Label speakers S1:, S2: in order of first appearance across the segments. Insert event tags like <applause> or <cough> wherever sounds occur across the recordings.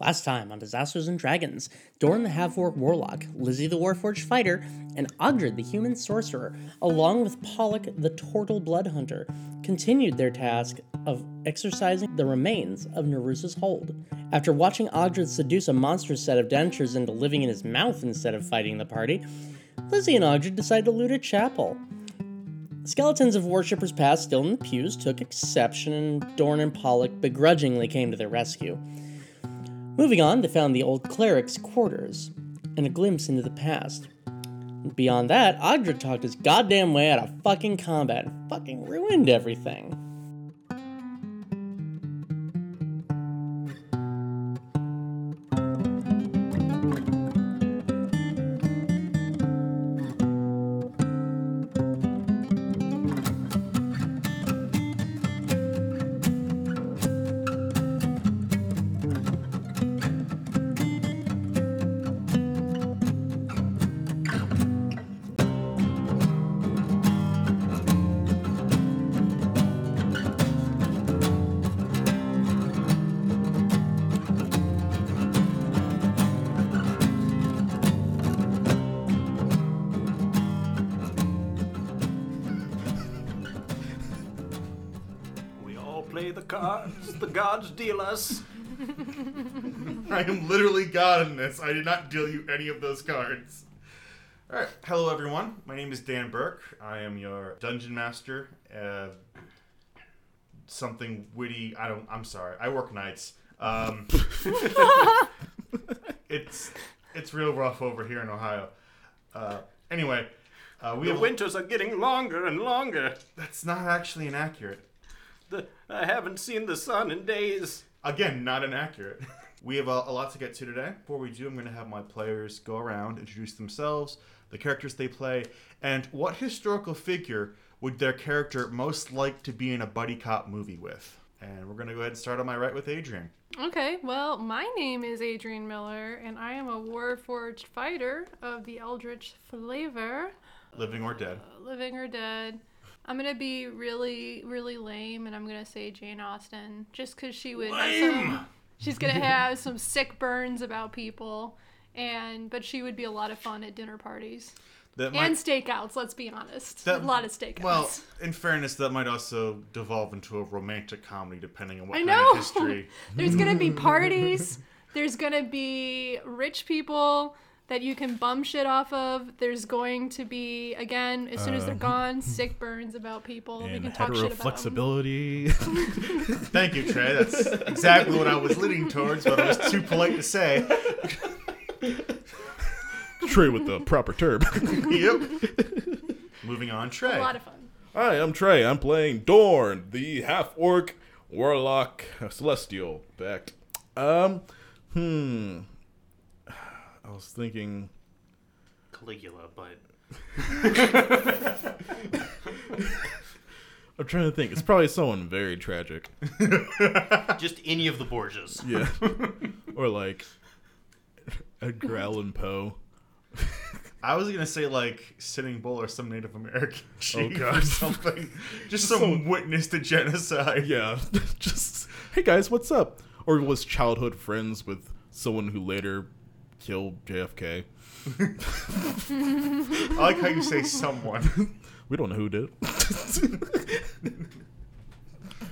S1: Last time on Disasters and Dragons, Dorn the Havor Warlock, Lizzie the Warforged Fighter, and Ogdred the Human Sorcerer, along with Pollock the Turtle Blood Hunter, continued their task of exercising the remains of Nerusa's hold. After watching Ogdred seduce a monstrous set of dentures into living in his mouth instead of fighting the party, Lizzie and Ogdred decided to loot a chapel. Skeletons of worshippers past still in the pews took exception, and Dorn and Pollock begrudgingly came to their rescue. Moving on, they found the old cleric's quarters and a glimpse into the past. Beyond that, Ogdred talked his goddamn way out of fucking combat and fucking ruined everything.
S2: We all play the cards the gods deal us.
S3: <laughs> I am literally God in this. I did not deal you any of those cards. All right. Hello, everyone. My name is Dan Burke. I am your dungeon master. Uh, something witty. I don't. I'm sorry. I work nights. Um, it's it's real rough over here in Ohio. Uh, anyway, uh, we
S2: The
S3: have-
S2: winters are getting longer and longer.
S3: That's not actually inaccurate.
S2: The, I haven't seen the sun in days.
S3: Again, not inaccurate. <laughs> We have a, a lot to get to today. Before we do, I'm going to have my players go around, introduce themselves, the characters they play, and what historical figure would their character most like to be in a buddy cop movie with. And we're going to go ahead and start on my right with Adrian.
S4: Okay, well, my name is Adrienne Miller, and I am a Warforged fighter of the Eldritch flavor,
S3: Living or dead.
S4: living or dead. I'm gonna be really, really lame, and I'm gonna say Jane Austen, just 'cause she would. have some-
S2: Lame!
S4: she's gonna have some sick burns about people, and but she would be a lot of fun at dinner parties
S3: That
S4: and stakeouts. Let's be honest,
S3: that-
S4: a lot of stakeouts.
S3: Well, in fairness, that might also devolve into a romantic comedy, depending on what
S4: I
S3: kind
S4: know.
S3: of history.
S4: There's gonna be parties. There's gonna be rich people that you can bum shit off of. There's going to be again as soon as they're gone, sick burns about people. We
S5: Uh-huh. and
S4: can talk shit about them.
S5: heteroflexibility. <laughs>
S3: Thank you, Trey. That's exactly what I was leaning towards, but I was too polite to say. <laughs>
S5: Trey with the proper term. <laughs>
S3: yep. Moving on, Trey.
S4: A lot of fun.
S5: Hi, I'm Trey. I'm playing Dorn, the half orc warlock uh, celestial. Back. Um, hmm. <sighs> I was thinking.
S2: Caligula, but
S5: I'm trying to think. It's probably someone very tragic. <laughs>
S6: Just any of the Borgias.
S5: Yeah. or like Edgar Allan Poe.
S3: I was gonna say like Sitting Bull or some Native American <laughs> chief or <laughs>
S5: God.
S3: something, Oh, just some witness to genocide.
S5: Yeah. <laughs> Just hey guys, what's up? Or was childhood friends with someone who later killed JFK.
S3: I like how you say <laughs> someone.
S5: We don't know who did. <laughs> it.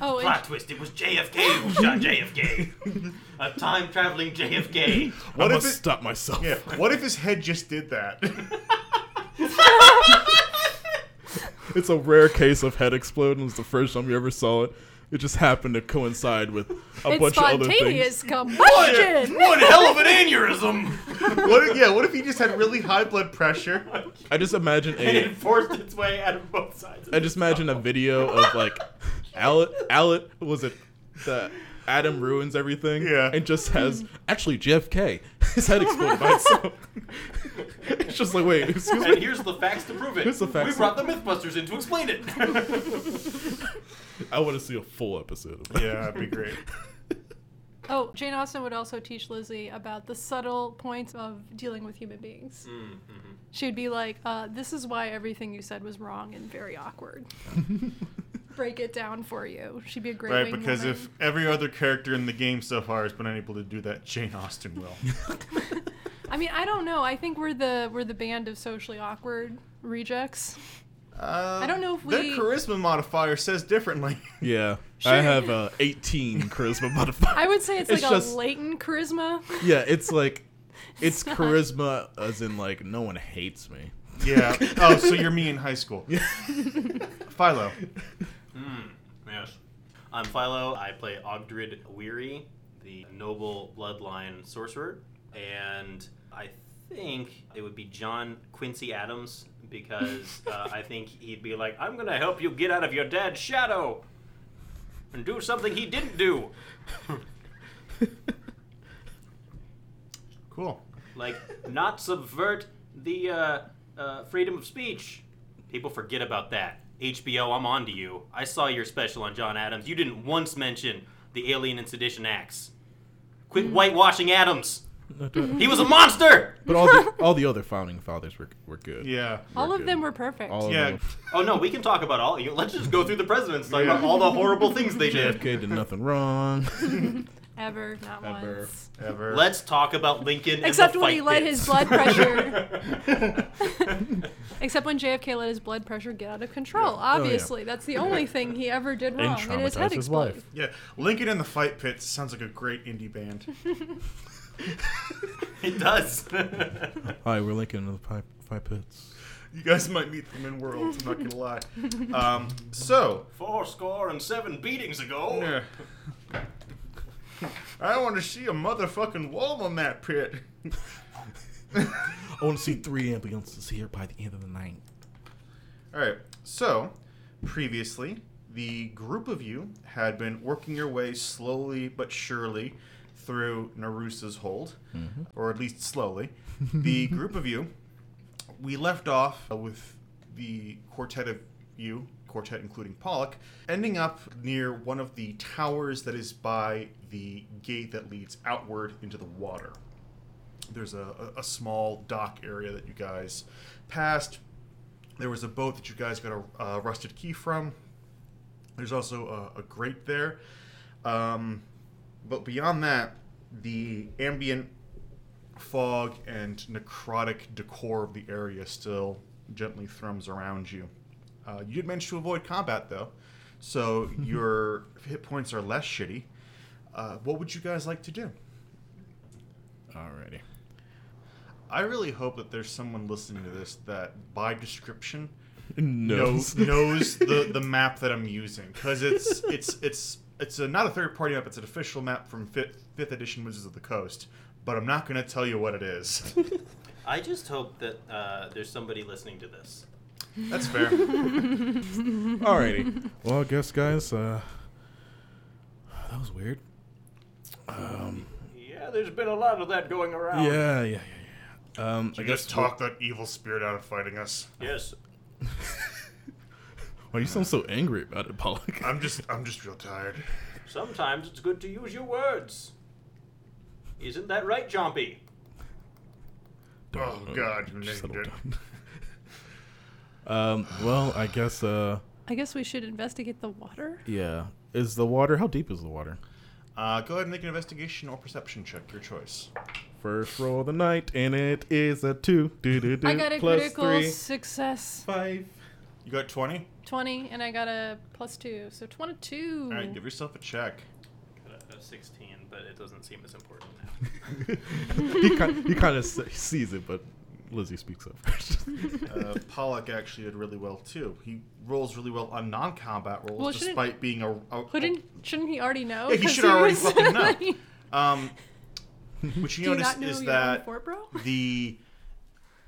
S4: Oh, and
S6: Plot twist, it was JFK who shot JFK. A time traveling JFK.
S3: What
S5: I
S3: if
S5: must
S3: it-
S5: stop myself.
S3: yeah. What if his head just did that?
S5: <laughs>
S3: <laughs>
S5: It's a rare case of head exploding. It was the first time you ever saw it. It just happened to coincide with a
S4: it's
S5: bunch of other things.
S4: spontaneous combustion.
S6: One hell of an aneurysm!
S3: what? If, yeah. What if he just had really high blood pressure?
S5: I just imagine
S6: And <laughs>
S5: a
S6: it forced its way out of both sides.
S5: I just imagine a video of like Allet Allet was it the Adam ruins everything.
S3: Yeah.
S5: And just has actually JFK. <laughs> His head exploded by itself. <laughs> it's just like wait, excuse
S6: And
S5: me.
S6: here's the facts to prove it.
S5: Here's the facts.
S6: We brought the Mythbusters in to explain it.
S5: I want to see a full episode of that.
S3: Yeah, that'd be
S4: <laughs>
S3: great.
S4: oh, Jane Austen would also teach Lizzie about the subtle points of dealing with human beings.
S3: Mm-hmm.
S5: <laughs>
S4: She would be like, uh, "This is why everything you said was wrong and very awkward." break it down for you. She'd be a great
S3: Right,
S4: wing
S3: because
S4: woman.
S3: if every other character in the game so far has been unable to do that, Jane Austen will.
S4: I mean, I don't know. I think we're the we're the band of socially awkward rejects.
S3: <laughs> Uh,
S4: I don't know if
S3: Their
S4: we-
S3: charisma modifier says differently.
S5: Yeah.
S4: Sure.
S5: I have a 18 charisma modifier.
S4: I would say it's,
S5: It's
S4: like
S5: just-
S4: a latent charisma.
S5: yeah, it's like it's
S4: not-
S5: charisma as in like no one hates me.
S3: <laughs> yeah. <laughs> Oh, so you're me in high <laughs> school. Philo.
S6: Yes. I'm Philo. I play Ogdrid Weary, the noble bloodline sorcerer. And I think it would be John Quincy Adams because uh, I think he'd be like, I'm going to help you get out of your dad's shadow and do something he didn't do.
S3: Cool.
S6: like, not subvert the uh, uh, freedom of speech. People forget about that. HBO, I'm on to you. I saw your special on John Adams. You didn't once mention the Alien and Sedition Acts. Quit
S4: Mm.
S6: whitewashing Adams. he was a monster!
S5: But all the all the other founding fathers were were good.
S3: Yeah.
S4: All of
S5: good.
S4: them were perfect.
S5: All of
S3: Yeah.
S5: them.
S6: Oh no, we can talk about all. You, let's just go through the presidents, talk about all the horrible things they did.
S5: JFK did nothing wrong. <laughs>
S4: Ever, not
S5: Ever.
S4: once.
S3: Ever.
S6: Let's talk about Lincoln.
S4: Except
S6: and the
S4: when he
S6: fight
S4: let
S6: pits.
S4: his blood pressure.
S5: <laughs>
S4: <laughs> Except when JFK let his blood pressure get out of control. Obviously, that's the
S5: <laughs>
S4: only thing he ever did
S5: Oh, And
S4: wrong. And his
S5: traumatized
S4: head
S5: his
S4: exploded.
S5: wife.
S3: yeah. Lincoln and the Fight Pits sounds like a great indie band.
S6: <laughs> It does. <laughs>
S5: Hi, we're Lincoln of the Five, five Pits.
S3: you guys might meet them in Worlds, I'm not going to lie. Um, so.
S6: Four score and seven beatings ago.
S3: Yeah. I want to see a motherfucking wall on that pit.
S5: I want to see three ambulances here by the end of the night.
S3: All right. So, previously, the group of you had been working your way slowly but surely through Narusa's hold, or at least slowly. The group of you, we left off with the quartet of you, quartet including Pollock, ending up near one of the towers that is by the gate that leads outward into the water. There's a, a, a small dock area that you guys passed there was a boat that you guys got a uh, rusted key from. There's also a, a grate there. Um, but beyond that, the ambient fog and necrotic decor of the area still gently thrums around you. Uh, you did manage to avoid combat, though, so your hit points are less shitty. Uh, what would you guys like to do?
S5: Alrighty.
S3: I really hope that there's someone listening to this that, by description, <laughs>
S5: No.
S3: knows, knows the, the map that I'm using because it's it's it's it's a, not a third party map. It's an official map from fifth, fifth edition Wizards of the Coast. But I'm not going to tell you what it
S4: <laughs>
S3: is.
S6: I just hope that uh, there's somebody listening to this.
S3: That's
S4: <laughs>
S3: fair.
S5: Alrighty. Well, I guess, guys, uh, that was weird.
S6: Yeah, there's been a lot of that going around.
S5: Yeah, yeah, yeah, yeah. Um, I
S3: I
S5: guess
S3: guess talk that evil spirit out of fighting us.
S6: Yes.
S5: Why you sound so angry about it, Pollock?
S3: I'm just I'm just real tired.
S6: Sometimes it's good to use your words. Isn't that right, Chompy?
S3: Oh God, you named
S5: Just settle
S3: it.
S5: down. <laughs> um, well, I guess, uh,
S4: I guess we should investigate the water.
S5: yeah. Is the water, how deep is the water?
S3: Uh, go ahead and make an investigation or perception check, your choice.
S5: First roll of the night, and it is a two. Doo-doo-doo.
S4: I got a
S5: Plus
S4: critical
S5: three.
S4: success
S5: Five.
S3: You got twenty.
S4: 20, and I got a plus 2. So 22.
S3: All right, give yourself a check.
S6: Uh, 16, but it doesn't seem as important now.
S5: he kind, he kind of sees it, but Lizzie speaks up <laughs> first.
S3: Uh, Pollock actually did really well too. He rolls really well on non-combat rolls,
S4: Well, shouldn't-
S3: despite being a, a-
S4: Couldn't, shouldn't he already know?
S3: Yeah, he
S4: 'Cause
S3: should already
S4: was- <laughs>
S3: fucking know. Um, what you
S4: Do you
S3: notice
S4: not know
S3: is
S4: your own
S3: that
S4: fort, bro?
S3: the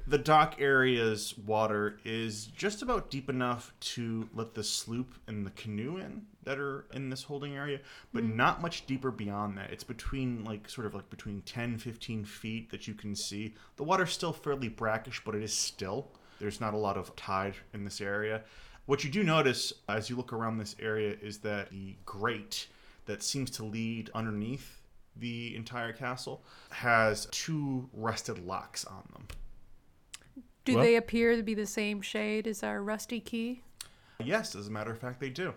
S3: the dock area's water is just about deep enough to let the sloop and the canoe in that are in this holding area, but not much deeper beyond that. It's between like sort of like between 10, 15 feet that you can see. The water's still fairly brackish, but it is still. There's not a lot of tide in this area. What you do notice as you look around this area is that the grate that seems to lead underneath the entire castle has two rusted locks on them.
S4: Do
S5: Well-
S4: they appear to be the same shade as our rusty key?
S3: Yes, as a matter of fact, they do.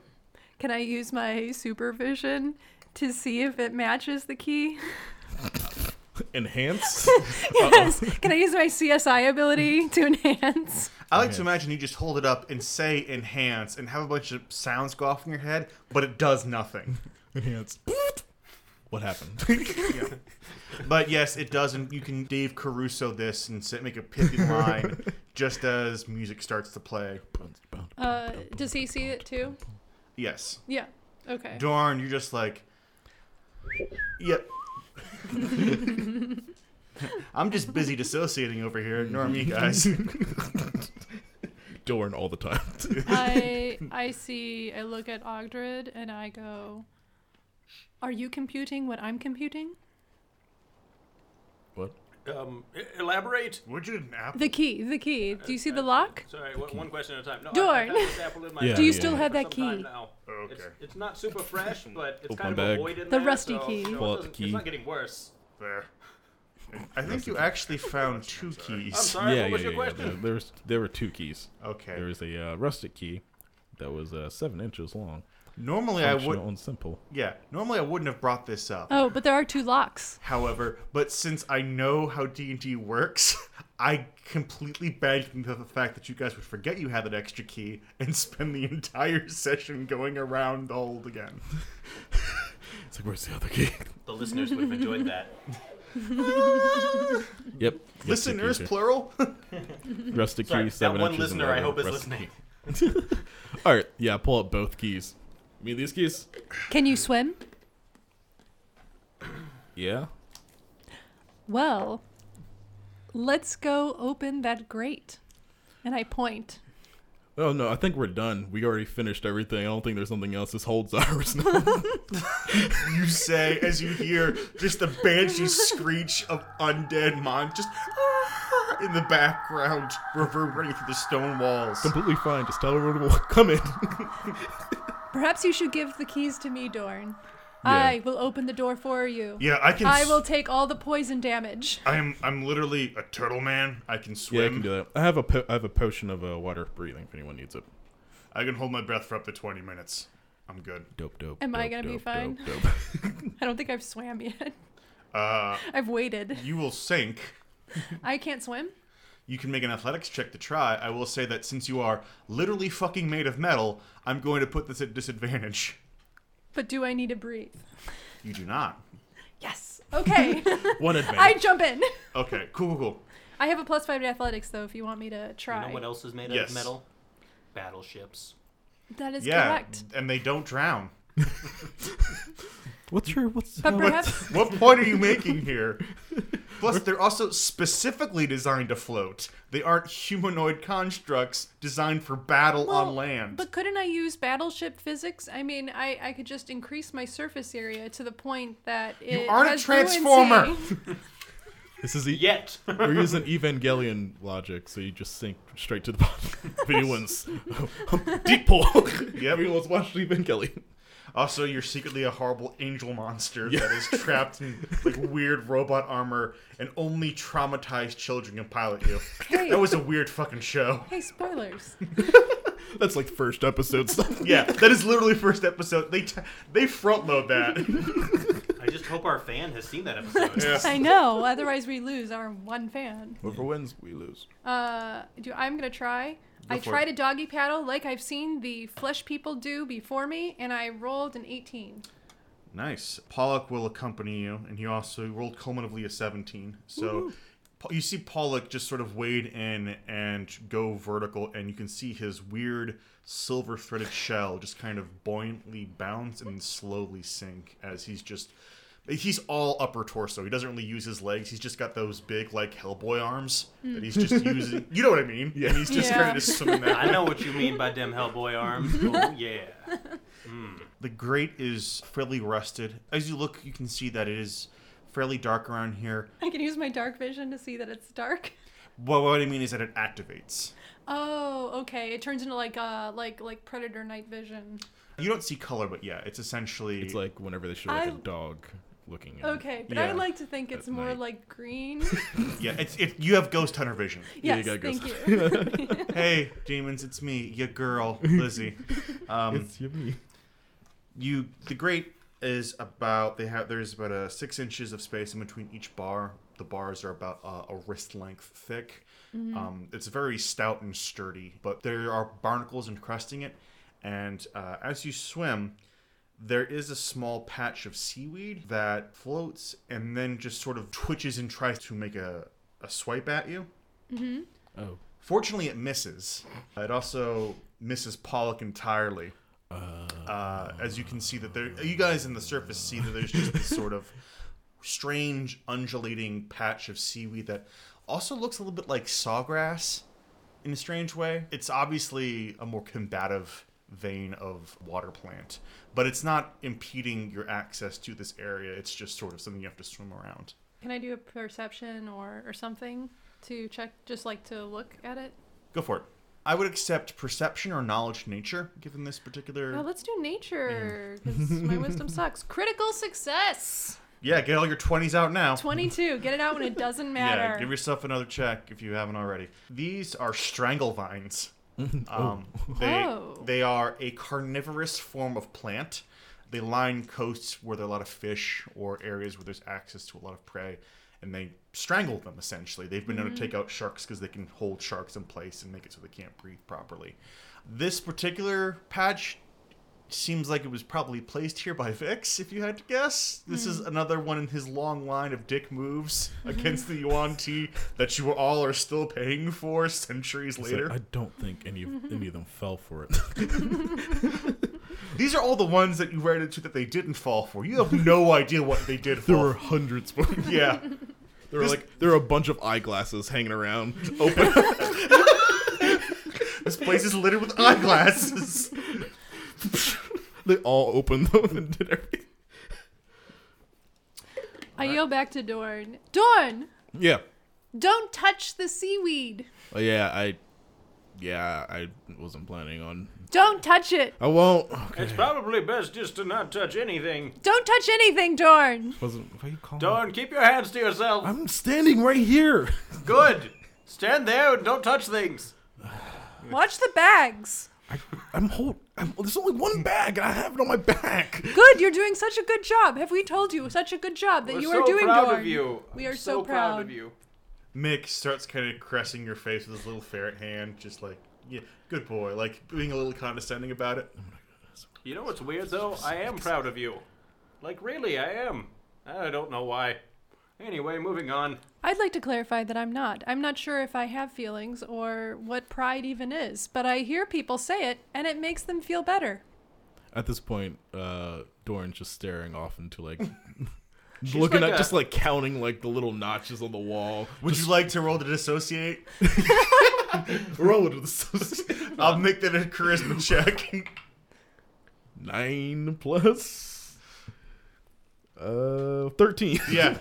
S4: Can I use my supervision to see if it matches
S3: <laughs>
S4: the key?
S5: Enhance.
S4: yes. Can I use my CSI ability to enhance?
S6: Oh,
S3: I like to imagine you just hold it up and say enhance and have a bunch of sounds go off in your head, but it does
S6: <laughs>
S3: nothing.
S5: <laughs> Enhance. What <laughs> happened?
S3: But yes, it does, and you can Dave Caruso this and sit, make
S6: <laughs>
S3: a pippin line just as music starts to play.
S4: Uh, does he see it too?
S3: Yes.
S4: Yeah. Okay.
S3: Darn, you're just like,
S6: <laughs>
S3: yep. I'm just busy dissociating over here. Ignore
S6: <laughs>
S3: me, guys.
S5: Dorn all the time. <laughs>
S3: <laughs>
S4: I I see. I look at Ogdred and I go, "Are you computing what I'm computing?
S5: what?
S6: Um, e- elaborate.
S3: Would you an apple?
S4: The key. The key. Do you see the lock?
S6: Sorry, one- one question at a time. No, I-
S4: Dorn.
S6: I've had this apple in my
S5: Yeah.
S6: mouth
S4: Do you
S5: yeah,
S4: still
S5: yeah. Oh,
S4: have
S6: for
S4: that
S6: some
S4: key?
S6: time now.
S3: Okay.
S6: It's, it's not
S5: <laughs>
S6: super fresh, but it's
S5: Open
S6: kind of
S5: bag.
S6: a void in
S4: The
S6: there,
S4: rusty
S6: so,
S4: key.
S6: you know, it
S5: Pull out the
S6: doesn't-
S5: key.
S6: It's not getting worse.
S3: There. I think you actually found two
S6: I'm
S3: keys.
S6: sorry.
S5: yeah,
S6: what was
S5: yeah,
S6: your
S5: yeah.
S6: question?
S5: There, there was, there were two keys.
S3: Okay.
S5: There was a uh, rustic key that was uh, seven inches long.
S3: Normally
S6: Uh,
S3: I
S5: functional
S3: would.
S5: and simple.
S3: Yeah. Normally I wouldn't have brought this up.
S4: Oh, but there are two locks.
S3: However, but since I know how D and D works, <laughs> I completely banked into the fact that you guys would forget you had that extra key and spend the <laughs> entire session going around the hold again.
S5: It's like, where's the other key?
S6: The listeners would have enjoyed that.
S5: <laughs> yep. yep, two
S3: Listeners,
S5: keys.
S3: plural. <laughs>
S5: Rustic
S6: Sorry,
S5: key,
S6: that
S5: seven
S6: one
S5: inches in
S6: listener I
S5: diameter,
S6: hope is
S5: rustic
S6: listening.
S5: key. All right, yeah, pull up both keys. I mean, these keys.
S4: Can you swim?
S5: Yeah.
S4: Well, let's go open that grate. And I point.
S5: Oh no, I think we're done. We already finished everything. I don't think there's something else. This <laughs> holds ours.
S6: <laughs>
S3: you say as you hear just the banshee screech of undead mon just <laughs> in the background, reverberating through the stone walls.
S5: Completely fine. Just tell everyone to
S6: <laughs>
S5: come in.
S4: Perhaps you should give the keys to me, Dorn. I will open the door for you.
S3: Yeah, I can.
S4: I
S3: s-
S4: will take all the poison damage. <laughs>
S3: I'm I'm literally a turtle man. I can swim.
S5: yeah, I can do that. I have a po- I have a potion of uh, water breathing if anyone needs it.
S3: I can hold my breath for up to 20 minutes. I'm good.
S5: Dope, dope.
S4: Am I
S5: dope,
S4: gonna be
S5: dope,
S4: fine?
S5: Dope, dope.
S4: I don't think I've swam yet. <laughs>
S3: Uh,
S4: I've waited.
S3: you will sink.
S4: I can't swim.
S3: You can make an athletics check to try. I will say that since you are literally fucking made of metal, I'm going to put this at disadvantage.
S4: But do I need to breathe?
S3: You do not.
S4: Yes. Okay.
S5: One
S4: I
S5: advantage.
S4: jump in.
S3: Okay, cool, cool, cool.
S4: I have a plus five to athletics though. If you want me to try,
S6: You know what else is made
S3: Yes.
S6: of metal? Battleships.
S4: that is
S3: yeah,
S4: correct.
S3: and they don't drown.
S5: <laughs> What's your what's?
S4: But
S5: uh,
S4: perhaps
S3: What point are you making here? Plus, they're also specifically designed to float. They aren't humanoid constructs designed for battle
S4: well,
S3: on land.
S4: But couldn't I use battleship physics? I mean, I, I could just increase my surface area to the point that it
S3: aren't a
S4: has
S3: transformer.
S4: buoyancy.
S5: this is e-
S6: Yet. <laughs>
S5: We're using Evangelion logic, so you just sink straight to the bottom. <laughs> If anyone's deep pool. <laughs> yeah, everyone's watched Evangelion.
S3: Also, you're secretly a horrible angel monster that is trapped in like weird robot armor, and only traumatized children can pilot you.
S4: Hey.
S3: That was a weird fucking show.
S4: <laughs> Hey,
S3: <laughs>
S4: spoilers.
S5: That's like first episode stuff.
S3: Yeah, that is literally first episode. They t- they front load that.
S6: I just hope our fan has seen
S2: <laughs>
S6: that episode.
S4: I know. Otherwise, we lose our one fan.
S5: <laughs> Whoever wins, we lose.
S4: Uh, do I'm gonna try. I
S3: for
S4: tried
S3: it.
S4: a doggy paddle like I've seen the flesh people do before me, and I rolled an 18.
S3: Nice. Pollock will accompany you, and he also rolled cumulatively a 17. So Pa- you see Pollock just sort of wade in and go vertical, and you can see his weird silver threaded shell just kind of buoyantly bounce and slowly sink as he's just. He's all upper torso. He doesn't really use his legs. He's just got those big, like, Hellboy arms that he's just using. You know what I mean? Yeah. And he's just
S4: Yeah.
S3: kind of just swimming that.
S6: I know what you mean by them Hellboy arms.
S4: <laughs>
S6: Oh, yeah.
S3: The grate is fairly rusted. As you look, you can see that it is fairly dark around here.
S4: I can use my dark vision to see that it's dark.
S3: Well, what I mean is that it activates.
S4: Oh, okay. It turns into like uh like like predator night vision.
S3: You don't see color, but yeah, it's essentially.
S5: It's like whenever they show like a
S4: I-
S5: dog looking at
S4: Okay, but
S3: Yeah.
S4: I would like to think it's
S5: At
S4: more
S5: night.
S4: like
S3: <laughs>
S4: green.
S3: yeah, it's it. You have ghost hunter
S5: <laughs>
S3: vision.
S5: Yeah, you
S4: yes,
S5: gotta go
S3: <laughs>
S4: thank you.
S5: <laughs>
S3: hey, demons, it's me, your girl, Lizzie. Um,
S5: It's yummy.
S3: you the grate is about they have there's about uh, six inches of space in between each bar the bars are about uh, a wrist length thick um, it's very stout and sturdy but there are barnacles encrusting it and uh, as you swim there is a small patch of seaweed that floats and then just sort of twitches and tries to make a, a swipe at you
S5: Oh.
S3: Fortunately, it misses. It also misses Pollock entirely. Uh, as you can see that there, you guys in the surface see that there's just this sort of strange undulating patch of seaweed that also looks a little bit like sawgrass in a strange way. It's obviously a more combative vein of water plant, but it's not impeding your access to this area. It's just sort of something you have to swim around.
S4: Can I do a perception or, or something to check, just like to look at it?
S3: Go for it. I would accept perception or knowledge nature, given this particular.
S4: Oh, let's do nature because my
S3: <laughs>
S4: wisdom sucks. Critical success.
S3: Yeah, get all your 20s out now.
S4: Twenty-two. Get it out when
S3: <laughs>
S4: it doesn't
S3: Yeah,
S4: matter.
S3: give yourself another check if you haven't already. These are strangle vines. um, they,
S4: Oh.
S3: they are a carnivorous form of plant. They line coasts where there are a lot of fish or areas where there's access to a lot of prey, and they strangle them essentially. They've been known
S4: Mm-hmm.
S3: to take out sharks because they can hold sharks in place and make it so they can't breathe properly. This particular patch seems like it was probably placed here by Vix, if you had to guess. This is another one in his long line of dick moves against the Yuan Ti that you all are still paying for centuries
S5: It's like,
S3: later.
S5: I don't think any of any of them fell for <laughs> it.
S3: These are all the ones that you ran into that they didn't fall for. You have
S5: <laughs>
S3: no idea what they did
S5: there
S3: fall
S5: were
S3: for.
S5: hundreds. More.
S3: Yeah.
S5: <laughs> There were
S3: This-
S5: like there were a bunch of eyeglasses hanging around, <laughs> open.
S3: This place is littered with eyeglasses.
S5: <laughs> they all opened them and did everything.
S4: I yell back to Dorn. Dorn,
S5: Yeah.
S4: don't touch the seaweed.
S5: Oh yeah. I. Yeah. I wasn't planning on.
S4: Don't touch it.
S5: I won't. Okay.
S2: It's probably best just to not touch anything.
S4: Don't touch anything, Dorn.
S5: wasn't. Why are you calling?
S2: Don't keep your hands to yourself.
S5: I'm standing right here.
S2: Good. Stand there and don't touch things.
S4: Watch the bags.
S5: I, I'm hold. I'm, there's only one bag, and I have it on my back.
S4: Good, you're doing such a good job. Have we told you such a good job that
S2: We're
S4: you
S2: so
S4: are doing,
S2: proud
S4: Dorn?
S2: of you.
S4: We
S2: I'm
S4: are
S2: so,
S4: so
S2: proud of
S4: proud.
S2: you.
S3: Mick starts kind of caressing your face with his little ferret hand, just like, yeah, good boy, like being a little condescending about it.
S2: You know what's weird though? I am proud of you. Like really, I am. I don't know why. Anyway, moving on.
S4: I'd like to clarify that I'm not. I'm not sure if I have feelings or what pride even is, but I hear people say it and it makes them feel better.
S5: At this point, uh, Doran's just staring off
S2: <laughs>
S5: into like.
S2: looking
S5: looking
S2: like
S5: at
S2: at- a-
S5: just
S2: just,
S5: like counting like the little notches on the wall. <laughs>
S3: Would you like to roll to dissociate? <laughs>
S5: roll to the
S3: I'll make that a charisma check. <laughs>
S5: nine plus uh thirteen. <laughs>
S3: yeah.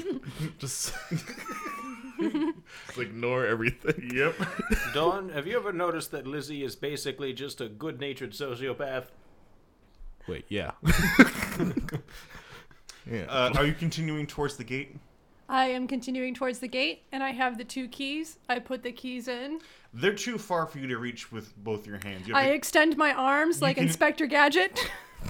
S2: <laughs>
S5: just, <laughs> just ignore everything.
S3: Yep.
S2: Dawn, have you ever noticed that Lizzie is basically just a good-natured sociopath?
S5: Wait, <laughs> yeah. yeah.
S3: Uh, are you continuing towards the gate?
S4: I am continuing towards the gate and I have the two keys. I put the keys in.
S3: They're too far for you to reach with both your hands. You, have
S4: I
S3: to-
S4: extend my arms like
S3: can-
S4: Inspector
S5: <laughs>
S4: Gadget.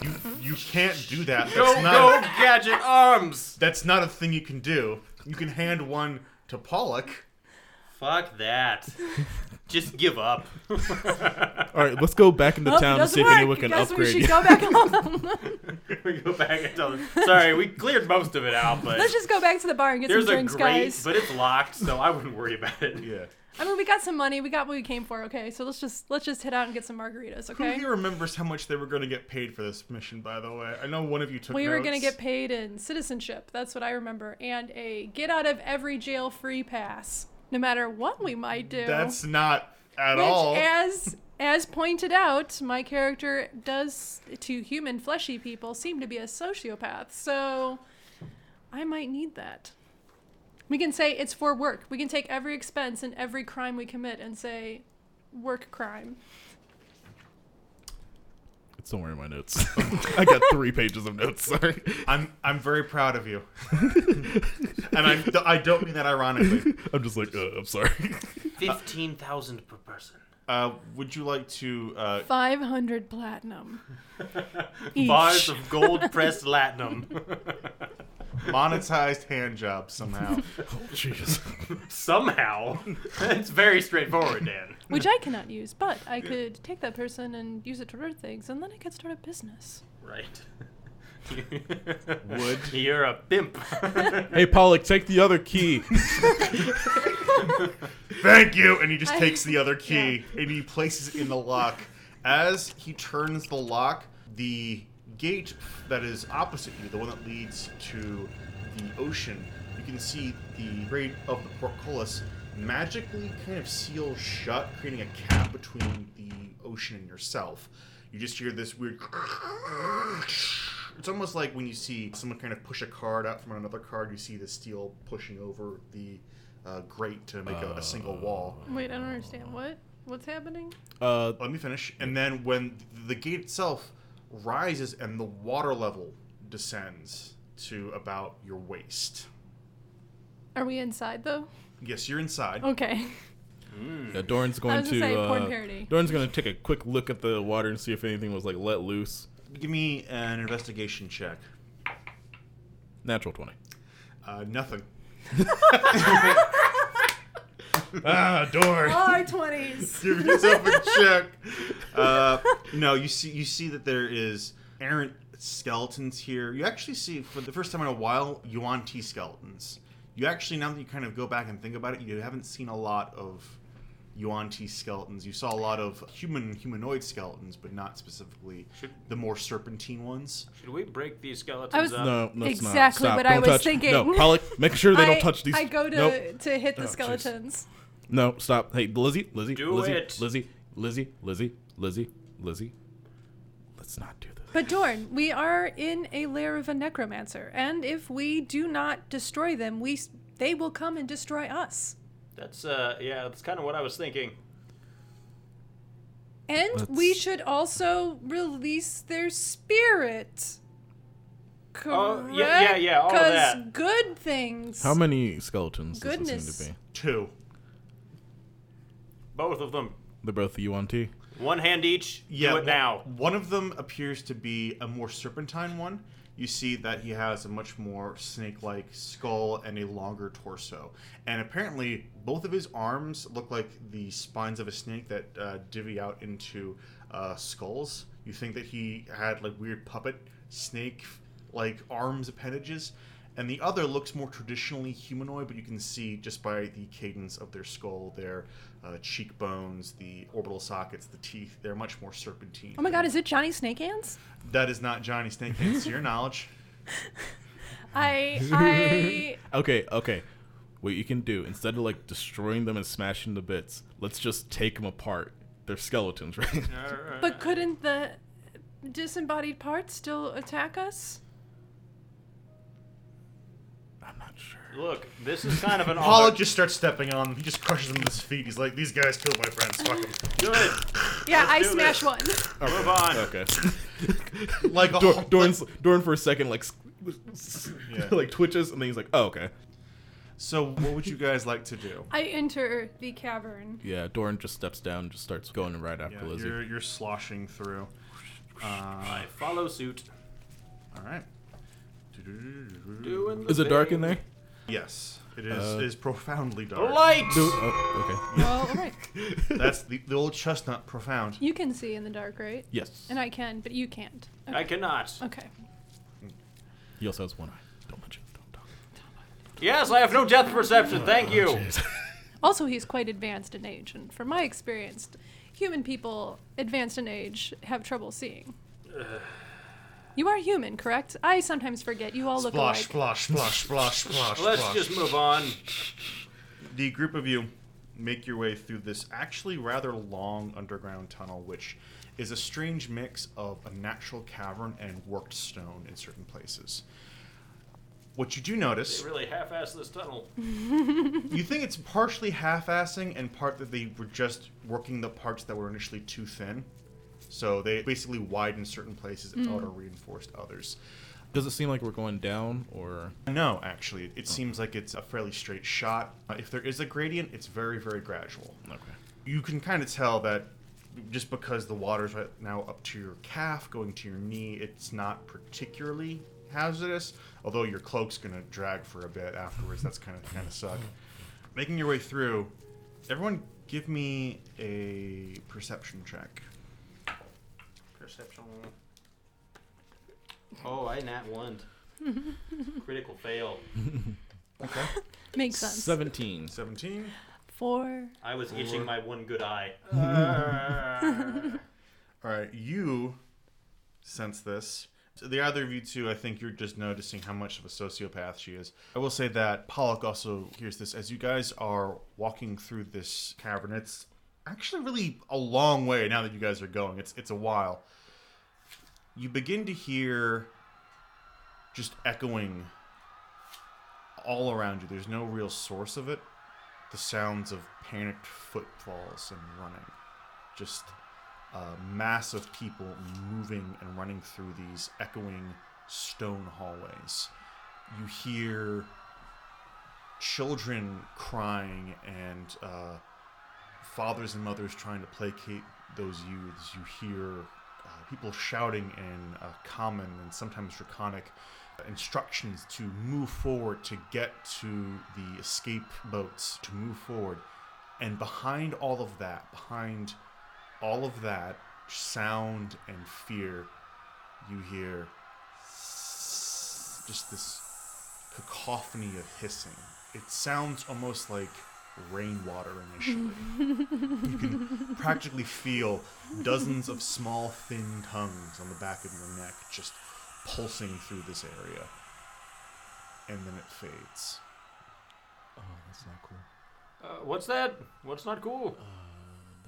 S3: you, you can't do that. That's,
S2: Go,
S3: not
S2: go,
S3: A,
S2: gadget arms!
S3: that's not a thing you can do. You can hand one to Pollock.
S6: Fuck
S4: <laughs>
S6: that. Just give up.
S5: All right, let's go back into
S4: Oh, it
S5: town to
S4: doesn't
S5: see if
S4: work.
S5: anyone can
S4: Guess
S5: upgrade
S4: we
S5: you.
S4: should go
S5: <laughs>
S4: back home.
S6: <laughs>
S4: <laughs>
S6: we go back and tell them.
S2: <laughs>
S6: Sorry, we cleared most of it out, but
S4: Let's just go back to the bar and get
S6: there's
S4: some
S6: a
S4: drinks,
S6: grate,
S4: guys.
S6: but it's locked, so I wouldn't worry about it.
S2: <laughs>
S3: Yeah.
S4: I mean, we got some money. We got what we came for. Okay, so let's just let's just head out and get some margaritas.
S3: Who
S4: Okay.
S3: here remembers how much they were going to get paid for this mission, by the way? I know one of you took
S4: We were gonna
S3: notes.
S4: get paid in citizenship. That's what I remember, and a get out of every jail free pass, no matter what we might do.
S3: That's not at
S4: which,
S3: all.
S4: as as pointed out, my character does to human fleshy people seem to be a sociopath. So I might need that. We can say it's for work. We can take every expense and every crime we commit and say work crime.
S5: It's somewhere in my notes. <laughs> I got three pages of notes. Sorry.
S3: I'm I'm very proud of you, <laughs> and I'm I don't mean that ironically.
S5: I'm just like, uh, I'm sorry.
S6: 15,000 per person.
S3: Uh, would you like to? Uh, <laughs>
S4: 500 platinum. Each.
S6: Bars of gold pressed latinum.
S3: monetized hand job somehow.
S5: Jesus.
S6: Somehow. <laughs> it's very straightforward, Dan.
S4: Which I cannot use, but I could take that person and use it to learn things, and then I could start a business.
S6: <laughs> Right.
S3: Would.
S6: You're a pimp.
S5: <laughs> hey, Pollock, take the other key.
S3: Thank you, and he just
S4: I-
S3: takes the other key and he places it in the lock. As he turns the lock, the gate that is opposite you, the one that leads to the ocean, you can see the grate of the portcullis magically kind of seals shut, creating a cap between the ocean and yourself. You just hear this weird. It's almost like when you see someone kind of push a card out from another card, you see the steel pushing over the uh, grate to make a, a single wall.
S4: Wait, I don't understand. What? What's happening?
S5: Uh,
S3: Let me finish. And then when the gate itself rises and the water level descends to about your waist.
S4: Are we inside, though?
S3: Yes, you're inside.
S4: Okay.
S5: yeah, Doran's going
S4: was gonna
S5: to.
S4: say, porn
S5: uh,
S4: parody.
S5: Doran's going to take a quick look at the water and see if anything was like let loose.
S3: Give me an investigation check.
S5: Natural twenty.
S3: Uh, nothing.
S5: ah,
S4: <laughs>
S5: Dorn.
S4: Our 20s!
S3: Give yourself a check. Uh, no, you see, you see that there is errant skeletons here. You actually see, for the first time in a while, Yuan T skeletons. You actually, now that you kind of go back and think about it, you haven't seen a lot of Yuan T skeletons. You saw a lot of human humanoid skeletons, but not specifically the more serpentine ones.
S2: <laughs> Should we break these skeletons
S4: I was-
S2: up?
S5: No, no, it's not.
S4: Exactly
S5: Stop.
S4: what
S5: Don't
S4: I was
S5: touch.
S4: thinking.
S5: No, Pollock, make sure
S4: <laughs>
S5: they
S4: I,
S5: don't touch these.
S4: I go to,
S5: Nope.
S4: to hit the
S5: Oh, jeez.
S4: skeletons.
S5: No, stop. Hey, Lizzie, Lizzie,
S2: Do
S5: Lizzie,
S2: it.
S5: Lizzie, Lizzie, Lizzie, Lizzie, Lizzie. Let's not do this.
S4: But Dorn, we are in a lair of a necromancer, and if we do not destroy them, we s- they will come and destroy us.
S2: That's uh, yeah, that's kind of what I was thinking.
S4: And we
S5: Let's-
S4: should also release their spirit. Correct?
S2: Oh, yeah, yeah, yeah, all of that.
S4: good things.
S5: How many skeletons does this
S4: Goodness.
S5: seem to be?
S3: Two.
S2: Both of them,
S5: They're both UNT.
S2: one hand each.
S3: Yeah,
S2: do it
S3: wh-
S2: now.
S3: One of them appears to be a more serpentine one. You see that he has a much more snake-like skull and a longer torso, and apparently both of his arms look like the spines of a snake that uh, divvy out into uh, skulls. You think that he had like weird puppet snake like arms appendages, and the other looks more traditionally humanoid, but you can see just by the cadence of their skull, their uh, cheekbones, the orbital sockets, the teeth, they're much more serpentine.
S4: Oh my god, is it Johnny Snake Hands?
S3: That is not Johnny Snakehands, to your knowledge.
S4: I I
S5: Okay, okay. What you can do instead of like destroying them and smashing to bits, let's just take them apart. They're skeletons, <laughs> right?
S4: but couldn't the disembodied parts still attack us?
S5: I'm not sure.
S2: Look, this is kind
S6: <laughs> Oh,
S2: of an
S3: Pollock
S2: odd.
S3: just starts stepping on them. He just crushes them with his feet. He's like, these guys killed my friends. Fuck them.
S2: Good.
S4: Yeah, I
S2: do
S4: smash
S2: this.
S4: one.
S2: Move on.
S5: <laughs> Okay.
S3: Like a
S5: Dor-
S3: whole-
S5: Dorn's, Dorn for a second like s- <laughs>
S3: Yeah.
S5: like twitches and then he's like, oh okay.
S3: So, what would you guys like
S2: <laughs>
S3: to do?
S4: I enter the cavern.
S5: Yeah, Dorn just steps down and just starts going right after
S3: Yeah,
S5: Lizzie.
S3: you're, you're sloshing through. Uh,
S2: I follow suit.
S3: all right.
S2: Doing the
S5: Is it dark in
S2: thing.
S5: there?
S3: Yes, it is.
S5: Uh,
S3: it is profoundly
S2: <laughs>
S3: dark.
S2: Light.
S5: Do- oh, okay.
S4: Well, all right.
S3: That's the, the old chestnut. Profound.
S4: You can see in the dark, right?
S5: Yes.
S4: And I can, but you can't.
S2: I cannot.
S4: Okay.
S5: He also has one eye. Don't mention. it. Don't talk.
S2: Yes, I have no depth perception. Thank you.
S4: Also, he's quite advanced in age, and from my experience, human people advanced in age have trouble seeing. You are human, correct? I sometimes forget. You all look
S3: Splash,
S4: alike.
S3: splash, splash,
S2: <laughs>
S3: splash, splash.
S2: Let's
S3: splash.
S2: just move on.
S3: the group of you make your way through this actually rather long underground tunnel, which is a strange mix of a natural cavern and worked stone in certain places. What you do notice,
S2: They really half-assed this tunnel.
S3: you think it's partially half-assing and part that they were just working the parts that were initially too thin. So they basically widened certain places and outer reinforced others.
S5: <laughs> Does it seem like we're going down or?
S3: No, actually, it seems like it's a fairly straight shot. Uh, If there is a gradient, it's very, very gradual.
S5: Okay.
S3: you can kind of tell that just because the water's right now up to your calf, going to your knee, it's not particularly hazardous. Although your cloak's gonna drag for a bit afterwards. That's kind of kind of suck. Making your way through, everyone, give me a perception check.
S6: Perception. Oh, I nat
S4: <laughs>
S6: one. Critical fail.
S4: Makes sense.
S5: 17.
S3: Seventeen.
S4: Four.
S6: I was itching my one good eye.
S3: All right, you sense this. So the other of you two, I think you're just noticing how much of a sociopath she is. I will say that Pollock also hears this as you guys are walking through this cavern. It's actually really a long way now that you guys are going. It's it's a while. You begin to hear just echoing all around you. There's no real source of it. The sounds of panicked footfalls and running. Just a mass of people moving and running through these echoing stone hallways. You hear children crying and uh, fathers and mothers trying to placate those youths. You hear uh, people shouting in uh, common and sometimes draconic instructions to move forward to get to the escape boats, to move forward. And behind all of that, behind all of that sound and fear, you hear just this cacophony of hissing. It sounds almost like rainwater initially. you can practically feel dozens of small, thin tongues on the back of your neck just pulsing through this area. And then it fades.
S5: Oh, that's not cool.
S2: Uh, what's that? What's not cool?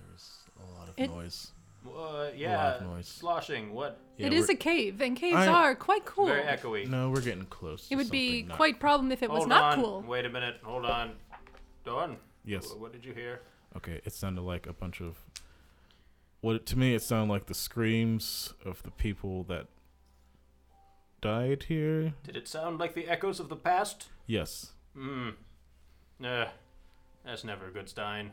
S5: There's a lot of
S4: It-
S5: noise.
S2: Uh, yeah,
S5: noise.
S2: sloshing. What?
S5: Yeah,
S4: it is
S5: we're-
S4: a cave, and caves
S5: I-
S4: are quite cool.
S2: Very echoey.
S5: No, we're getting close. to
S4: It would be
S5: something not-
S4: quite problem if it was
S2: Hold
S4: not
S2: on.
S4: cool.
S2: Wait a minute. Hold on. Dawn.
S5: Yes.
S2: wh- What did you hear?
S5: Okay, it sounded like a bunch of. What to me it sounded like the screams of the people that died here.
S2: Did it sound like the echoes of the past?
S5: Yes.
S2: Hmm. Uh, that's never a good sign.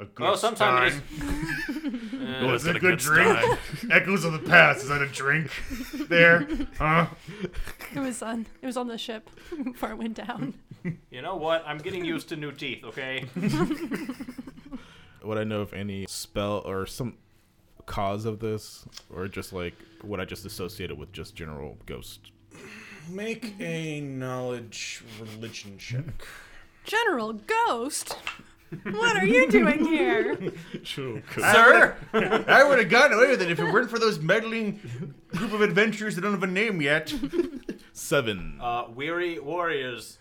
S3: A good
S2: Well, sometimes
S3: stein.
S2: it
S3: Oh,
S2: is.
S3: is it a good drink? Echoes of the past. Is that a drink? There, huh?
S4: It was on. It was on the ship <laughs> before it went down.
S5: <laughs>
S2: you know what? I'm getting used to new teeth, okay?
S5: Would I know of any spell or some cause of this, or just like what I just associated with just general ghost?
S3: Make a knowledge religion check.
S4: General Ghost, what are you doing
S5: <laughs>
S4: here?
S5: True.
S3: Sir, <laughs> I would have gotten away with it if it weren't for those meddling group of adventurers that don't have a name yet.
S5: Seven.
S2: Uh, weary warriors.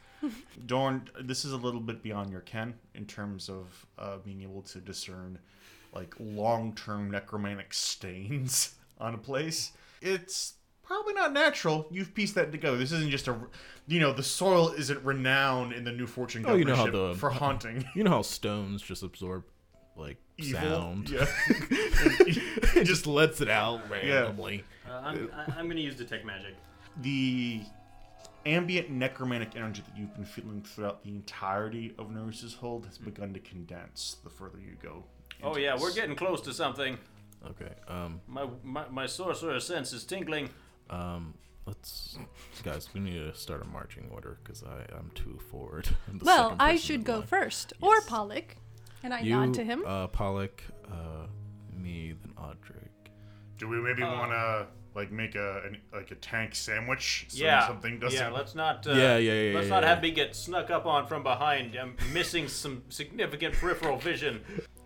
S3: Dorn, this is a little bit beyond your ken in terms of uh, being able to discern like long-term necromantic stains <laughs> on a place. It's probably not natural. You've pieced that together. This isn't just a, you know, the soil isn't renowned in the New Fortune
S5: Oh, you know how
S3: governorship
S5: the-
S3: for haunting <laughs>
S5: you know how stones just absorb like
S3: evil.
S5: sound.
S3: Yeah.
S5: <laughs> it just lets it out randomly.
S6: Uh, I'm, I- I'm gonna use detect magic.
S3: the ambient necromantic energy that you've been feeling throughout the entirety of Nurse's Hold has begun to condense the further you go.
S2: Oh
S3: into
S2: yeah,
S3: this.
S2: we're getting close to something.
S5: Okay. Um.
S2: My my, my sorcerer sense is tingling.
S5: Um. Let's, guys. We need to start a marching order because I I'm too forward. <laughs> I'm the
S4: well,
S5: second
S4: I
S5: person
S4: should
S5: in
S4: go
S5: line.
S4: first, or
S5: Yes.
S4: Pollock, and I
S5: You,
S4: nod to him.
S5: Uh, Pollock, uh, me, then Audric.
S3: Do we
S2: Uh,
S3: maybe want to like make a an, like a tank sandwich? So
S2: yeah.
S3: Something doesn't.
S2: Yeah. Let's not. Uh,
S5: Yeah, yeah, yeah,
S2: Let's
S5: yeah,
S2: not
S5: yeah.
S2: have me get snuck up on from behind. I'm missing some significant peripheral vision.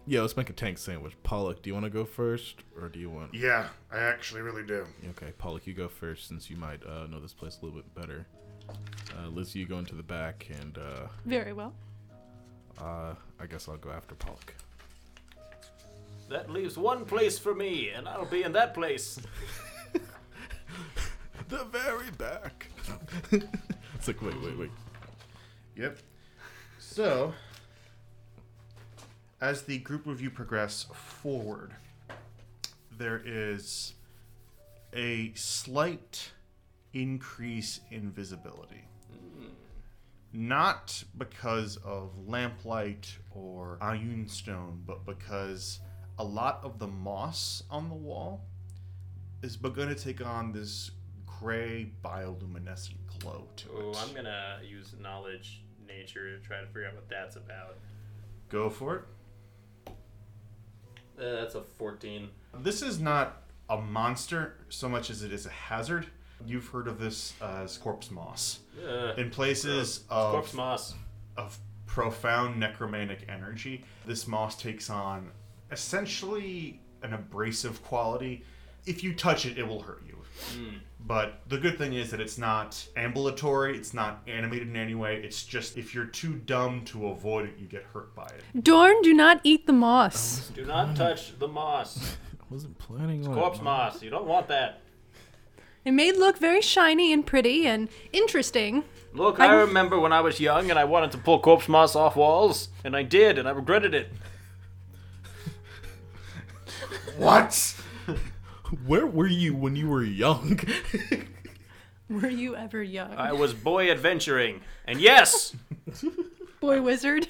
S5: Yeah, let's make a tank sandwich. Pollock, do you want to go first, or do you want?
S3: yeah, I actually really do.
S5: Okay, Pollock, you go first since you might uh, know this place a little bit better. Uh, Liz, you go into the back, and uh,
S4: Very well.
S5: uh, I guess I'll go after Pollock.
S2: That leaves one place for me, and I'll be in that place.
S5: The very back. <laughs> it's like wait, wait, wait.
S3: Yep. So, as the group review progress forward, there is a slight increase in visibility. not because of lamplight or iron stone, but because a lot of the moss on the wall is begun to take on this gray bioluminescent glow to
S6: Oh,
S3: it.
S6: I'm gonna use knowledge nature to try to figure out what that's about.
S3: Go for it.
S6: Uh, that's a 14.
S3: This is not a monster so much as it is a hazard. You've heard of this as corpse moss.
S6: Uh,
S3: In places of
S6: corpse moss.
S3: of profound necromantic energy, this moss takes on essentially an abrasive quality. If you touch it, it will hurt you.
S6: Hmm.
S3: But the good thing is that it's not ambulatory, it's not animated in any way. It's just if you're too dumb to avoid it, you get hurt by it.
S4: <laughs> Dorn, do not eat the moss.
S6: Do not touch the moss.
S5: I wasn't planning on
S6: Corpse moss. You don't want that.
S4: It may look very shiny and pretty and interesting.
S6: Look, I
S4: I'm-
S6: remember when I was young and I wanted to pull corpse moss off walls, and I did, and I regretted it.
S3: What?
S5: Where were you when you were young? <laughs>
S4: Were you ever young?
S6: I was boy adventuring, and yes,
S4: Boy wizard?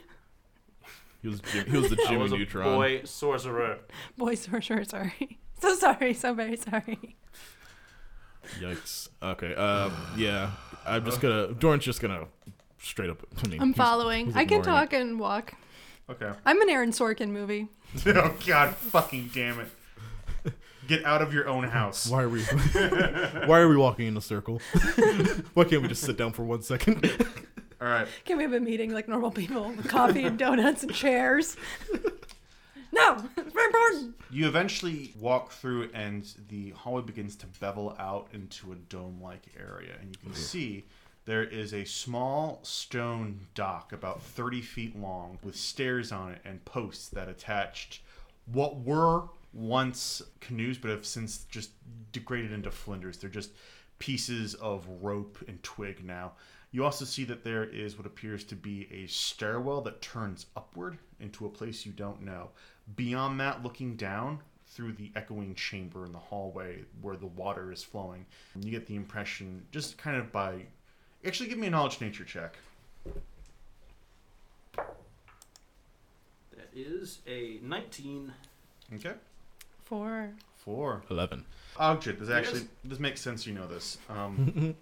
S4: <laughs>
S5: he was Jim, he was the
S6: I
S5: Jimmy
S6: was a
S5: Neutron.
S6: boy sorcerer.
S4: Boy <laughs> sorcerer, sorry. So sorry, so very sorry.
S5: Yikes. Okay. Um. Yeah. I'm just gonna. Dorn's just gonna straight up. I mean,
S4: I'm
S5: he's-
S4: following.
S5: he's
S4: I can
S5: ignoring
S4: talk and walk.
S3: Okay.
S4: I'm an Aaron Sorkin movie.
S3: <laughs> oh god fucking damn it. Get out of your own house.
S5: Why are <laughs> we? why are we walking in a circle? <laughs> why can't we just sit down for one second? <laughs>
S3: Alright.
S4: Can we have a meeting like normal people? with Coffee and donuts and chairs. <laughs> no, it's very important.
S3: You eventually walk through, and the hallway begins to bevel out into a dome like area. And you can see there is a small stone dock about 30 feet long with stairs on it and posts that attached what were once canoes but have since just degraded into flinders. They're just pieces of rope and twig now. You also see that there is what appears to be a stairwell that turns upward into a place you don't know. Beyond that, looking down through the echoing chamber in the hallway where the water is flowing, you get the impression, just kind of by. Actually, give me a knowledge nature check.
S6: That is a 19.
S3: Okay.
S4: Four.
S3: Four.
S5: Eleven.
S3: Ogdrid, this actually
S6: Yes.
S3: this makes sense. You know this, um,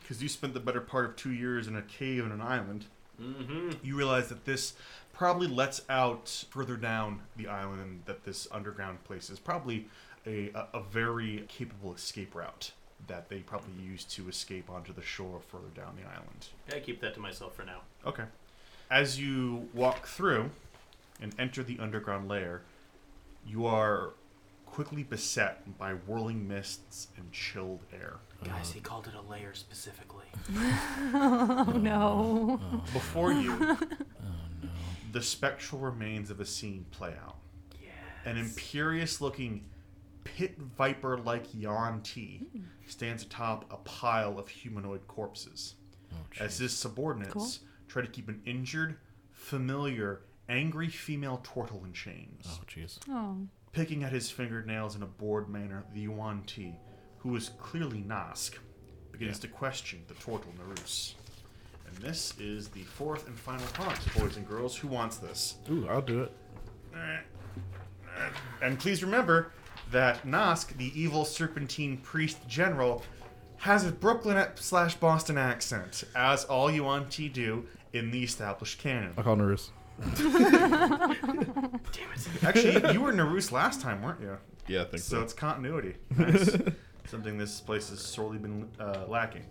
S3: because you spent the better part of two years in a cave in an island. Mm-hmm. You realize that this probably lets out further down the island, and that this underground place is probably a, a, a very capable escape route that they probably use to escape onto the shore further down the island.
S6: I keep that to myself for now.
S3: Okay. As you walk through and enter the underground lair, you are quickly beset by whirling mists and chilled air.
S6: Guys, he called it a layer specifically.
S4: Oh no.
S3: Before you, the spectral remains of a scene play out. An imperious looking pit viper like Yon T stands atop a pile of humanoid corpses. as his subordinates
S4: Cool.
S3: try to keep an injured, familiar, angry female turtle in chains.
S5: Oh jeez.
S4: Oh.
S3: Picking at his fingernails in a bored manner, the Yuan Ti, who is clearly Nosk, begins to question the Tortle Narus. And this is the fourth and final part, boys and girls. Who wants this?
S5: Ooh, I'll do it.
S3: And please remember that Nosk, the evil serpentine priest general, has a Brooklyn slash Boston accent, as all Yuan Ti do in the established canon.
S5: I call Nerus.
S3: Actually, you were Narus last time, weren't you?
S5: Yeah, I think
S3: So it's continuity. Nice. Something this place has sorely been uh, lacking.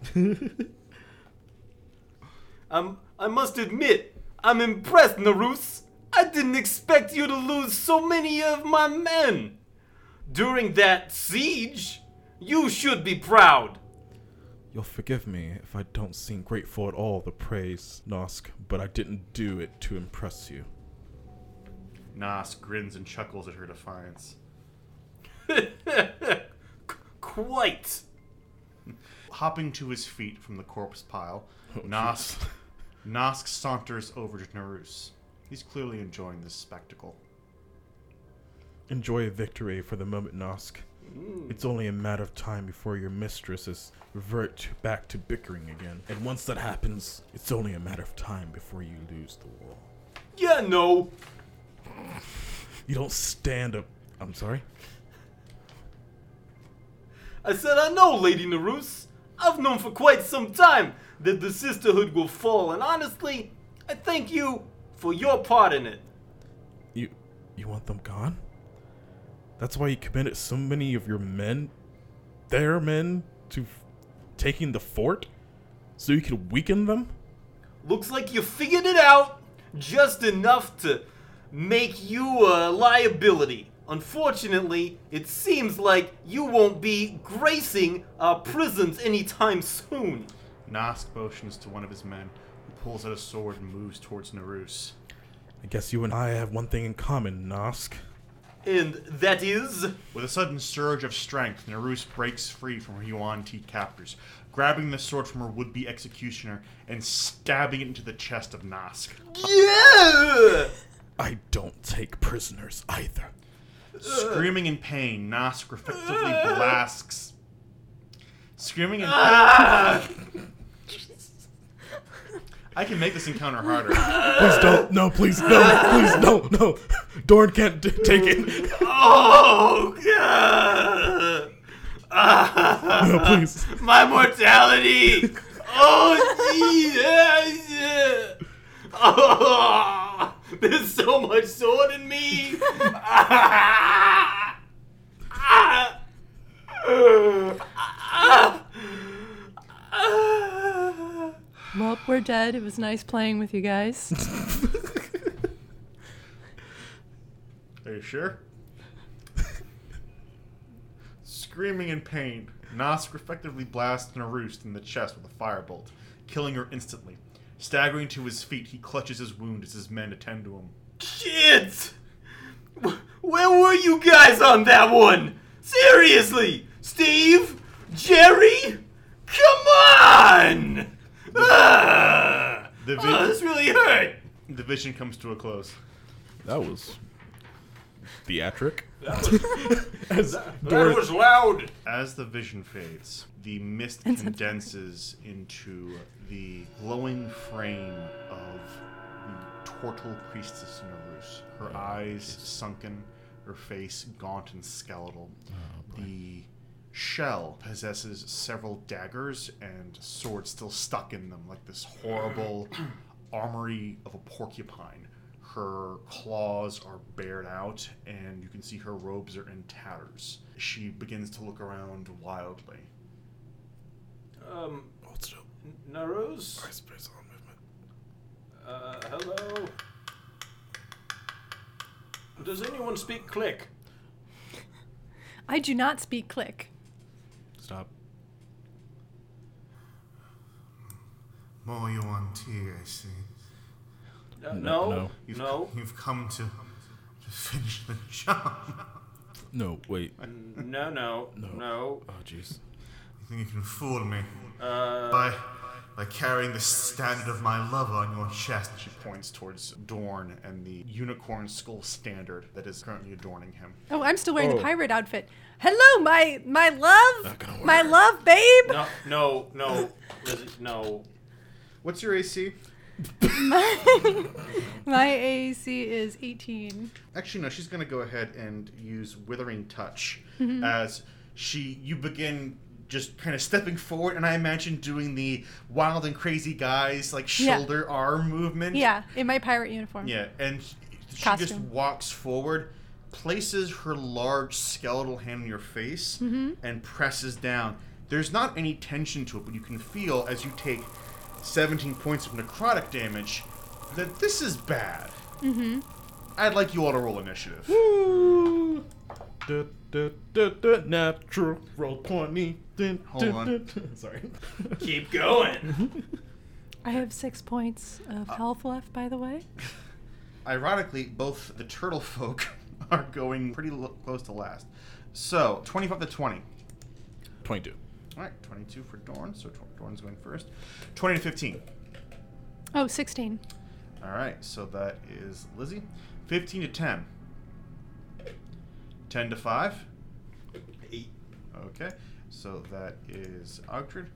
S6: Um, I must admit, I'm impressed, Narus. I didn't expect you to lose so many of my men. During that siege, you should be proud.
S5: You'll forgive me if I don't seem grateful at all the praise, Nosk, but I didn't do it to impress you.
S3: Nas grins and chuckles at her defiance.
S6: Quite.
S3: Hopping to his feet from the corpse pile, Nas Nosk saunters over to Narus. He's clearly enjoying this spectacle.
S5: Enjoy a victory for the moment, Nosk. It's only a matter of time before your mistresses revert back to bickering again. And once that happens, it's only a matter of time before you lose the war.
S6: Yeah, no.
S5: You don't stand up. I'm sorry?
S6: I said I know, Lady Naruse. I've known for quite some time that the sisterhood will fall, and honestly, I thank you for your part in it.
S5: You you want them gone? That's why you committed so many of your men, their men, to f- taking the fort, so you could weaken them.
S6: Looks like you figured it out just enough to make you a liability. Unfortunately, it seems like you won't be gracing our prisons anytime soon.
S3: Nosk motions to one of his men, who pulls out a sword and moves towards Naruse.
S5: I guess you and I have one thing in common, Nosk.
S6: And that is.
S3: With a sudden surge of strength, Naruse breaks free from her Yuan Ti captors, grabbing the sword from her would be executioner and stabbing it into the chest of Nosk.
S6: Yeah!
S5: I don't take prisoners either.
S3: Screaming in pain, Nosk effectively
S6: <laughs>
S3: blasts. Screaming in
S6: Ah!
S3: I can make this encounter harder.
S5: Please don't. No, please no. Please no. No. Dorn can't t- take it.
S6: Oh, God! Ah.
S5: No, please.
S6: My mortality! Oh, Jesus! Oh, there's so much sword in me! Ah! Ah! Ah! Ah!
S4: Well, we're dead. It was nice playing with you guys.
S3: Are you sure? Screaming in pain, Nosk effectively blasts Naroost in the chest with a firebolt, killing her instantly. Staggering to his feet, he clutches his wound as his men attend to him.
S6: Shit! Wh- Where were you guys on that one? Seriously! Steve? Jerry? Come on! Ah!
S3: The, vi-
S6: Oh, this really hurt!
S3: the vision comes to a close.
S5: That was theatric.
S6: That was,
S5: <laughs> As
S6: that
S5: Dorn,
S6: was loud!
S3: As the vision fades, the mist
S4: That's so
S3: condenses into the glowing frame of the tortle priestess Narus. Her eyes sunken, her face gaunt and skeletal. the shell possesses several daggers and swords still stuck in them, like this horrible armory of a porcupine. Her claws are bared out, and you can see her robes are in tatters. She begins to look around wildly.
S6: Um,
S5: Hold still.
S6: Narose?
S5: Press- press on movement.
S6: Uh, hello? Does anyone speak click?
S4: <laughs> I do not speak click.
S5: Stop.
S7: More you want tea, I see.
S6: Uh,
S5: No, no.
S7: You've,
S6: no,
S7: You've come to, to finish the job.
S5: No, wait.
S6: no, no, no,
S5: Oh, jeez.
S7: You think you can fool me
S6: no. Uh,
S7: by by carrying the standard of my lover on your chest?
S3: She points towards Dorn and the unicorn skull standard that is currently adorning him.
S4: Oh, I'm still wearing
S5: Oh.
S4: the pirate outfit. Hello, my my love,
S5: Not gonna
S4: my
S5: work.
S4: love, babe.
S6: no, no, no, Liz- no.
S3: What's your AC?
S4: My AC is 18.
S3: Actually, no. She's going to go ahead and use Withering Touch
S4: Mm-hmm.
S3: as she you begin just kind of stepping forward, and I imagine doing the wild and crazy guys like
S4: Yeah.
S3: shoulder arm movement.
S4: Yeah, in my pirate uniform.
S3: Yeah, and she she just
S4: Costume.
S3: walks forward, places her large skeletal hand on your face,
S4: Mm-hmm.
S3: and presses down. There's not any tension to it, but you can feel as you take 17 points of necrotic damage that this is bad. Mm-hmm. I'd like you all to roll initiative.
S5: Du- du- du- du- Natural roll 20. Dun-
S3: Hold
S5: dun-
S3: on.
S5: dun- dun. <laughs> Sorry.
S6: Keep going.
S4: I have six points
S5: Uh,
S4: of health left, by the way.
S3: Ironically, both the turtle folk <laughs> are going pretty lo- close to last. So, 25 to 20.
S5: 22.
S3: All right, 22 for Dorn, so Tor- Dorn's going first. 20 to 15.
S4: Oh, 16.
S3: All right, so that is Lizzie. 15 to 10. 10 to 5.
S6: Eight.
S3: Okay, so that is Ogtrid,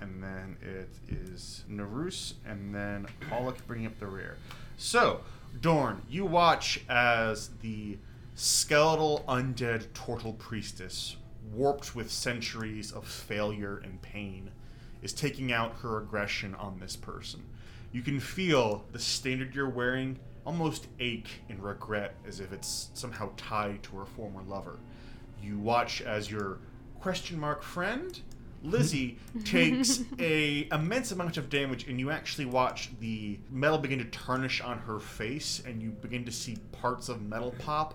S3: and then it is Narus, and then Pollock bringing up the rear. So, Dorn, you watch as the skeletal undead turtle priestess, warped with centuries of failure and pain, is taking out her aggression on this person. You can feel the standard you're wearing almost ache in regret as if it's somehow tied to her former lover. You watch as your question mark friend, Lizzie, takes a immense amount of damage and you actually watch the metal begin to tarnish on her face and you begin to see parts of metal pop.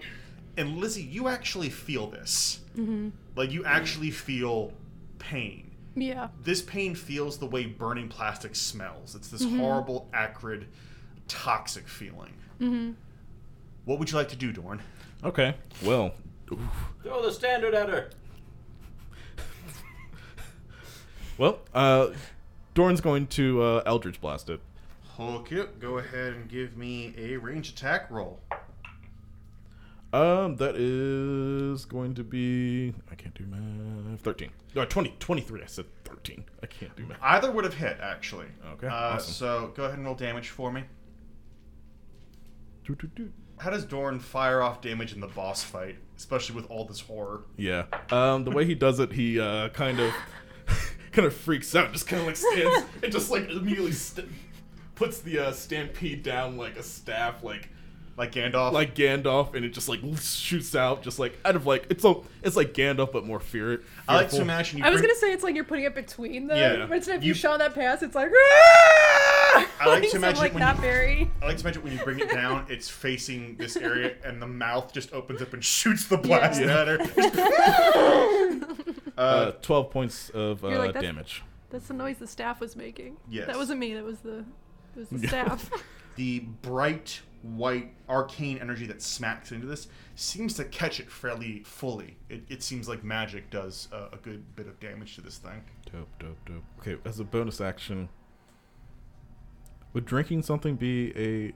S3: And Lizzie, you actually feel this. Like you actually feel pain
S4: Yeah.
S3: this pain feels the way burning plastic smells. It's this horrible, acrid, toxic feeling. What would you like to do, Dorn?
S5: Okay. Well,
S6: Throw the standard at her.
S5: well, uh, Dorn's going to uh, Eldritch Blast it.
S3: Hulk, yep. Go ahead and give me a range attack roll.
S5: Um, that is going to be. I can't do math. 13. No, 20, 23. Uh, I said 13. I can't do math.
S3: Either would have hit, actually.
S5: Okay,
S3: Uh,
S5: awesome.
S3: So go ahead and roll damage for me.
S5: Doo, doo, doo.
S3: How does Dorn fire off damage in the boss fight, especially with all this horror?
S5: Yeah. Um, the way he does it, he uh, kind of <laughs> kind of freaks out, just kind of like stands
S4: <laughs>
S5: and just like immediately st- puts the uh, stampede down like a staff, like
S3: Like Gandalf?
S5: like Gandalf, and it just like shoots out, just like out of like it's a, it's like Gandalf but more fear.
S3: I like to
S5: fearful.
S3: imagine you
S4: I was
S3: bring-
S4: gonna say it's like you're putting it between them,
S3: Yeah.
S4: but instead if
S3: You-
S4: you, shot that pass,
S3: <laughs>
S4: it's like. I
S3: like
S4: <laughs>
S3: to imagine
S4: like
S3: when
S4: that
S3: you-
S4: very.
S3: I like to imagine when you bring it down, <laughs> it's facing this area, and the mouth just opens up and shoots the blast
S5: Yeah.
S3: at
S4: <laughs>
S3: her.
S5: uh, twelve points of uh,
S4: You're like, that's-
S5: damage.
S4: That's the noise the staff was making.
S3: Yes.
S4: That wasn't me. That was the. It was
S3: <laughs>
S4: the staff.
S3: the bright white arcane energy that smacks into this seems to catch it fairly fully. It, it seems like magic does uh, a good bit of damage to this thing.
S5: Dope, dope, dope. Okay, as a bonus action, would drinking something be a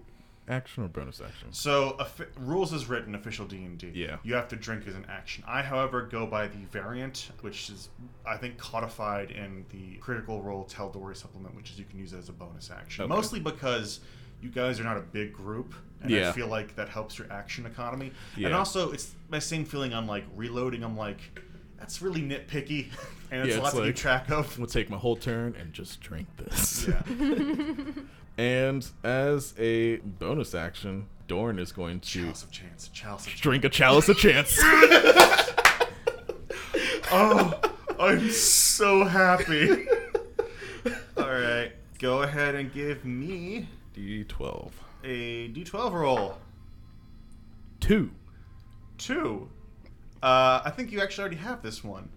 S5: action or bonus action?
S3: So offi- rules is written official D and D.
S5: Yeah.
S3: you have to drink as an action. I, however, go by the variant, which is I think codified in the Critical Role Tal'Dorei supplement, which is you can use it as a bonus action.
S5: Okay.
S3: Mostly because you guys are not a big group, and I
S5: Yeah.
S3: feel like that helps your action economy. And
S5: Yeah.
S3: also, it's my same feeling on like reloading. I'm like, that's really nitpicky, <laughs> and it's a
S5: Yeah,
S3: lot
S5: it's
S3: to keep
S5: like-
S3: track of.
S5: <laughs> I'm gonna take my whole turn and just drink this.
S3: Yeah.
S5: And as a bonus action, Dorn is going to
S3: Chalice of chance. Chalice of chance.
S5: drink a chalice of chance.
S3: Oh, <laughs> I'm so
S5: <laughs>
S3: happy. All right, go ahead and give me
S5: D12.
S3: a d12 roll.
S5: Two.
S3: Two. Uh, I think you actually already have this one.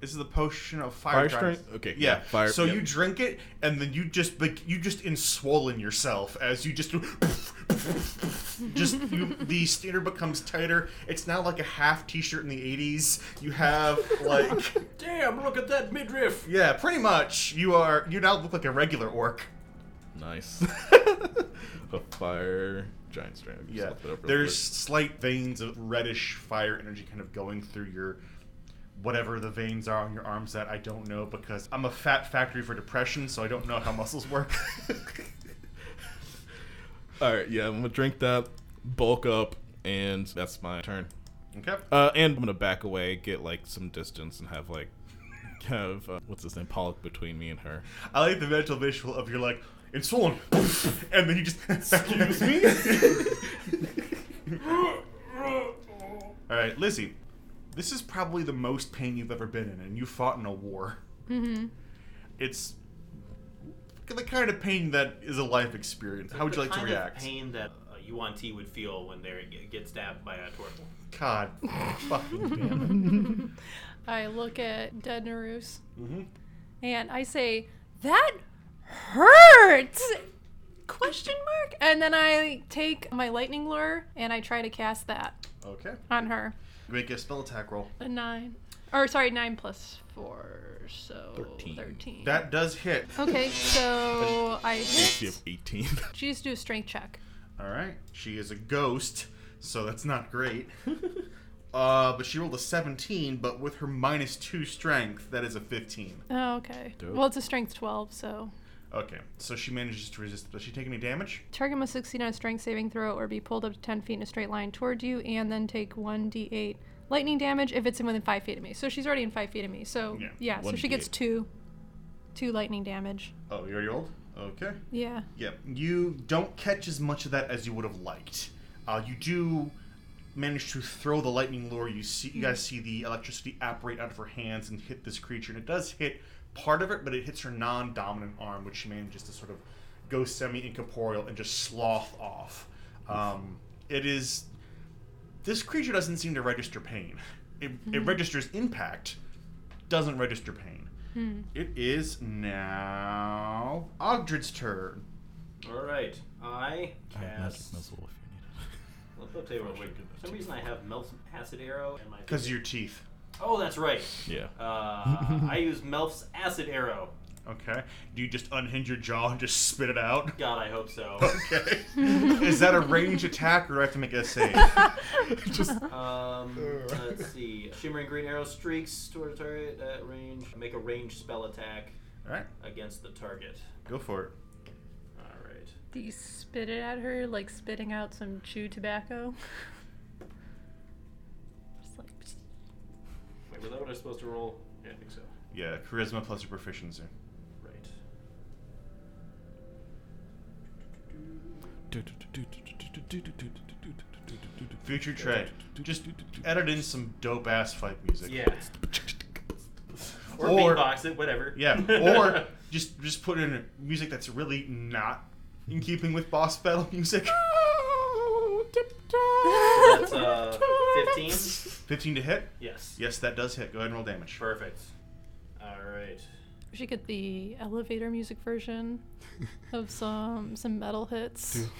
S3: This is the potion of fire,
S5: Fire
S3: dragon-
S5: strength? Okay,
S3: Yeah.
S5: yeah, fire-
S3: so
S5: yeah.
S3: you drink it, and then you just bec- you just enswollen yourself as you just just you, the standard becomes tighter. It's now like a half t-shirt in the '80s. You have
S5: <laughs>
S3: like.
S6: Damn, look at that midriff.
S3: Yeah, pretty much. You are you now look like a regular orc.
S5: Nice. a fire giant strand. Just
S3: Yeah.
S5: lift it up real
S3: There's slight veins of reddish fire energy kind of going through your whatever the veins are on your arms that I don't know because I'm a fat factory for depression, so I don't know how muscles
S5: <laughs>
S3: work.
S5: quick. All right. Yeah, I'm gonna drink that, bulk up, and that's my turn.
S3: okay.
S5: Uh, and I'm gonna back away, get like some distance, and have like have uh, what's his name, Pollock, between me and her.
S3: I like the mental visual of you're like, it's swollen <laughs> and then you just <laughs> excuse <laughs> me. Alright, Lizzie. This is probably the most pain you've ever been in, and you fought in a war. It's the kind of pain that is a life experience. How would you
S6: The
S3: like to
S6: kind of
S3: react?
S6: pain that uh, Yuan Ti would feel when they get- get stabbed by a turtle.
S3: God, fucking damn it. <laughs>
S4: I look at Dead Narus
S3: Mhm.
S4: and I say, That hurts! Question mark? And then I take my lightning lure and I try to cast that
S3: Okay,
S4: on her.
S3: make a spell attack roll.
S4: A nine. Or sorry, nine plus four, so
S5: Thirteen.
S4: 13.
S3: That does hit.
S4: okay, so I
S5: She
S4: hit.
S5: have 18.
S4: She used to do a strength check.
S3: All right, she is a ghost, so that's not great. Uh, but she rolled a 17, but with her minus two strength, that is a 15.
S4: Oh, okay.
S5: Dope.
S4: Well, it's a strength 12, so.
S3: Okay, so she manages to resist. Does she take any damage?
S4: Target must succeed on a strength saving throw or be pulled up to 10 feet in a straight line toward you and then take 1d8 lightning damage if it's within 5 feet of me. So she's already in 5 feet of me. So,
S3: Yeah,
S4: yeah, so she gets
S5: 1d8.
S4: 2 2 lightning damage.
S3: Oh, you already rolled? Okay.
S4: Yeah.
S3: Yep. You don't catch as much of that as you would have liked. Uh, you do manage to throw the lightning lure. You see, you guys see the electricity apparate out of her hands and hit this creature, and it does hit part of it, but it hits her non-dominant arm, which she manages to sort of go semi-incorporeal and just slough off. Um, it is this creature doesn't seem to register pain. It, it registers impact, doesn't register pain. It is now Ogdred's turn.
S6: All right, I
S5: I have Oh, magic
S6: cast.
S5: missile if you need it.
S6: Well, I'll tell you what, wait, For some reason, I have Melf's acid arrow and my.
S3: Because of your teeth.
S6: Oh, that's right.
S5: Yeah.
S6: Uh, I use Melf's acid arrow.
S3: Okay. Do you just unhinge your jaw and just spit it out? <laughs>
S6: God, I hope so.
S3: Okay. Is that a range attack or do I have to make a save? just
S6: Um, let's see. Shimmering green arrow streaks toward a target at range. Make a range spell attack
S3: Alright,
S6: against the target.
S3: go for it.
S6: All right.
S4: Do you spit it at her like spitting out some chew tobacco? <laughs> Just <laughs> like.
S6: Wait, was that what I was supposed to roll? Yeah, I think so.
S3: Yeah, charisma plus your proficiency.
S6: Right.
S3: Future Trey. Just edit in some dope ass fight music.
S6: Yeah. Or,
S3: Or-
S6: beatbox it, whatever. <laughs>
S3: <laughs> Yeah. Or just just put in music that's really not in keeping with boss battle <laughs> music.
S4: Oh,
S6: that's uh, 15.
S3: Fifteen to hit?
S6: <laughs> Yes.
S3: Yes, that does hit. Go ahead and roll damage.
S6: Perfect. All right.
S4: We should get the elevator music
S3: <laughs>
S4: version of some some metal hits.
S5: <laughs>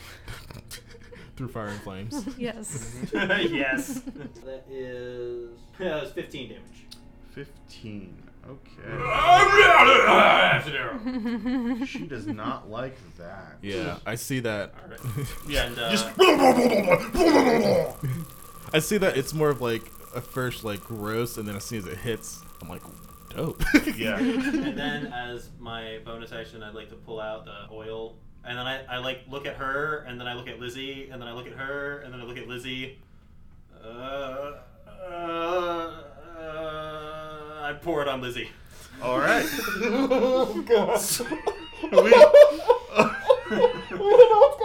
S5: Through fire and
S3: <laughs>
S5: flames.
S4: yes.
S6: <laughs> yes. that is. Yeah, that was 15 damage.
S3: Fifteen. Okay.
S6: Acid arrow.
S3: She does not like that.
S5: Yeah, I see that.
S6: All
S5: <laughs>
S6: right.
S3: <laughs>
S6: Yeah, and, uh,
S3: Just
S5: I see that it's more of like a first like gross, and then as soon as it hits, I'm like, dope. <laughs>
S3: yeah.
S6: and then as my bonus action, I'd like to pull out the oil. And then I, I like look at her, and then I look at Lizzie, and then I look at her, and then I look at Lizzie. Uh, uh, uh, I pour it on <laughs> Lizzie.
S3: All right.
S1: Oh, God.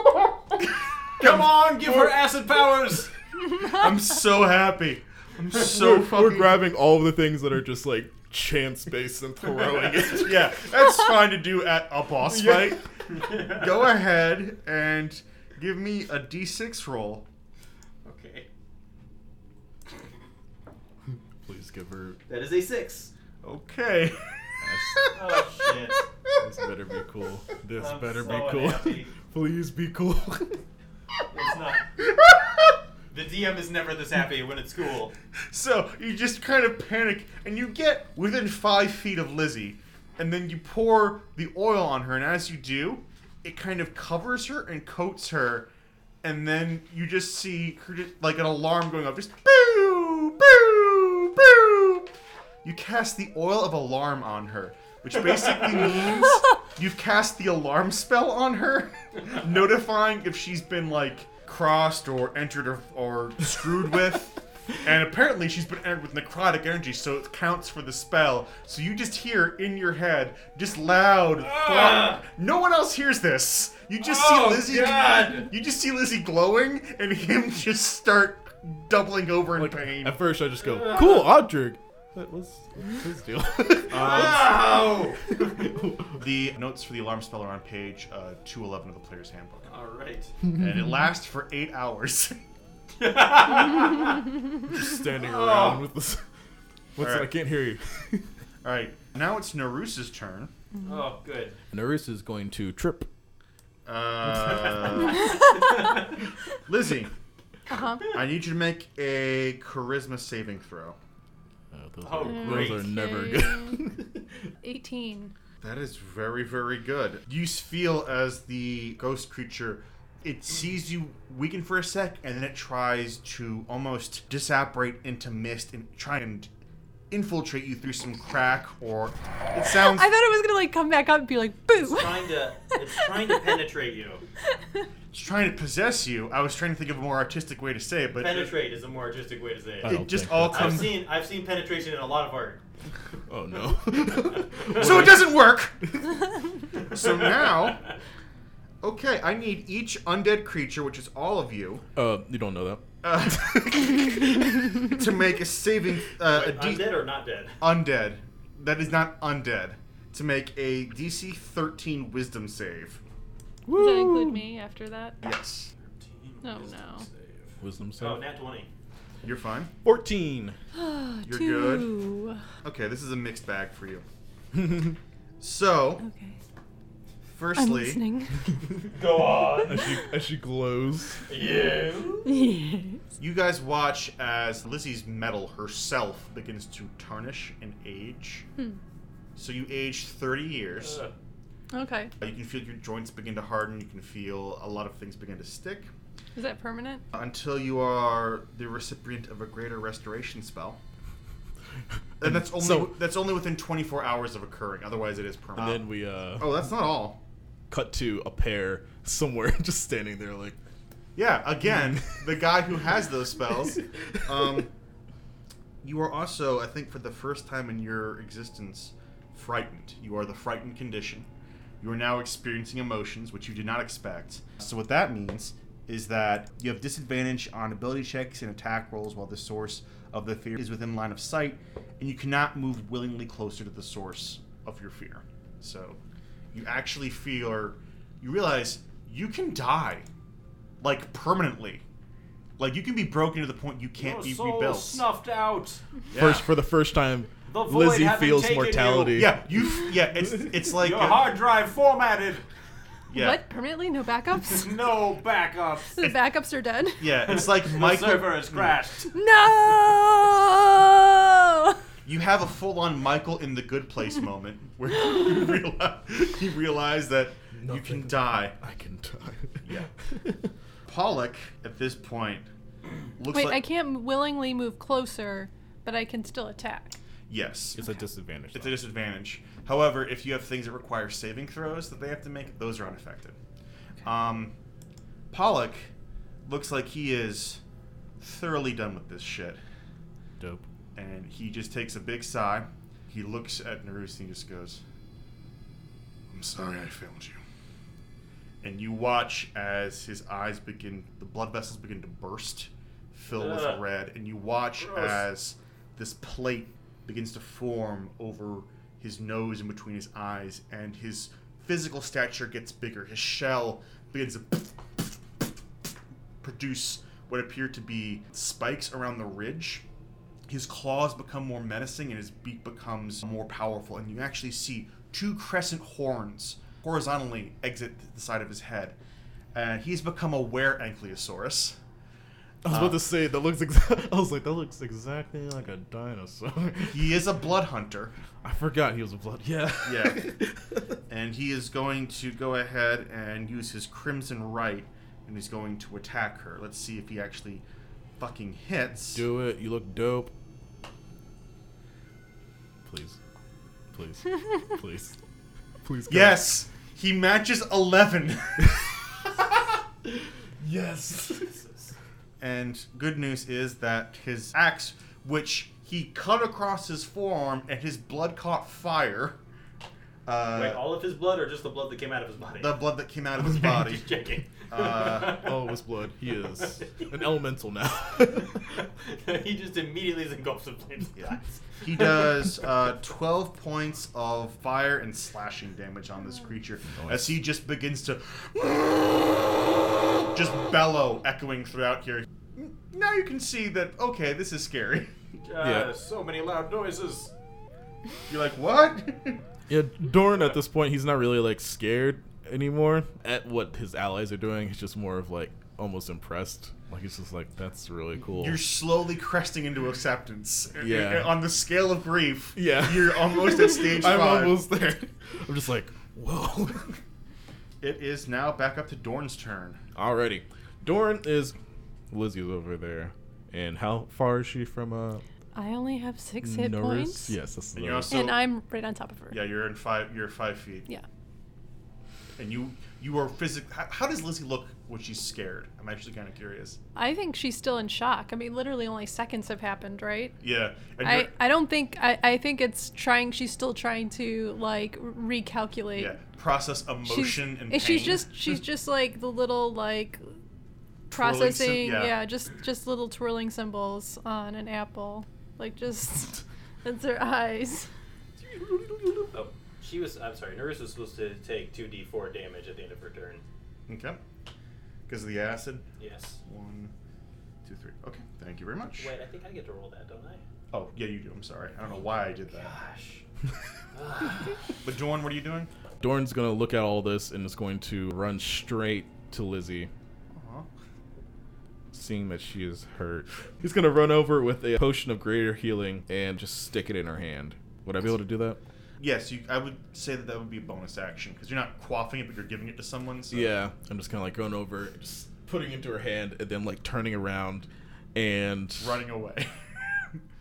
S3: <laughs>
S6: Come on, give her acid powers.
S3: I'm so happy. I'm so
S5: we're, we're
S3: fucking.
S5: grabbing all of the things that are just like chance based and throwing
S3: <laughs> <laughs>
S5: it.
S3: yeah, that's fine to do at a boss
S5: Yeah.
S3: fight. Go ahead and give me a d6 roll.
S6: Okay,
S5: Please give her.
S6: that is a six.
S5: <laughs>
S3: Okay. <laughs>
S6: Oh shit.
S5: This better be cool. This
S6: I'm
S5: better
S6: so
S5: be cool.
S6: unhappy.
S5: <laughs> Please be cool.
S6: It's not. The DM is never this happy when it's cool.
S3: So you just kind of panic, and you get within five feet of Lizzie, and then you pour the oil on her, and as you do, it kind of covers her and coats her, and then you just see her just- like an alarm going off, just boo, boo, boo. You cast the oil of alarm on her, which
S6: <laughs>
S3: basically means you've cast the alarm spell on her, <laughs> notifying if she's been like crossed or entered or, or screwed with. And apparently she's been entered with necrotic energy, so it counts for the spell. So you just hear in your head, just loud. throb- No one else hears this. You just
S6: Ah! Oh,
S3: see Lizzie.
S6: God.
S3: You just see Lizzie glowing, and him just start doubling over in pain.
S5: At first, I just go, cool, Audrig. That was what's his deal.
S6: Wow.
S3: The notes for the alarm spell are on page uh, 211 of the player's handbook,
S6: All right.
S3: and it lasts for eight hours. <laughs>
S5: standing around with this. <laughs> What's
S3: Alright.
S5: I can't hear <laughs> you.
S3: All right, now it's Narusa's turn.
S6: Oh, good.
S5: Nerys is going to trip.
S3: Uh, Lizzie,
S4: Uh-huh.
S3: I need you to make a charisma saving throw.
S5: Oh, those,
S6: Oh,
S5: are,
S6: great.
S5: those are never
S4: Okay.
S5: good. <laughs>
S4: 18.
S3: That is very, very good. You s- feel as the ghost creature it sees you weaken for a sec, and then it tries to almost disapparate into mist and try and infiltrate you through some crack or. It sounds.
S4: I thought it was gonna like come back up and be like, boo.
S6: trying to it's trying to penetrate you.
S3: it's trying to possess you. I was trying to think of a more artistic way to say it, but
S6: Penetrate is a more artistic way to say
S5: I
S6: it.
S5: don't
S3: it just
S5: think
S3: all
S6: I've
S3: comes.
S6: seen I've seen penetration in a lot of
S5: <laughs>
S6: art.
S5: Oh no. <laughs>
S3: So
S6: <laughs>
S3: it doesn't work. so now, okay, I need each undead creature, which is all of you,
S5: uh, you don't know that.
S3: uh, <laughs> to make a saving uh, a D-
S6: Undead or not <laughs> dead?
S3: undead. That is not undead. To make a DC 13 Wisdom save.
S4: <laughs> Does that include me after that?
S3: Yes,
S4: Oh no.
S5: Wisdom save.
S6: Oh, nat twenty.
S3: you're fine.
S5: Fourteen.
S4: <sighs>
S3: You're good. Okay, this is a mixed bag for you. <laughs> So,
S4: Okay. I'm
S3: firstly, <laughs>
S4: listening. <laughs>
S6: Go on. <laughs>
S5: as she as she glows.
S6: yeah.
S3: You guys watch as Lizzie's metal herself begins to tarnish and age. So you age 30 years.
S6: Ugh.
S4: okay.
S3: You can feel your joints begin to harden. You can feel a lot of things begin to stick
S4: Is that permanent?
S3: until you are the recipient of a greater restoration
S5: <laughs>
S3: spell. And that's only
S5: So-
S3: that's only within 24 hours of occurring. Otherwise, it is
S5: And
S3: permanent.
S5: then we uh
S3: oh, that's not all.
S5: cut to a pair somewhere <laughs> just standing there like
S3: Yeah, again, the guy who has those spells. Um, you are also, I think, for the first time in your existence, frightened. You are the frightened condition. You are now experiencing emotions which you did not expect. So, what that means is that you have disadvantage on ability checks and attack rolls while the source of the fear is within line of sight, and you cannot move willingly closer to the source of your fear. So, you actually feel, or you realize you can die like permanently. Like you can be broken to the point you can't be rebuilt.
S6: snuffed out.
S3: Yeah.
S5: first for the first time
S6: The void
S5: Lizzie
S6: haven't
S5: feels
S6: taken
S5: mortality.
S6: you.
S3: Yeah, you. Yeah, it's it's like
S6: Your
S3: uh,
S6: hard drive formatted.
S3: Yeah,
S4: What? Permanently? No
S3: <laughs>
S4: backups? <laughs>
S6: No backups.
S4: the backups are dead?
S3: yeah, it's like
S6: My
S3: Michael.
S6: server has crashed.
S4: No!
S3: You have a full-on Michael in the Good Place moment where you realize, <laughs> you realize that you can
S5: Nothing.
S3: die.
S5: I can <laughs> die.
S3: Yeah. Pollock at this point looks
S4: Wait,
S3: like
S4: I can't willingly move closer, but I can still attack.
S3: yes.
S5: It's a disadvantage.
S3: It's a disadvantage. However, if you have things that require saving throws that they have to make, those are unaffected. Um, Pollock looks like he is thoroughly done with this shit,
S5: dope.
S3: and he just takes a big sigh. He looks at Naruse and he just goes, "I'm sorry, I failed you." And you watch as his eyes begin, the blood vessels begin to burst, fill with
S6: Ugh.
S3: red, and you watch
S6: Gross.
S3: as this plate begins to form over his nose and between his eyes, and his physical stature gets bigger. His shell begins to produce what appear to be spikes around the ridge. His claws become more menacing and his beak becomes more powerful, and you actually see two crescent horns horizontally exit the side of his head. And he's become a were ankylosaurus.
S5: I was about to say that looks. Exa- <laughs> I was like, that looks exactly like a dinosaur. <laughs>
S3: He is a blood hunter.
S5: I forgot he was a blood. Yeah.
S3: Yeah. and he is going to go ahead and use his crimson right and he's going to attack her. Let's see if he actually fucking hits.
S5: <laughs> Do it. You look dope. Please, please, please, please. God.
S3: Yes! He matches <laughs> 11.
S5: Yes.
S3: <laughs> and good news is that his axe, which he cut across his forearm and his blood caught fire. Uh,
S6: <laughs> Wait, all of his blood or just the blood that came out of his body?
S3: the blood that came out of his
S6: Okay, <laughs>
S3: body.
S6: Just checking.
S3: <laughs> Uh,
S5: Oh, it was blood.
S3: <laughs>
S5: He is an elemental now.
S6: <laughs>
S5: <laughs>
S6: he just immediately is engulfed in flames. <laughs>
S3: Yeah. He does uh, 12 points of fire and slashing damage on this creature as he just begins to <laughs> just bellow echoing throughout here. Now you can see that, okay, this is scary. <laughs>
S6: Uh,
S5: Yeah.
S6: So many loud noises.
S3: You're like, what? <laughs>
S5: yeah, Doran. At this point, he's not really like scared anymore at what his allies are doing. He's just more of like almost impressed. Like he's just like, that's really cool.
S3: You're slowly cresting into acceptance. Uh,
S5: Yeah.
S3: On the scale of grief, <laughs>
S5: Yeah.
S3: you're almost at stage
S5: <laughs> I'm
S3: five.
S5: <laughs> almost there. I'm just like, whoa.
S3: It is now back up to Dorn's turn.
S5: Alrighty. Dorn is. Lizzie's over there. And how far is she from uh,
S4: I only have six hit
S5: Norris?
S4: points.
S5: Yes, that's
S3: And
S5: the-
S3: you're also
S4: And I'm right on top of her.
S3: yeah, you're in five. You're five feet,
S4: Yeah.
S3: and you you are physically. How, how does Lizzie look when she's scared? I'm actually kind of curious.
S4: I think she's still in shock. I mean, literally only seconds have happened, right?
S3: Yeah, and
S4: I,
S3: you're-
S4: I don't think I, I think it's trying she's still trying to like recalculate
S3: yeah, process
S4: She's- eh,
S3: emotion and pain.
S4: she's
S3: <laughs>
S4: just she's just like the little like
S3: Twirling sym-
S4: processing
S3: yeah.
S4: yeah. just just little twirling symbols on an apple like just <laughs> that's her eyes
S6: Oh, she was. I'm sorry. Nerys was supposed to take two d4 damage at the end of her turn.
S3: okay because of the acid.
S6: Yes.
S3: One, two, three. Okay, thank you very much.
S6: Wait, I think I get to roll that, don't I?
S3: Oh yeah, you do. I'm sorry. I don't know why I did that.
S6: Gosh.
S5: <laughs>
S3: But Dorn, what are you doing?
S5: Dorn's gonna look at all this and is going to run straight to Lizzie,
S3: Uh-huh.
S5: seeing that she is hurt. He's gonna run over with a potion of greater healing and just stick it in her hand. Would I be able to do that?
S3: Yes, you, I would say that that would be a bonus action because you're not quaffing it, but you're giving it to someone. So.
S5: Yeah, I'm just kind of like going over, just putting it into her hand, and then like turning around and
S3: running
S5: <laughs>
S3: away.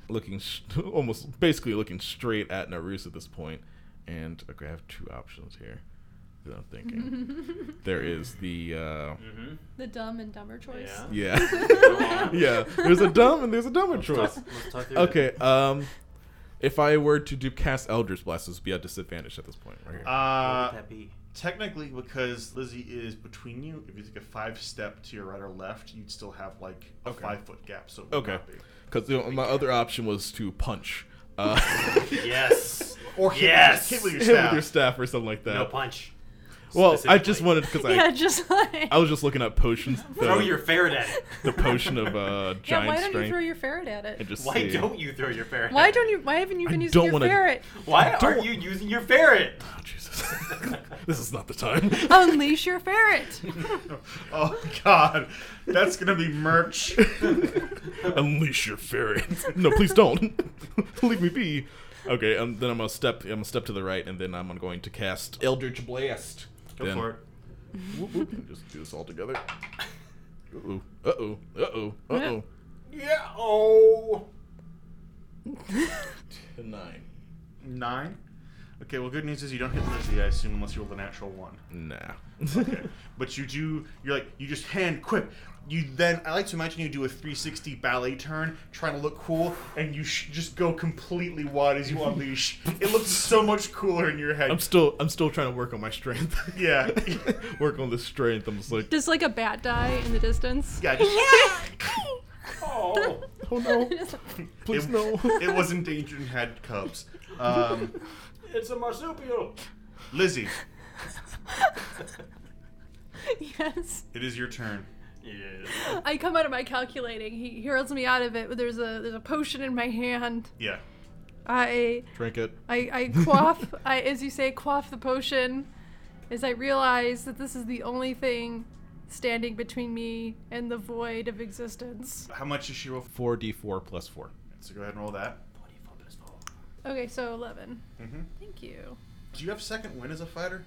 S5: looking s <laughs> almost basically looking straight at Naruse at this point. And okay, I have two options here. that I'm thinking there is the uh,
S4: the dumb and dumber choice
S6: Yeah.
S5: yeah <laughs> yeah. There's a dumb and there's a
S6: <laughs>
S5: dumber choice.
S6: Let's talk through
S5: Okay, um, if I were to do cast Eldritch Blast, this would be at disadvantage at this point, right here.
S3: uh,
S6: that be?
S3: technically, because Lizzie is between you, if you take a five step to your right or left, you'd still have like a
S5: Okay.
S3: five foot gap. So it would
S5: Okay,
S3: not be. <laughs>
S5: because my other option was to punch.
S6: <laughs>
S5: Uh, <laughs>
S6: Yes.
S3: or hit,
S6: Yes!
S3: hit with your
S5: hit with
S3: staff.
S5: your staff or something like that.
S6: No punch.
S5: Well, I just
S6: specifically.
S5: wanted because I
S4: <laughs> yeah just like
S5: I was just looking at potions. The,
S6: Throw your Faraday.
S5: <laughs> the potion of uh,
S4: <laughs>
S5: giant
S4: yeah why don't
S5: strength.
S4: you throw your ferret at
S5: and
S4: it
S5: just
S6: Why
S5: see.
S6: don't you throw your ferret?
S4: why don't you why haven't you
S5: I
S4: been using
S5: don't
S4: your
S5: wanna-
S4: ferret
S6: Why
S5: I
S6: are
S5: don't-
S6: you using your ferret?
S5: Oh,
S4: <laughs>
S5: Jesus, this is not the time.
S4: unleash your ferret
S3: Oh God, that's gonna be merch.
S5: Unleash your ferret. No, please don't. <laughs> Leave me be. Okay, um, then I'm gonna step. I'm gonna step to the right, and then I'm going to cast Eldritch Blast.
S3: Go
S5: Then-
S3: for it.
S5: Whoop, whoop. Just do this all together. Uh oh. Uh oh. Uh oh. Uh oh.
S6: Yeah. Oh.
S5: Nine.
S3: Nine. Okay. Well, good news is you don't hit Lizzie, I assume, unless you roll the natural one.
S5: Nah. <laughs>
S3: Okay. but you do you're like you just hand quip you then i like to imagine you do a 360 ballet turn trying to look cool and you sh- just go completely wide as you unleash it looks so much cooler in your head
S5: I'm still. I'm still trying to work on my strength. <laughs>
S3: yeah
S5: work on this strength. I'm just
S4: <laughs>
S5: like,
S4: does like a bat die in the distance
S3: yeah just-
S6: Oh.
S5: oh no,
S3: <laughs>
S5: please
S3: it,
S5: no.
S3: it was endangered and had cubs um,
S6: it's a marsupial.
S3: lizzie
S4: <laughs> yes
S3: it is your turn
S6: Yeah.
S4: I come out of my calculating. He he hurls me out of it. But there's a there's a potion in my hand.
S3: yeah
S4: I
S5: Drink it.
S4: I, I <laughs> quaff. I as you say, quaff the potion. As I realize that this is the only thing standing between me and the void of existence.
S3: how much is she roll for
S5: Four D four plus four.
S3: so go ahead and roll that
S4: Okay, so eleven.
S3: Mhm.
S4: Thank you.
S3: do you have second win as a fighter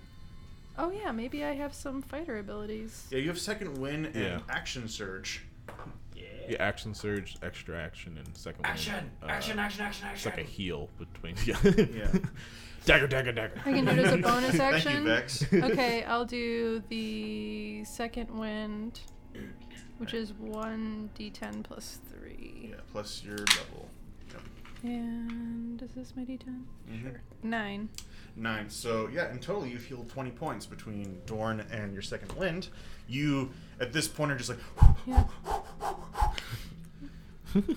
S4: Oh yeah, maybe I have some fighter abilities.
S3: yeah you have second win and
S5: Yeah.
S3: action surge
S5: Yeah, action surge, extra action, and second
S6: Action!
S5: one. uh,
S6: Action! Action! Action!
S5: It's
S6: Action!
S5: like a heal between. <laughs> Yeah.
S3: Yeah.
S5: dagger, dagger, dagger.
S4: I can do it as a
S3: <laughs>
S4: bonus
S3: thank you <laughs>
S4: action.
S3: vex
S4: Okay, I'll do the second wind, which is one d10 plus three.
S3: Yeah, plus your level. Yep.
S4: And is this my d10?
S3: Sure.
S4: Nine.
S3: Nine. So yeah, in total you've healed twenty points between Dorn and your second wind. You at this point are just like
S4: Yeah.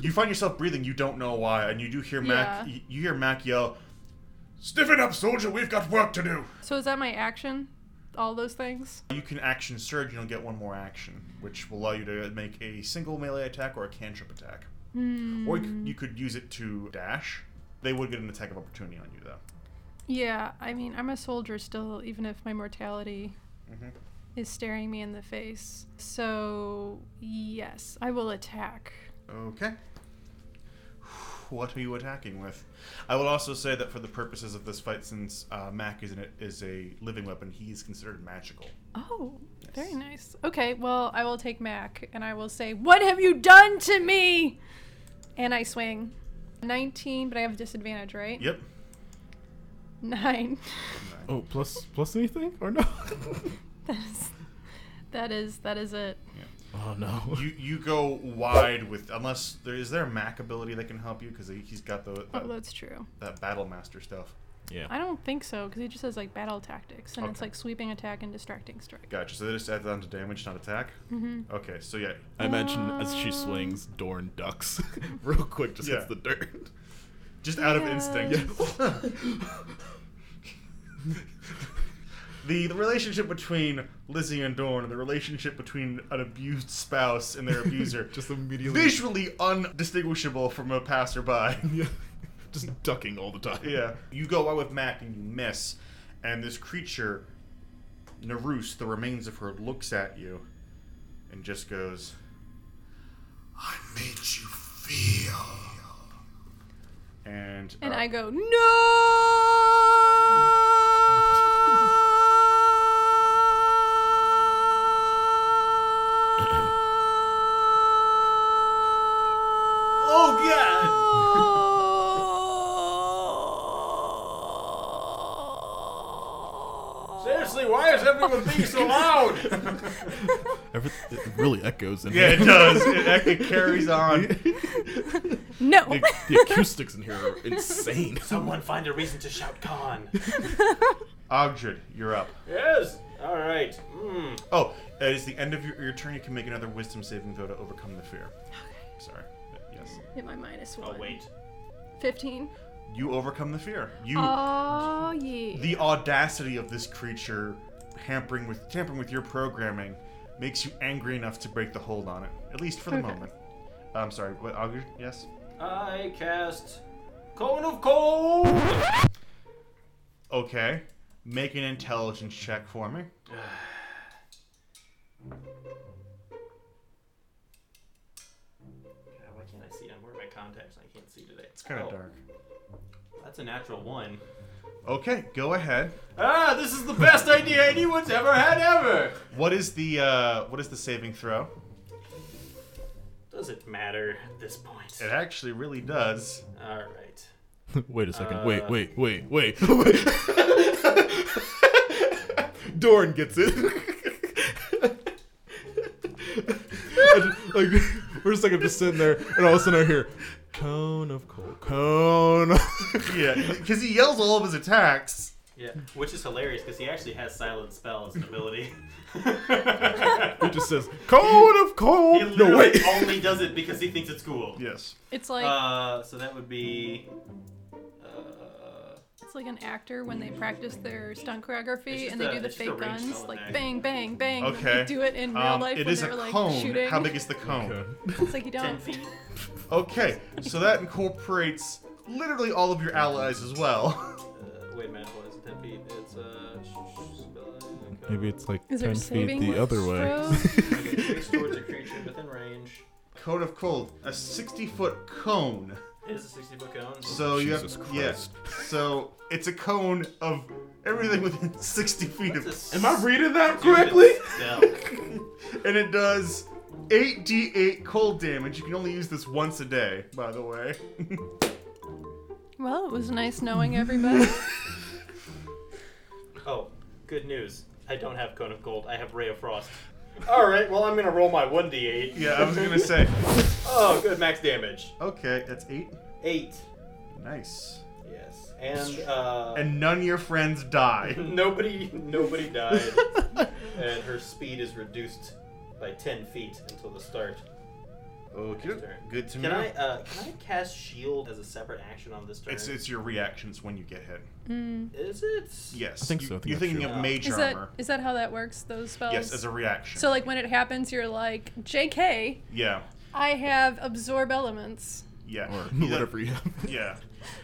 S3: you find yourself breathing, you don't know why, and you do hear Mac
S4: Yeah.
S3: y- you hear Mac yell, Stiffen up, soldier, we've got work to do.
S4: So is that my action? All those things?
S3: You can action surge, and you'll get one more action, which will allow you to make a single melee attack or a cantrip attack. Or you c- you could use it to dash. They would get an attack of opportunity on you though.
S4: Yeah, I mean, I'm a soldier still, even if my mortality
S3: Mhm.
S4: is staring me in the face. So, yes, I will attack.
S3: Okay. What are you attacking with? I will also say that for the purposes of this fight, since uh, Mac is, an, is a living weapon, he is considered magical.
S4: Oh, very nice. Okay, well, I will take Mac and I will say, What have you done to me? And I swing. 19, but I have disadvantage, right?
S3: Yep.
S4: <laughs> Nine.
S5: Oh, plus plus anything or no? <laughs>
S4: that is. That is that is it.
S5: oh
S6: <laughs>
S5: no.
S3: You you go wide with unless there is there a Mac ability that can help you because he's got the
S4: Oh,
S3: that,
S4: that's true.
S3: that battle master stuff.
S5: yeah.
S4: I don't think so because he just says like battle tactics and it's
S3: Okay.
S4: like sweeping attack and distracting strike.
S3: Gotcha. So they just add that onto damage, not attack. Mm-hmm. Okay. So yeah,
S5: I imagine as she swings, Dorn ducks <laughs> real quick, just
S3: Yeah.
S5: hits the dirt. <laughs>
S3: just out of
S4: Yeah.
S3: instinct. the, the relationship between Lizzie and Dorn, and the relationship between an abused spouse and their abuser,
S5: <laughs> Just immediately.
S3: visually undistinguishable from a passerby. <laughs>
S5: Yeah. Just ducking all the time.
S3: Yeah. You go out with Mac and you miss, and this creature, Narus, the remains of her, looks at you and just goes,
S8: I made you feel.
S3: and.
S4: And
S3: uh,
S4: I go, No!
S2: Oh god! Oh,
S6: <laughs>
S2: Seriously, why is everyone being so loud?
S5: Every, it really echoes in
S3: <laughs> Yeah, it
S5: here.
S3: does. It, it carries on.
S4: no!
S5: <laughs> The, the acoustics in here are insane.
S6: Someone find a reason to shout Khan.
S3: Ogdred, you're up.
S2: yes. All right. Mm.
S3: Oh, it is the end of your, your turn. You can make another wisdom saving throw to overcome the fear. Sorry. Yes.
S4: Hit my minus one.
S6: Oh wait.
S4: 15.
S3: You overcome the fear. You
S4: Oh, yeah.
S3: the audacity of this creature hampering with tampering with your programming makes you angry enough to break the hold on it, at least for the
S4: Okay.
S3: moment. I'm sorry, what Augur? Yes.
S6: I cast Cone of Cold.
S3: Okay. Make an intelligence check for me.
S6: God, why can't I see? I'm wearing my contacts. and I can't see today.
S3: It's kind of
S6: Oh,
S3: dark.
S6: That's a natural one.
S3: Okay, go ahead.
S2: Ah, this is the best idea anyone's ever had ever.
S3: What is the uh, what is the saving throw?
S6: Does it matter at this point?
S3: It actually really does.
S6: All right.
S5: wait a second. wait, wait, wait, wait. <laughs> Dorn gets it. I just- like we're just like I'm just sitting there, and all of a sudden I hear cone of cold, cone. of-" <laughs>
S3: Yeah, because he yells all of his attacks.
S6: Yeah, which is hilarious because he actually has silent spell as an
S5: <laughs>
S6: ability.
S5: it just says cone of
S6: he
S5: cold. No
S6: literally
S5: wait.
S6: <laughs> only does it because he thinks it's cool.
S3: Yes.
S4: It's like
S6: Uh, so that would be. Uh,
S4: it's like an actor when they practice their stunt
S6: It's
S4: choreography
S6: just
S4: and they
S6: a-
S4: do the
S6: it's just a
S4: fake
S6: range
S4: guns,
S6: spell
S4: like
S6: attack.
S4: bang, bang, bang. and
S3: Okay.
S4: They do it in real
S3: Um,
S4: life
S3: it
S4: when
S3: is
S4: they
S3: a
S4: were like
S3: cone.
S4: shooting.
S3: How
S4: <laughs>
S3: big is the cone?
S5: <laughs> Okay.
S4: it's like you
S6: ten
S4: don't.
S6: feet.
S3: Okay, so that incorporates literally all of your allies as well. <laughs>
S6: Uh, wait a minute, what is it? Ten feet. It's uh. sh- sh- spell- okay.
S5: Maybe it's like
S4: <laughs> Is there
S5: ten
S4: a
S5: feet
S4: saving
S5: the other way. <laughs>
S4: throw?
S6: Reach towards a creature within range.
S3: Cone of Cold, a 60 foot cone.
S6: It is a 60 foot cone.
S3: So
S5: Jesus
S3: you have
S5: Christ.
S3: Yeah, so it's a cone of everything within <laughs> 60 feet of,
S6: That's a
S5: Am I reading that
S6: stupid
S5: correctly?
S6: Spell.
S5: <laughs>
S3: and it does 8d8 cold damage. You can only use this once a day, by the way. <laughs>
S4: well, it was nice
S6: <laughs>
S4: knowing everybody.
S6: Oh, good news. I don't have Cone of Gold. I have Ray of Frost. Alright, well, I'm gonna roll my 1d8.
S3: Yeah, I was gonna say.
S6: Oh, good. Max damage.
S3: Okay, that's eight.
S6: Eight.
S3: Nice.
S6: Yes. And, uh.
S3: And none of your friends die.
S6: <laughs> Nobody, <laughs> nobody died, and her speed is reduced by ten feet until the start.
S3: Okay, good to
S6: Can I, uh, can I cast shield as a separate action on this turn?
S3: It's it's your reactions when you get hit.
S6: Is it?
S3: Yes.
S5: I think
S3: you,
S5: so, I think
S3: you're
S5: that's
S3: thinking
S6: true.
S3: of mage
S4: is that
S3: armor.
S4: is that how that works? Those spells.
S3: Yes, as a reaction.
S4: so like when it happens, you're like, J.K.
S3: yeah.
S4: I have absorb elements.
S3: Yeah.
S5: <laughs> Or
S3: Yeah,
S5: whatever you have.
S3: Yeah.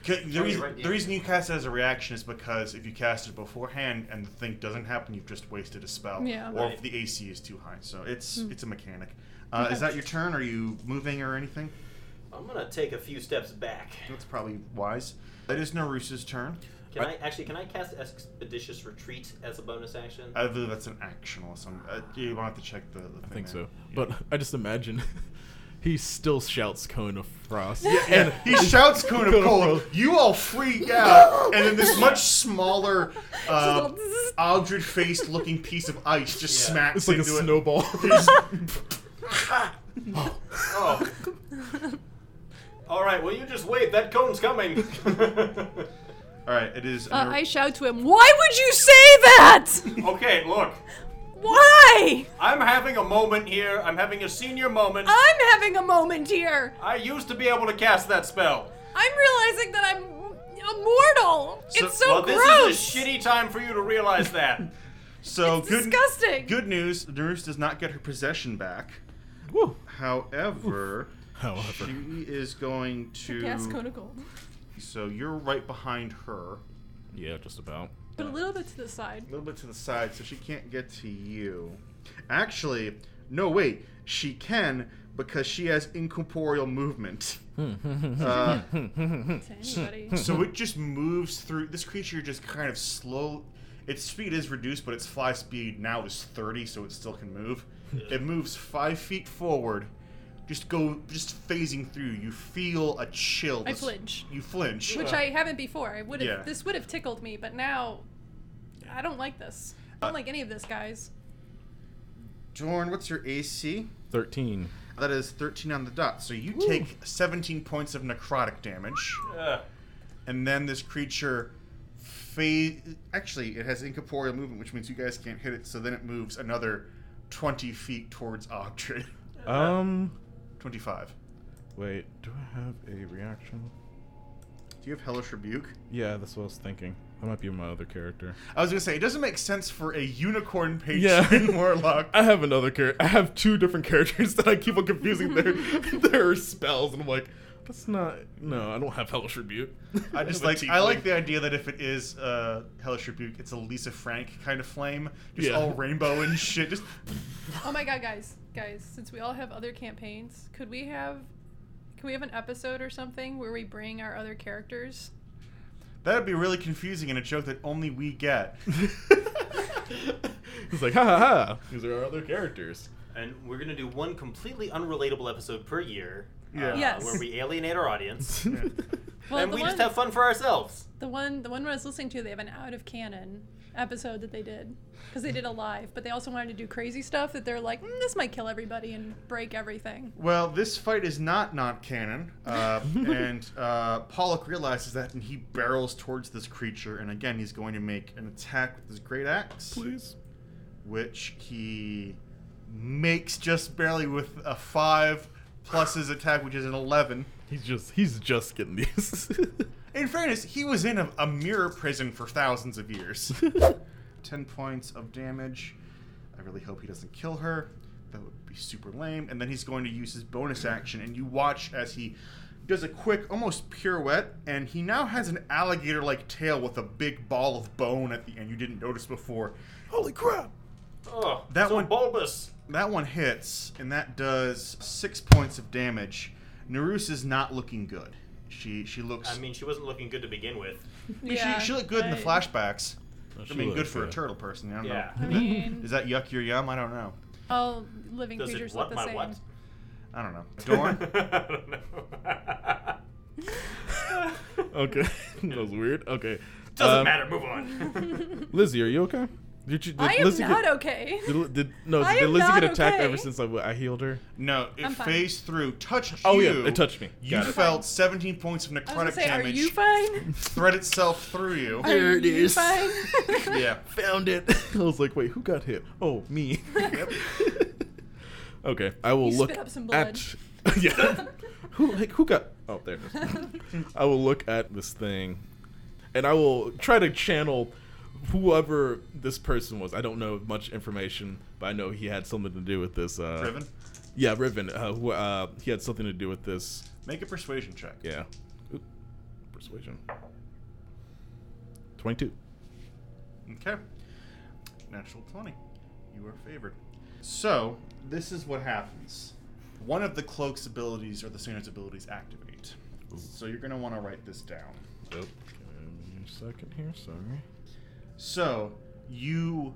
S3: 'Kay, The
S6: you're
S3: reason,
S6: right, yeah.
S3: the reason you cast it as a reaction is because if you cast it beforehand and the thing doesn't happen, you've just wasted a spell.
S4: Yeah. Hmm.
S3: Or if
S6: Right.
S3: the AC is too high. So it's it's a mechanic. Uh, Is that your turn? Are you moving or anything?
S6: I'm gonna take a few steps back.
S3: That's probably wise. It is Narusa's turn.
S6: Can I, actually? Can I cast Expeditious Retreat as a bonus action?
S3: I believe that's an action or something. Uh, you want to check the. the
S5: I think so.
S3: thing
S5: But I just imagine <laughs> he still shouts cone of frost.
S3: there. And he
S5: <laughs>
S3: shouts "Coon of Cold." You all freak out, and then this much smaller,
S5: <laughs>
S3: uh, Aldred-faced-looking piece of ice just
S6: Yeah.
S3: smacks
S5: It's like a
S3: into it. <laughs>
S5: snowball.
S6: Oh. <laughs> All right. Well, you just <laughs> wait. That cone's coming.
S3: <laughs>
S6: <laughs>
S3: All right, it is.
S4: Uh,
S3: Nar-
S4: I shout to him, Why would you say that?
S6: <laughs> okay. Look,
S4: Why?
S6: I'm having a moment here. I'm having a senior moment.
S4: I'm having a moment here.
S6: I used to be able to cast that spell.
S4: I'm realizing that I'm immortal. it's so
S6: well, this is
S4: gross.
S6: a shitty time for you to realize
S4: <laughs>
S6: that.
S3: so good.
S4: disgusting.
S3: Good news. Narusa does not get her possession back.
S5: Woo.
S3: However,
S5: However.
S3: she is going to.
S4: Yes, cone of gold.
S3: So you're right behind her,
S5: <laughs> Yeah, just about.
S4: But a little bit to the side.
S3: a little bit to the side, so she can't get to you. Actually, no, wait, she can because she has incorporeal movement. Uh,
S6: Hmm.
S4: To anybody.
S3: so it just moves through. This creature just kind of slow. Its speed is reduced, but its fly speed now is 30, so it still can move. It moves five feet forward. Just go, just phasing through. You feel a chill.
S4: I
S3: This-
S4: flinch.
S3: You
S6: Hmm.
S3: flinch.
S4: Which I haven't before. I would have
S3: Yeah.
S4: this would have tickled me, but now I don't like this. I
S6: Uh,
S4: don't like any of this, guys.
S3: Dorn, what's your AC?
S5: 13.
S3: That is 13 on the dot. So you take 17 points of necrotic damage,
S6: Ugh.
S3: and then this creature. Fa- Actually, it has incorporeal movement, which means you guys can't hit it. So then it moves another 20 feet towards <laughs> Octrid.
S5: Um,
S3: 25.
S5: wait. Do I have a reaction?
S3: Do you have Hellish Rebuke?
S5: Yeah, that's what I was thinking. That might be my other character.
S3: I was gonna say it doesn't make sense for a unicorn patron <laughs>
S5: Yeah.
S3: warlock.
S5: I have another character. I have two different <laughs> characters that I keep on confusing <laughs> their their spells, and I'm like, that's not. No, I don't have Hellish Rebuke.
S3: I just
S5: <laughs> have a
S3: like I like
S5: tiefling.
S3: the idea that if it is uh, Hellish Rebuke, it's a Lisa Frank kind of flame, just
S5: Yeah.
S3: all rainbow and shit. Just
S4: Oh my god, guys. Guys, since we all have other campaigns, could we have can we have an episode or something where we bring our other characters?
S3: that'd be really confusing and a joke that only we get.
S5: <laughs> It's like, ha ha ha. These are our other characters.
S6: And we're gonna do one completely unrelatable episode per year. uh,
S3: Yeah.
S4: Yes.
S6: Where we alienate our audience.
S4: Well,
S6: and
S4: the
S6: we
S4: one,
S6: just have fun for ourselves.
S4: the one the one I was listening to, they have an out of canon episode that they did because they did a live, but they also wanted to do crazy stuff that they're like, mm, this might kill everybody and break everything.
S3: Well, this fight is not not canon, uh, and uh, Pollock realizes that, and he barrels towards this creature. And again, he's going to make an attack with his great axe.
S5: <laughs> Please.
S3: which he makes just barely with a five plus his attack, which is an eleven.
S5: He's just he's just getting these.
S3: In fairness, he was in a, a mirror prison for thousands of
S5: <laughs>
S3: years. Ten points of damage. I really hope he doesn't kill her. That would be super lame. And then he's going to use his bonus action, and you watch as he does a quick, almost pirouette, and he now has an alligator-like tail with a big ball of bone at the end you didn't notice before.
S5: Holy crap!
S6: Oh,
S3: That
S6: so
S3: one-
S6: bulbous.
S3: That one hits, and that does six points of damage. Narus is not looking good. She she looks.
S6: I mean, she wasn't looking good to begin with.
S3: I mean, she, she looked good in the
S4: I-
S3: flashbacks. <laughs> I
S5: she
S3: mean, good
S5: looked
S3: for a
S5: good.
S3: turtle person. I don't
S6: Yeah.
S4: I
S3: know.
S4: mean,
S3: Does that yuck your yum? I don't know.
S4: all living
S6: Does
S4: creatures
S6: it what
S4: look the
S6: my
S4: same.
S6: what?
S4: <laughs>
S6: <laughs>
S3: I don't know. Dorn.
S6: I don't know.
S4: <laughs>
S5: Okay, <laughs> that was weird. Okay,
S6: Doesn't
S5: Um,
S6: matter. Move on.
S4: <laughs>
S5: Lizzie, are you okay? Did you? Did
S4: I am
S5: Lizzie
S4: not
S5: get,
S4: okay.
S5: Did, Li- did
S4: <laughs>
S5: no?
S4: I
S5: Did
S4: am
S5: Lizzie get
S4: not
S5: attacked
S4: okay.
S5: ever since I, w- I healed her?
S3: no, it
S4: I'm fine.
S3: phased through, touched
S5: Oh,
S3: you.
S5: yeah, it touched me.
S3: You
S5: Got it.
S3: felt 17 points of
S4: I was gonna
S3: necrotic
S4: say, are
S3: damage <laughs>
S4: you fine?
S3: thread itself through
S4: <laughs>
S3: you.
S4: Are
S5: There it
S4: you
S5: is.
S4: Fine?
S5: <laughs>
S3: yeah.
S5: Found it. <laughs> I was like, wait, who got hit? Oh,
S4: <laughs>
S5: me. <laughs> okay, I will
S4: You
S5: look
S4: spit up some blood.
S5: at. <laughs> yeah. who like who got? Oh, there it is. I will look at this thing, and I will try to channel whoever this person was. I don't know much information, but I know he had something to do with this. Uh,
S3: Driven.
S5: Yeah, Riven. Uh, who, uh, he had something to do with this.
S3: Make a persuasion check.
S5: Yeah. Oop. Persuasion. 22.
S3: Okay. Natural 20. You are favored. So, this is what happens. One of the cloak's abilities or the standard's abilities activate. So you're going to want to write this down.
S5: Give me a second here. Sorry.
S3: So you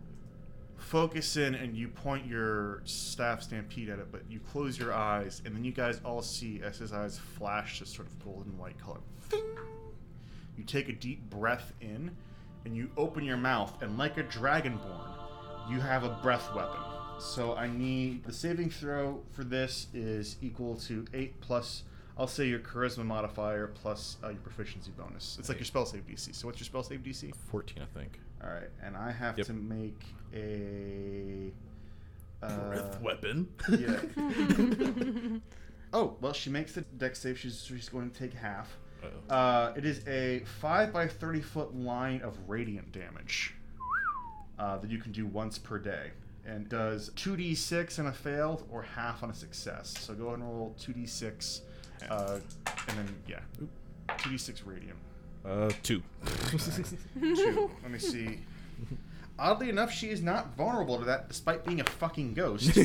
S3: focus in and you point your staff stampede at it, but you close your eyes, and then you guys all see as his eyes flash this sort of golden white color. Fing! You take a deep breath in, and you open your mouth, and like a dragonborn, you have a breath weapon. So I need the saving throw for this is equal to eight plus. I'll say your charisma modifier plus uh, your proficiency bonus. It's like your spell save DC. So what's your spell save DC?
S5: 14, I think.
S3: All right, and I have
S5: Yep.
S3: to make a. Uh,
S5: Breath weapon.
S3: yeah. oh well, she makes the deck save. She's she's going to take half.
S5: Uh-oh.
S3: Uh, it is a five by thirty foot line of radiant damage uh, that you can do once per day, and does two d six on a failed or half on a success. So go ahead and roll two d six, uh, and then yeah, two d six radiant.
S5: Uh, two.
S3: Two. Let me see. Oddly enough, she is not vulnerable to that, despite being a fucking ghost.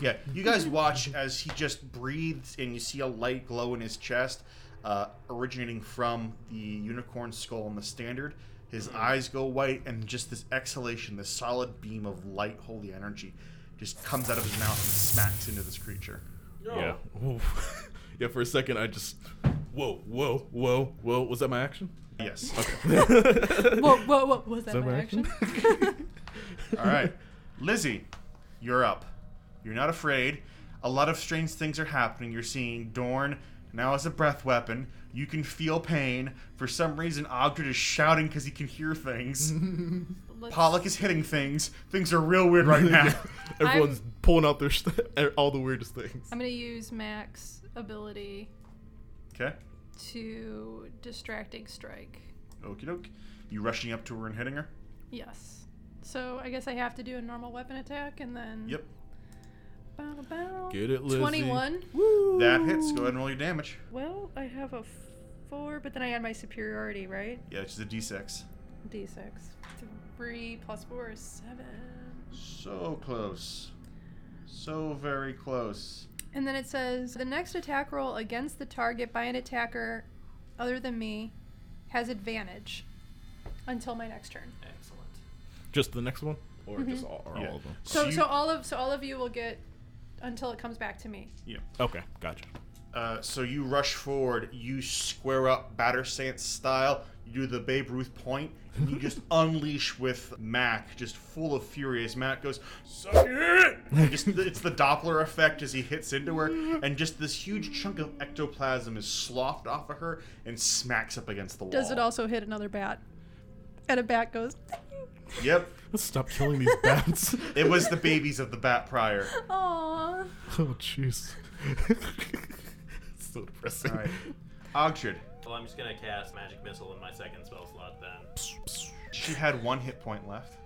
S3: yeah, you guys watch as he just breathes, and you see a light glow in his chest, uh, originating from the unicorn skull on the standard. His eyes go white, and just this exhalation, this solid beam of light, holy energy, just comes out of his mouth and smacks into this creature.
S5: Yeah. Ooh. <laughs> yeah, for a second, I just. Whoa, whoa, whoa, whoa. Was that my <laughs> action?
S3: Yes.
S4: Whoa, whoa, whoa! Was that,
S5: that
S4: my
S5: my
S4: action?
S3: All right. <laughs> Lizzie, you're up. You're not afraid. A lot of strange things are happening. You're seeing Dorn now as a breath weapon. You can feel pain. For some reason, Ogdred is shouting because he can hear things.
S4: Let's-
S3: Pollock is hitting things. Things are real weird right now. <laughs>
S5: Everyone's pulling out their st- <laughs> er, all the weirdest things.
S4: I'm gonna use Max ability
S3: okay.
S4: to distracting strike.
S3: Okie doke. You rushing up to her and hitting her?
S4: Yes. So I guess I have to do a normal weapon attack and then.
S3: Yep.
S4: Bow, bow.
S5: Get it, Lizzie.
S4: Twenty-one.
S3: That hits. Go ahead and roll your damage.
S4: Well, I have a four, but then I had my superiority, right?
S3: Yeah, which is a d6.
S4: D6. Three plus four is seven.
S3: So close. So very close.
S4: And then it says the next attack roll against the target by an attacker other than me has advantage until my next turn.
S6: Excellent.
S5: Just the next one? Or just all, or
S3: Yeah.
S5: all of them?
S4: So
S3: you-
S4: so all of so all of you will get until it comes back to me.
S3: Yeah.
S5: Okay, gotcha.
S3: Uh, so you rush forward, you square up batter stance style, you do the Babe Ruth point, and you just unleash with Mac, just full of fury as Mac goes, Suck it! And just it's the Doppler effect as he hits into her, and just this huge chunk of ectoplasm is sloughed off of her and smacks up against the wall.
S4: Does it also hit another bat? And a bat goes
S3: Yep.
S5: Let's stop killing these bats. <laughs>
S3: It was the babies of the Bat
S4: <laughs>
S3: Prior.
S4: Aw.
S5: oh, jeez. <laughs> so depressing.
S3: Alright. Ogtrid,
S6: Well, I'm just gonna cast magic missile in my second spell slot then.
S3: she had one hit point left.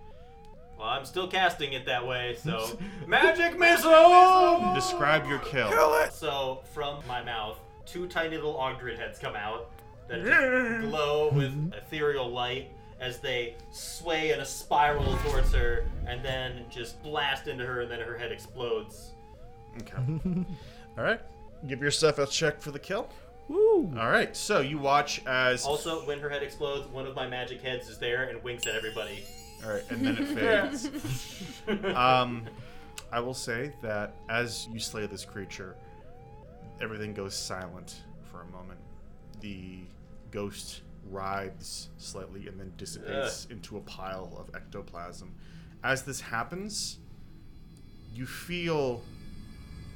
S6: Well, I'm still casting it that way, <laughs> so magic missile.
S3: Describe your kill.
S6: So from my mouth, two tiny little Ogdrid heads come out that just glow with ethereal light as they sway in a spiral towards her, and then just blast into her, and then her head explodes.
S3: Okay. <laughs> All right. Give yourself a check for the kill.
S5: Woo.
S3: All right. So you watch as. All
S6: Also, when her head explodes, one of my magic heads is there and winks at everybody.
S3: right, and then it fades. um, I will say that as you slay this creature, everything goes silent for a moment. The ghost writhes slightly and then dissipates into a pile of ectoplasm. As this happens, you feel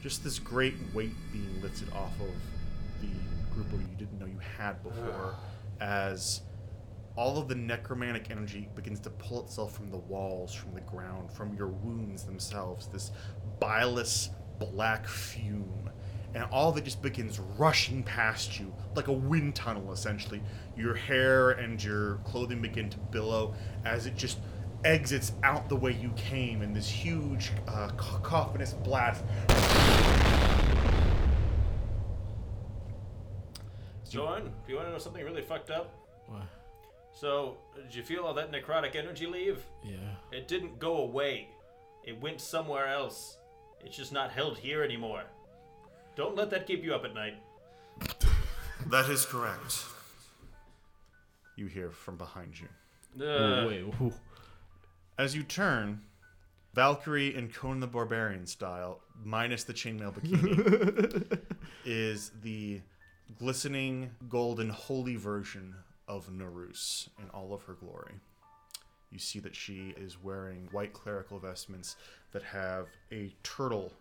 S3: just this great weight being lifted off of the group of you you didn't know you had before as all of the necromantic energy begins to pull itself from the walls, from the ground, from your wounds themselves, this bilous black fume. And all of it just begins rushing past you, like a wind tunnel, essentially. Your hair and your clothing begin to billow as it just exits out the way you came in this huge, uh, cacophonous blast.
S6: Jorn, do you want to know something really fucked up? So, did you feel all that necrotic energy leave?
S5: Yeah.
S6: It didn't go away. It went somewhere else. It's just not held here anymore. Don't let that keep you up at night.
S8: That is correct.
S3: You hear from behind you.
S5: Uh,
S6: Ugh.
S5: Wait, who?
S3: As you turn, Valkyrie and Conan the Barbarian style, minus the chainmail bikini, is the glistening, golden, holy version of Narus in all of her glory. You see that she is wearing white clerical vestments that have a turtle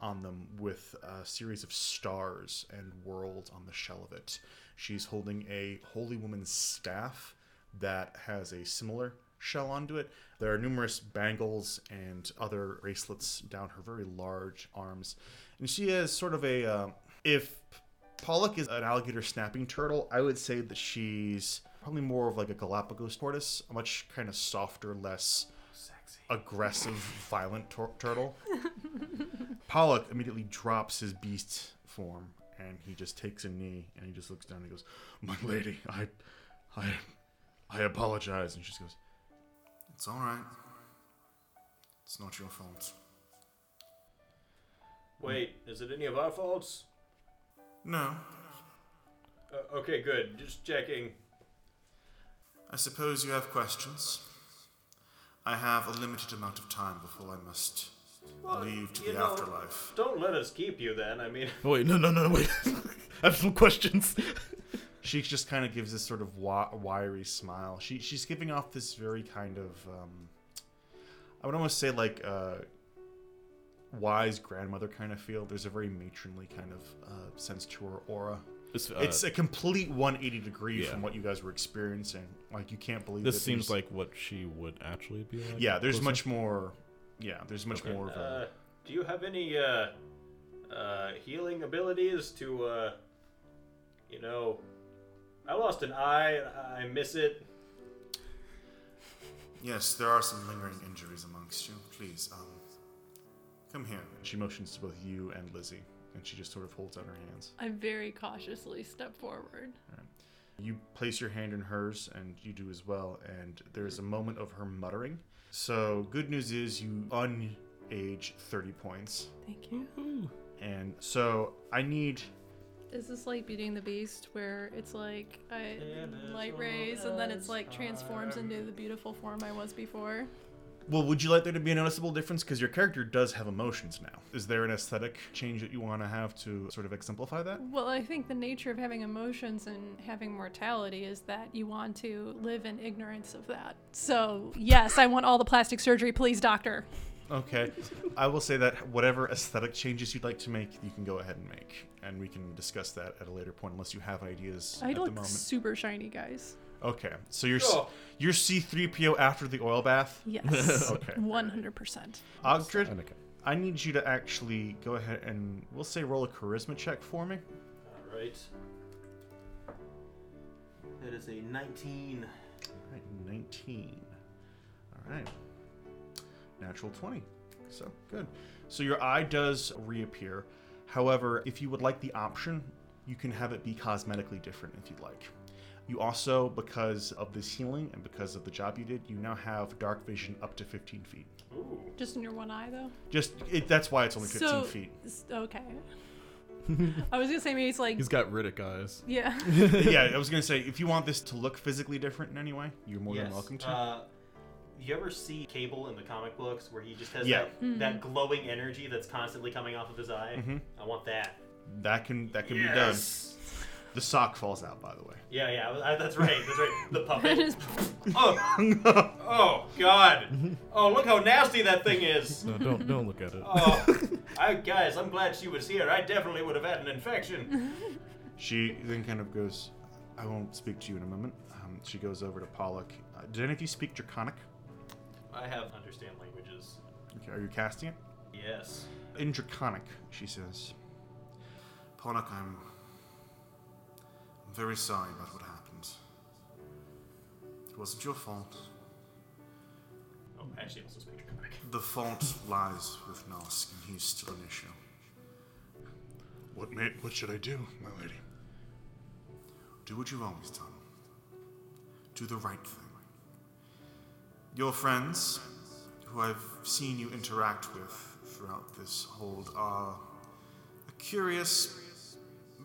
S3: on them with a series of stars and worlds on the shell of it. She's holding a holy woman's staff that has a similar shell onto it. There are numerous bangles and other bracelets down her very large arms. And she has sort of a. Uh, if Pollock is an alligator snapping turtle, I would say that she's probably more of like a Galapagos tortoise, a much kind of softer, less aggressive, violent tur turtle. <laughs> Pollock immediately drops his beast form and he just takes a knee and he just looks down and he goes, "My lady, I, I, I apologize." And she just goes,
S8: It's all right. It's not your fault.
S6: Wait, is it any of our faults?
S8: No,
S6: Uh, okay, good. Just checking.
S8: I suppose you have questions. I have a limited amount of time before I must leave to
S6: you
S8: the
S6: know-
S8: afterlife.
S6: Don't let us keep you then. I mean,
S5: Oh, wait, no, no, no, wait. <laughs> I have some questions.
S3: she just kind of gives this sort of wi- wiry smile. She she's giving off this very kind of um, I would almost say like uh, wise grandmother kind of feel. There's a very matronly kind of uh, sense to her aura.
S5: This, uh,
S3: it's a complete 180 degree
S5: yeah.
S3: from what you guys were experiencing. Like you can't believe
S5: this
S3: that
S5: seems
S3: there's-
S5: like what she would actually be like.
S3: yeah. There's
S5: closer.
S3: much more. Yeah, there's much more of
S6: uh,
S3: a.
S6: do you have any uh, uh, healing abilities to, uh, you know, I lost an eye. I miss it.
S8: Yes, there are some lingering injuries amongst you. Please, um, come here.
S3: She motions to both you and Lizzie, and she just sort of holds out her hands.
S4: I very cautiously step forward.
S3: You place your hand in hers, and you do as well. And there's a moment of her muttering. So, good news is you unage 30 points.
S4: Thank you.
S3: And so, I need.
S4: Is this like Beauty and the Beast, where it's like I light rays and then it's like transforms into the beautiful form I was before?
S3: Well, would you like there to be a noticeable difference? Because your character does have emotions now. Is there an aesthetic change that you want to have to sort of exemplify that?
S4: Well, I think the nature of having emotions and having mortality is that you want to live in ignorance of that. So, yes, I want all the plastic surgery, please, doctor.
S3: Okay. I will say that whatever aesthetic changes you'd like to make, you can go ahead and make. And we can discuss that at a later point, unless you have ideas
S4: I
S3: at the
S4: look
S3: moment.
S4: super shiny, guys.
S3: Okay, so you're
S6: Sure.
S3: you're C3PO after the oil bath.
S4: Yes.
S3: <laughs> Okay.
S4: 100%.
S3: Ogdrid, I need you to actually go ahead and we'll say roll a charisma check for me.
S6: All right. That is a 19.
S3: All right, 19. All right. Natural 20. So, good. So your eye does reappear. However, if you would like the option, you can have it be cosmetically different if you'd like. You also, because of this healing and because of the job you did, you now have dark vision up to 15 feet.
S6: Ooh.
S4: Just in your one eye, though?
S3: Just it, that's why it's only 15
S4: so,
S3: feet. <laughs>
S4: s- Okay. <laughs> I was going to say maybe it's like.
S5: He's got Riddick eyes.
S4: yeah.
S3: yeah, I was gonna say if you want this to look physically different in any way, you're more than
S6: Yes.
S3: welcome to.
S6: Uh, you ever see Cable in the comic books where he just has
S3: Yeah.
S6: that, that glowing energy that's constantly coming off of his eye?
S3: Mm-hmm.
S6: I want that.
S3: that can that can be done.
S6: yes!
S3: The sock falls out, by the way.
S6: Yeah, yeah, I- I- that's right. That's right. The
S4: <laughs> That <laughs>
S6: puppet.
S4: is
S6: Oh, oh God! Oh, look how nasty that thing
S3: <laughs>
S6: is.
S5: No, don't don't look at it.
S6: Oh, I, guys, I'm glad she was here. I definitely would have had an infection.
S3: She then kind of goes, "I won't speak to you in a moment." Um, she goes over to Pollock. Uh, did any of you speak Draconic?
S6: I have understand languages.
S3: Okay, are you casting it?
S6: Yes.
S3: In Draconic, she says.
S8: Pollock, I'm. I'm very sorry about what happened. It wasn't your fault.
S6: Oh, actually, I also speak Draconic.
S8: The fault lies with Nosk, and he's still an issue.
S3: What may, what should I do, my lady?
S8: Do what you've always done. Do the right thing. Your friends, who who I've seen you interact with throughout this hold are a curious,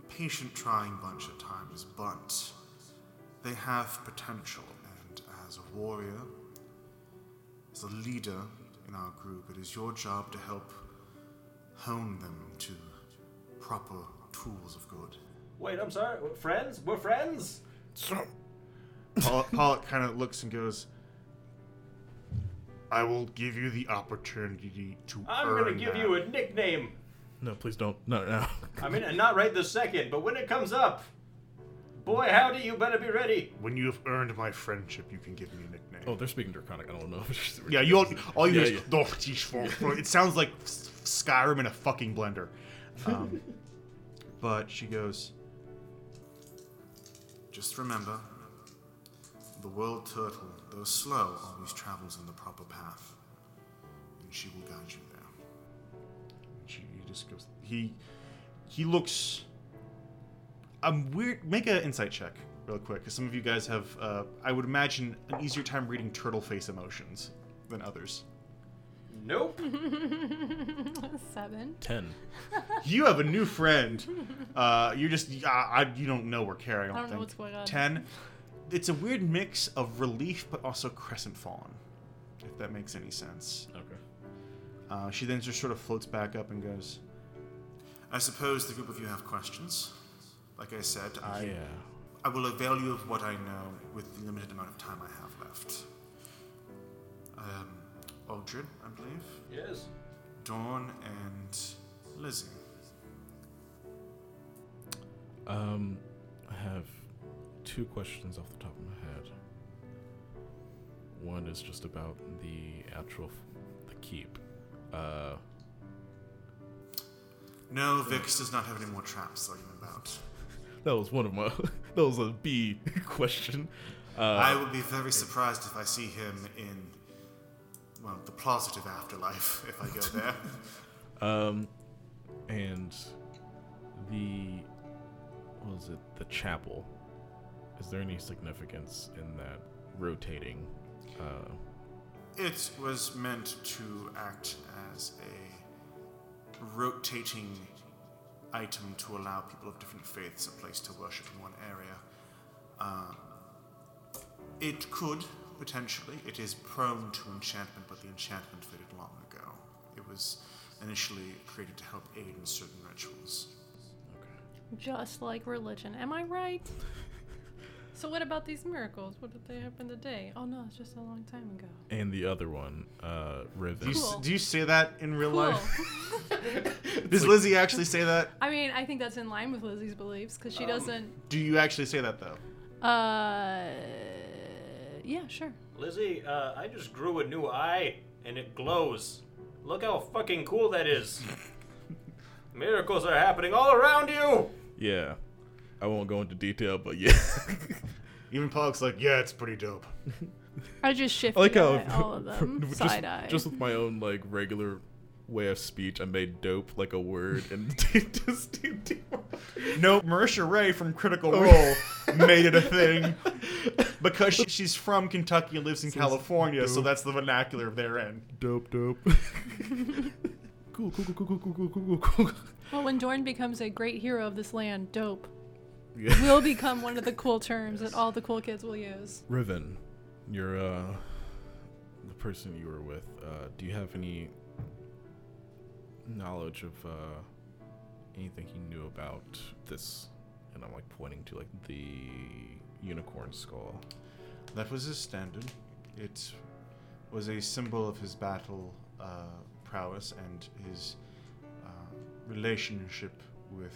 S8: patient trying bunch at times, but they have potential, and as a warrior, as a leader in our group, it is your job to help hone them to proper tools of good.
S6: Wait, I'm sorry. We're friends? We're friends?
S3: Uh,
S5: So,
S3: Pollock, Pollock kind of looks and goes, I will give you the opportunity to
S6: I'm gonna
S3: earn
S6: give
S3: that.
S6: you a nickname.
S5: no, please don't. No, no. <laughs>
S6: I mean, not right this second, but when it comes up, boy, howdy, you better be ready.
S3: When you have earned my friendship, you can give me a nickname.
S5: Oh, they're speaking draconic. I don't know. <laughs>
S3: Yeah, you all, all you
S5: Yeah,
S3: hear is "Oh, "Doch, die Schwung." It sounds like S- Skyrim in a fucking
S5: <laughs>
S3: blender. Um, but she goes,
S8: Just remember, the world turtle, though slow, always travels in the proper path, and she will guide you there.
S3: she he just goes. He he looks. I'm weird. Make an insight check real quick, because some of you guys have, uh, I would imagine, an easier time reading turtle face emotions than others.
S6: <laughs> Nope.
S4: Seven.
S5: ten.
S3: You have a new friend. Uh, you're just I, I, you don't know we're Carrie. I don't,
S4: I don't know
S3: think.
S4: what's going on.
S3: Ten. It's a weird mix of relief, but also crescent fawn, if that makes any sense.
S5: Okay.
S3: Uh, she then just sort of floats back up and goes,
S8: I suppose the group of you have questions. Like I said, I
S5: Yeah.
S3: uh,
S8: I will avail you of what I know with the limited amount of time I have left. Um, Aldrin, I believe,
S6: Yes.
S8: Dawn, and Lizzie.
S5: Um, I have two questions off the top of my head. One is just about the actual f- the keep. Uh,
S8: No, Vix does not have any more traps lying about.
S5: that was one of my. <laughs> that was a B <laughs> question.
S8: I will be very surprised if I see him in, well, the positive afterlife if I go there.
S5: Um, and the what was it? The chapel. Is there any significance in that rotating? Uh,
S8: it was meant to act as a rotating item to allow people of different faiths a place to worship in one area. Um, it could potentially. It is prone to enchantment, but the enchantment faded long ago. It was initially created to help aid in certain rituals.
S5: okay.
S4: Just like religion. Am I
S5: <laughs>
S4: right? so what about these miracles? What did they happen today? Oh no, it's just a long time ago.
S5: And the other one,
S3: do
S5: uh,
S3: you,
S5: Riven.
S3: s-
S4: Cool.
S3: do you say that in real
S4: Cool. <laughs>
S3: life? Does Lizzie actually say that?
S4: I mean, I think that's in line with Lizzie's beliefs because
S5: Um.
S4: she doesn't.
S3: Do you actually say that though?
S4: Uh, yeah, sure.
S6: Lizzie, uh, I just grew a new eye and it glows. Look how fucking cool that <laughs> is. Miracles are happening all around you.
S5: Yeah, I won't go into detail, but yeah. <laughs>
S3: Even Pollock's like, yeah, it's pretty dope.
S4: I just shifted
S5: I like how
S4: all
S5: <laughs>
S4: of them
S5: just,
S4: side eye.
S5: just with my own like regular way of speech, I made dope like a word and <laughs> just.
S3: No, Marisha Ray from Critical Role made it a thing because she- she's from Kentucky and lives in California, so that's the vernacular of their end.
S5: dope, dope. <laughs> cool, cool, cool, cool, cool, cool, cool, cool, cool.
S4: well, when Dorn becomes a great hero of this land, dope
S5: Yeah.
S4: will become one of the cool terms that all the cool kids will use.
S5: Riven, you're uh, the person you were with. Uh, do you have any knowledge of uh, anything he knew about this? And I'm like pointing to like the unicorn skull.
S3: That was his standard. It was a symbol of his battle uh, prowess and his uh, relationship with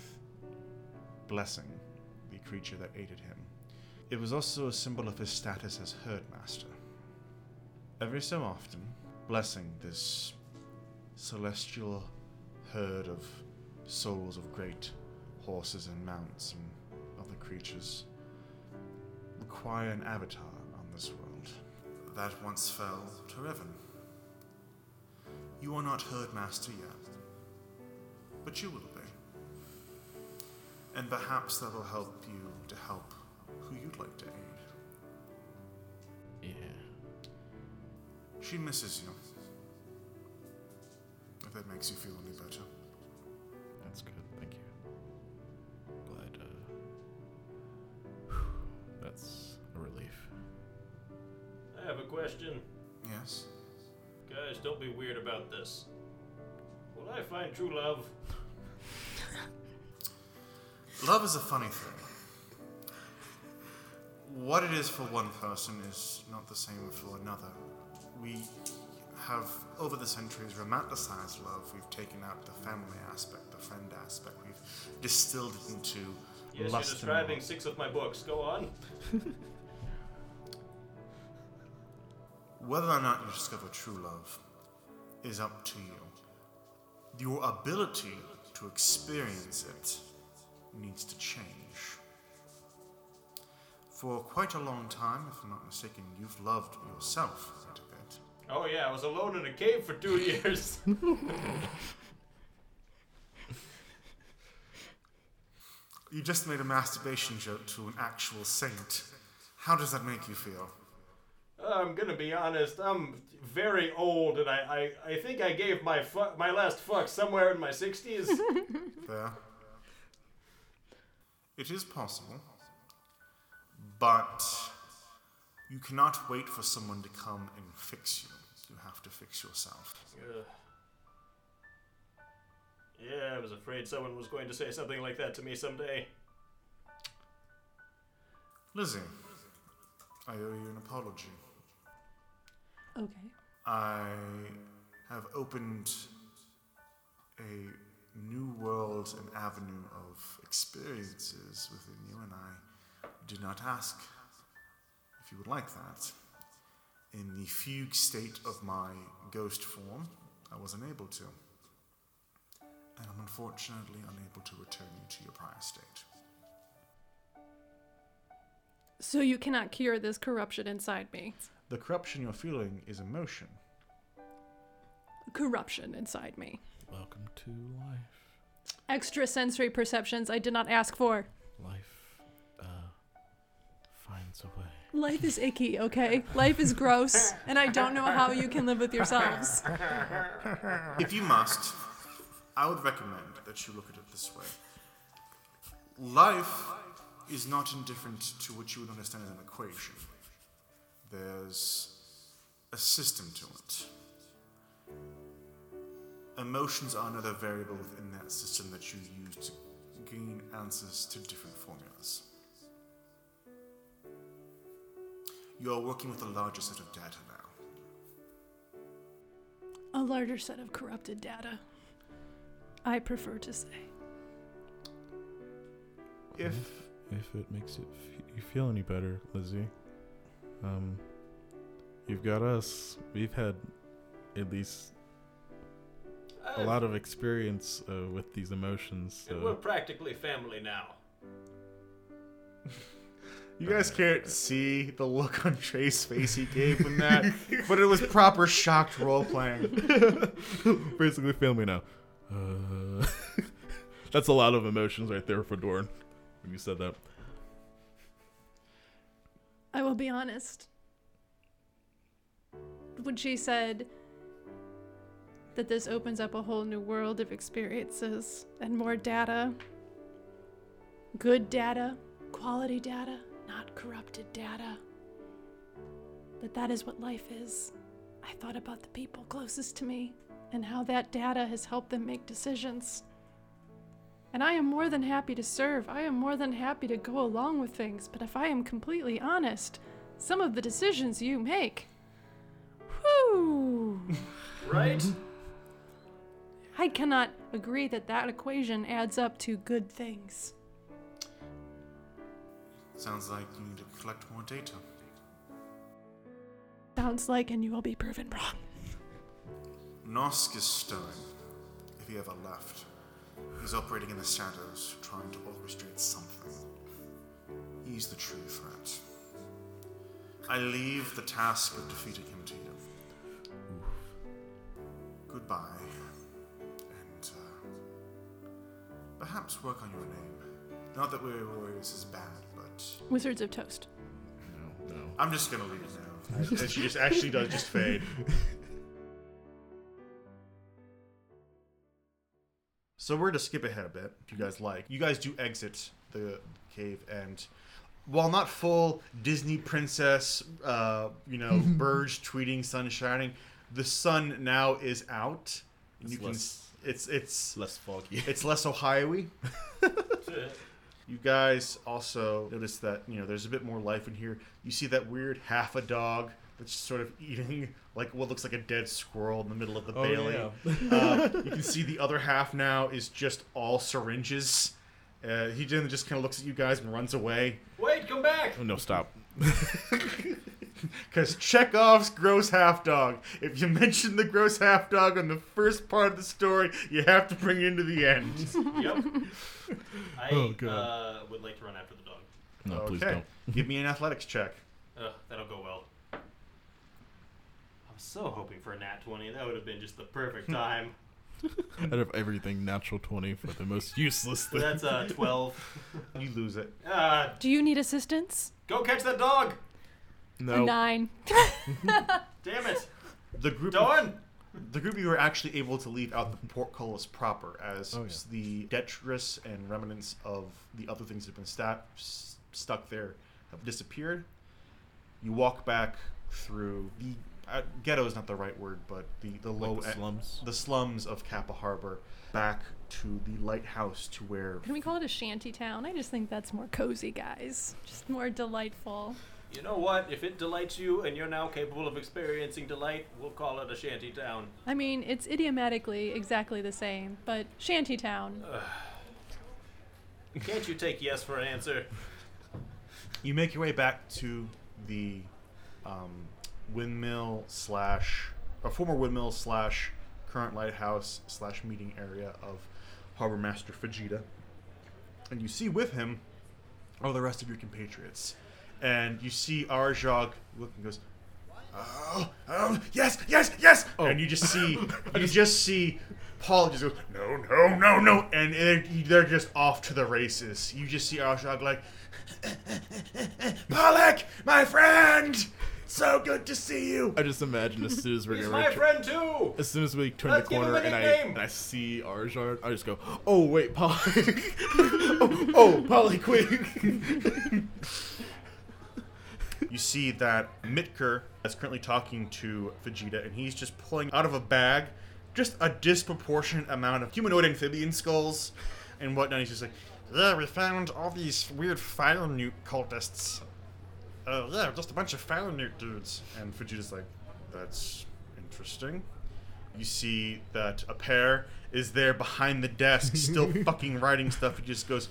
S3: Blessing, the creature that aided him. It was also a symbol of his status as herdmaster. Every so often, Blessing, this celestial herd of souls of great horses and mounts and other creatures, require an avatar on this world.
S8: That once fell to Revan. You are not Herdmaster yet, but you will be. And perhaps that will help you to help who you'd like to aid.
S5: Yeah.
S8: She misses you.
S3: that makes you feel any better.
S5: That's good. Thank you. Glad. Uh, <sighs> that's a relief.
S6: I have a question.
S3: Yes?
S6: Guys, don't be weird about this. Will I find true love?
S3: Love is a funny thing. What it is for one person is not the same for another. We have, over the centuries, romanticized love. We've taken out the family aspect, the friend aspect. We've distilled it into
S6: Yes,
S3: lust
S6: you're
S3: and
S6: describing
S3: love.
S6: six of my books. Go on.
S3: Whether or not you discover true love is up to you. Your ability to experience it needs to change. For quite a long time, if I'm not mistaken, you've loved yourself quite a bit.
S6: Oh yeah, I was alone in a cave for two <laughs> years.
S3: You just made a masturbation joke to an actual saint. How does that make you feel?
S6: I'm gonna be honest. I'm very old, and I, I, I think I gave my fu- my last fuck somewhere in my 60s.
S3: There. It is possible, but you cannot wait for someone to come and fix you. You have to fix yourself.
S6: Ugh. yeah, I was afraid someone was going to say something like that to me someday.
S3: Lizzie, I owe you an apology.
S4: Okay.
S3: I have opened a new world and avenue of experiences within you, and I did not ask if you would like that. In the fugue state of my ghost form, I was unable to. And I'm unfortunately unable to return you to your prior state.
S4: So you cannot cure this corruption inside me.
S9: The corruption you're feeling is emotion.
S4: Corruption inside me.
S5: Welcome to life.
S4: Extrasensory perceptions I did not ask for.
S5: Life uh, finds a way.
S4: Life is icky, okay? Life is gross, and I don't know how you can live with yourselves.
S3: If you must, I would recommend that you look at it this way. Life is not indifferent to what you would understand as an equation. There's a system to it. Emotions are another variable within that system that you use to gain answers to different formulas. You are working with a larger set of data now.
S4: A larger set of corrupted data. I prefer to say.
S9: If
S5: If it makes it f- you feel any better, Lizzie, um, you've got us. We've had at least a
S6: Uh,
S5: lot of experience uh, with these emotions.
S6: And we're
S5: So
S6: practically family now.
S9: you guys can't see the look on Trey's face he gave when that, but it was proper shocked role playing.
S5: <laughs> basically, feel me now. Uh, <laughs> that's a lot of emotions right there for Dorn. When you said that,
S4: I will be honest. When she said that this opens up a whole new world of experiences and more data, good data, quality data, not corrupted data, that that is what life is. I thought about the people closest to me and how that data has helped them make decisions. And I am more than happy to serve. I am more than happy to go along with things. But if I am completely honest, some of the decisions you make. Whew!
S6: Right?
S4: I cannot agree that that equation adds up to good things.
S3: Sounds like you need to collect more data.
S4: Sounds like, and you will be proven wrong.
S3: Nosk is stirring, if he ever left. He's operating in the shadows, trying to orchestrate something. He's the true threat. I leave the task of defeating him to you. Goodbye, and uh, perhaps work on your name. Not that Weary Warriors is bad, but
S4: Wizards of Toast.
S5: no, no.
S3: I'm just gonna leave now.
S9: and she just actually does just fade.
S3: So we're going to skip ahead a bit, if you guys like. You guys do exit the cave, and while not full Disney princess, uh, you know, birds tweeting, sun shining, the sun now is out. and
S6: It's
S3: you can
S6: less-
S3: can. It's it's
S6: Less foggy.
S3: it's less Ohio-y. You guys also notice that you know there's a bit more life in here. You see that weird half a dog that's sort of eating like what looks like a dead squirrel in the middle of the
S5: Oh,
S3: bailey. Uh, you can see the other half now is just all syringes. Uh, he then just kind of looks at you guys and runs away.
S2: Wait, come back!
S5: Oh, <laughs> no, stop.
S3: Because Chekhov's gross half dog. If you mention the gross half dog on the first part of the story, you have to bring it into the end.
S6: yep. I
S5: Oh, God.
S6: Uh, would like to run after the dog.
S5: No, please
S3: okay.
S5: don't.
S3: Give me an athletics check.
S6: Ugh, that'll go well. I was so hoping for a nat 20. That would have been just the
S5: <laughs>
S6: perfect time.
S5: Out of everything, natural 20 for the most useless
S6: But <laughs>
S5: thing.
S6: that's
S5: <laughs>
S6: uh, 12.
S3: You lose it.
S6: Uh,
S4: Do you need assistance?
S6: go catch that dog!
S4: A
S5: No.
S4: Nine.
S6: Damn it!
S3: The group.
S6: Dawn!
S3: The group you were actually able to leave out the portcullis proper, as
S5: Oh, yeah.
S3: the detritus and remnants of the other things that have been sta- s- stuck there have disappeared. You walk back through the uh, ghetto is not the right word, but the the low
S5: the
S3: e-
S5: slums?
S3: the slums of Kappa Harbor, back to the lighthouse to where
S4: Can we call it a shanty town? I just think that's more cozy, guys. Just more delightful.
S6: You know what? If it delights you and you're now capable of experiencing delight, we'll call it a shanty town.
S4: I mean, it's idiomatically exactly the same, but shanty town.
S6: Can't you take yes for an answer?
S3: you make your way back to the um, windmill slash a former windmill slash current lighthouse slash meeting area of harbor master fujita and you see with him all the rest of your compatriots and you see arjog look and goes oh, oh yes yes yes and you just see you just see paul just goes no no no no and they're, they're just off to the races you just see arjog like Pollock, my friend! So good to see you!
S5: I just imagine as soon as we're
S6: He's
S5: gonna
S6: my
S5: return-
S6: friend too!
S5: As soon as we turn
S6: Let's
S5: the
S6: give him
S5: corner
S6: a
S5: and I
S6: nickname.
S5: and I see Arjard, I just go, "Oh wait, Polly! <laughs> oh, oh, Polly, quick!"
S3: You see that Mitker is currently talking to Vegeta, and he's just pulling out of a bag just a disproportionate amount of humanoid amphibian skulls and whatnot. He's just like, Yeah, we found all these weird fire newt cultists. Oh, yeah, just a bunch of fire newt dudes. And Vegeta's like, That's interesting. You see that a pair is there behind the desk, still fucking writing stuff. He just goes,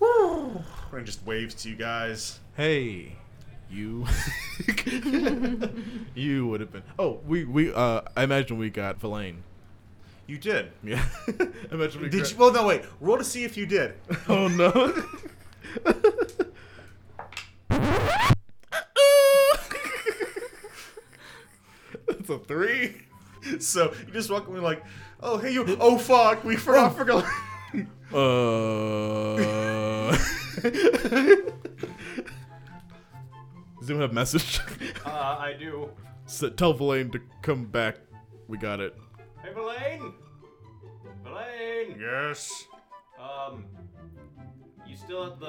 S3: Woo! And just waves to you guys.
S5: hey, you, <laughs> you would have been. Oh, we we uh, I imagine we got Villain.
S3: You did.
S5: Yeah, <laughs> I imagine we
S3: Did
S5: gra-
S3: you? Well, no, wait. Roll to see if you <laughs> did.
S5: Oh <laughs> no. That's a three.
S3: <laughs> so you just walk away like, oh hey you. Oh fuck, we forgot. forgot.
S5: Uh. <laughs> Does anyone have message? <laughs>
S6: Uh, I do.
S5: so, tell Villain to come back. We got it.
S6: Hey, Blaine! Blaine!
S3: <laughs> yes.
S6: Um, you still at the?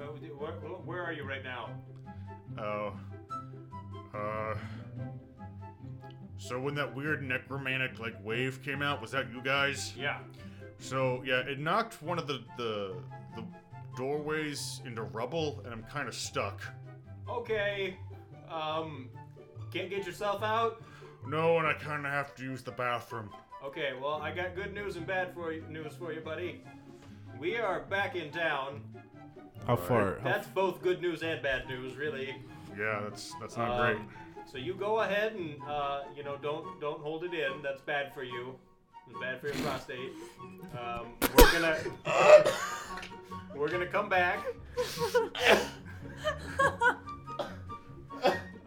S6: Uh, where, where are you right now?
S3: Oh. Uh. So when that weird necromantic like wave came out, was that you guys?
S6: Yeah.
S3: So yeah, it knocked one of the the the doorways into rubble, and I'm kind of stuck.
S6: Okay. Um, can't get yourself out.
S3: No, and I kind of have to use the bathroom.
S6: Okay. Well, I got good news and bad for you, news for you, buddy. We are back in town.
S5: How far? How,
S6: That's both good news and bad news, really.
S3: Yeah, that's that's not
S6: Um,
S3: great.
S6: So you go ahead and uh, you know don't don't hold it in. That's bad for you. It's bad for your prostate. Um, we're gonna <coughs> we're gonna come back.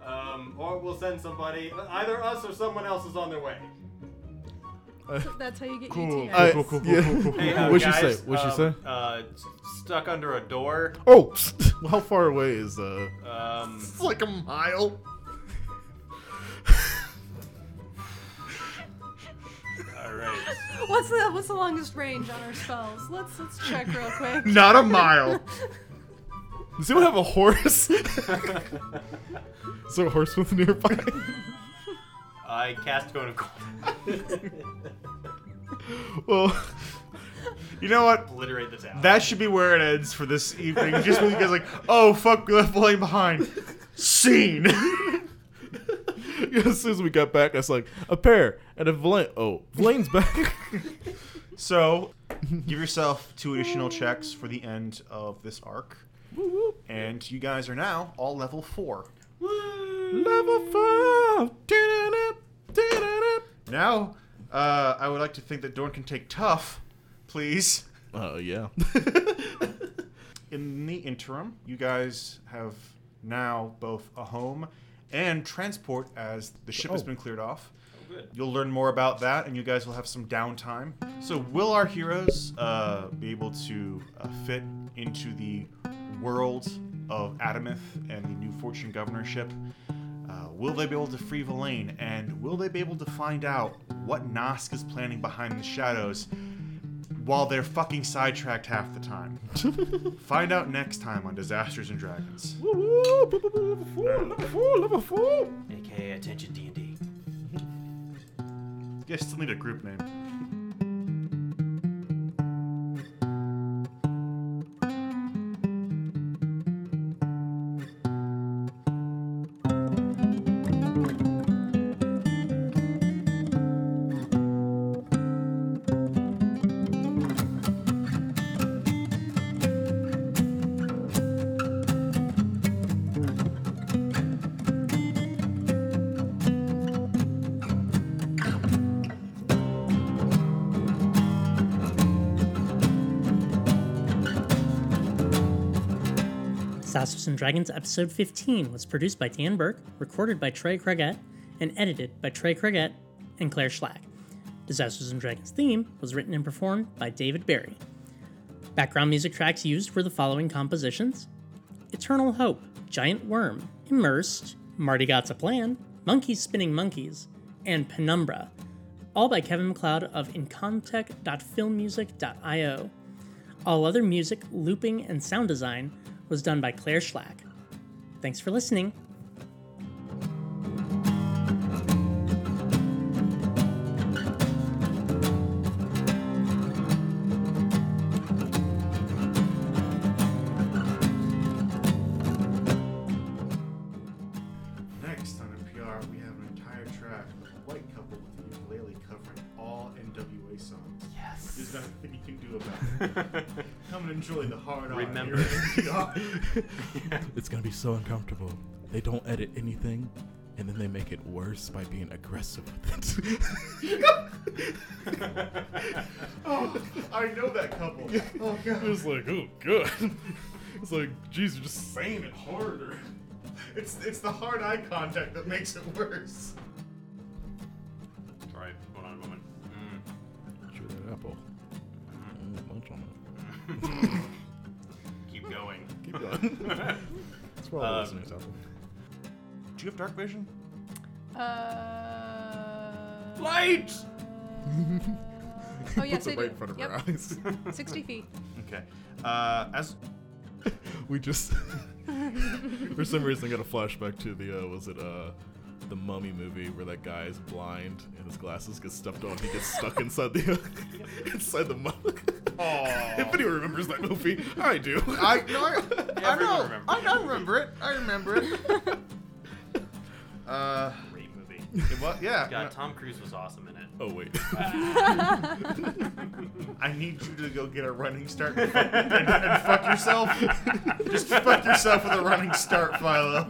S6: um, or we'll send somebody. Either us or someone else is on their way.
S4: So that's how you get E
S3: Cool.
S4: UTI.
S5: I-
S3: Cool, cool, cool,
S5: yeah.
S3: cool, cool, cool.
S6: Hey, uh,
S5: What'd you
S6: guys,
S5: say? What'd you
S6: um,
S5: say?
S6: Uh, s- stuck under a door.
S5: Oh, <laughs> how far away is uh?
S6: Um,
S3: It's like a mile.
S6: all right.
S4: What What's the what's the longest range on our spells? Let's let's check real
S5: <laughs>
S4: quick.
S3: Not a mile.
S5: Does anyone have
S3: <laughs>
S5: a horse? Is there a horseman
S3: <laughs>
S5: nearby?
S6: I cast Cone of Cold.
S3: well, you know what?
S6: Obliterate the town.
S3: That should be where it ends for this evening. Just when you guys are like, oh fuck, we left Blaine behind. Scene.
S5: <laughs> as soon as we got back, I was like, a pair and a Vlaine. Oh,
S3: <laughs>
S5: Vlaine's back.
S3: so, give yourself two additional checks for the end of this arc, and you guys are now all level four.
S5: Level five. Da-da-da, da-da-da.
S3: Now, uh, I would like to think that Dorn can take tough, please.
S5: Oh yeah.
S3: In the interim, you guys have now both a home and transport as the ship has
S5: Oh.
S3: been cleared off.
S6: good.
S3: You'll learn more about that, and you guys will have some downtime. So, will our heroes uh, be able to uh, fit into the world of Adamith and the new Fortune Governorship? Uh, will they be able to free Valaine? And will they be able to find out what Nosk is planning behind the shadows while they're fucking sidetracked half the time? Find out next time on Disasters and Dragons.
S5: Woo, woo, bu- bu- bu- <laughs> level four. Level four. Level four.
S6: AKA attention D and D.
S3: You guys still need a group name.
S1: Sassos and Dragons episode 15 was produced by Dan Burke, recorded by Trey Craigette, and edited by Trey Craigette and Claire Schlack. Disasters and Dragons theme was written and performed by David Barry. Background music tracks used were the following compositions Eternal Hope, Giant Worm, Immersed, Marty Got's a Plan, Monkeys Spinning Monkeys, and Penumbra, all by Kevin McLeod of incontech.filmmusic.io. All other music, looping, and sound design was done by Claire Schlack. Thanks for listening.
S3: Next on NPR, we have an entire track of a white couple with a ukulele covering all NWA songs. Yes. There's nothing you can do about <laughs> it. Come and enjoy the hard on. here
S6: Remember.
S3: at NPR.
S5: It's gonna be so uncomfortable. They don't edit anything, and then they make it worse by being aggressive with it. <laughs>
S3: oh, I know that couple. <laughs> Oh,
S5: It
S3: God.
S5: was like, oh god. It's like, geez, you're just saying it harder.
S3: It's, it's the hard eye contact that makes it worse.
S6: Sorry, hold on a moment. Mm.
S5: Chew that apple. Mm, munch on it.
S6: Keep going.
S5: Keep <laughs> going. It's for all
S6: Um,
S5: the listeners out there.
S3: Do you have dark vision?
S4: Uh,
S6: Light.
S4: oh yes,
S5: Puts
S4: I
S5: it right
S4: do.
S5: in front of our
S4: Yep,
S5: eyes.
S4: sixty feet.
S3: Okay. Uh, as
S5: <laughs> we just, for some reason, got a flashback to the uh, was it uh, the Mummy movie where that guy is blind and his glasses get stepped on. He gets stuck inside the <laughs> inside the mummy. <laughs> If anyone remembers that movie, I do.
S3: <laughs> I no, I, I know.
S6: remembers
S3: I, I remember it. I remember <laughs> it. uh,
S6: Great
S3: <laughs>
S6: movie.
S3: it was yeah.
S6: God, Tom Cruise was awesome in it.
S5: oh wait. <laughs>
S3: I need you to go get a running start and, <laughs> fuck- and, and fuck yourself. just fuck yourself with a running start, Philo.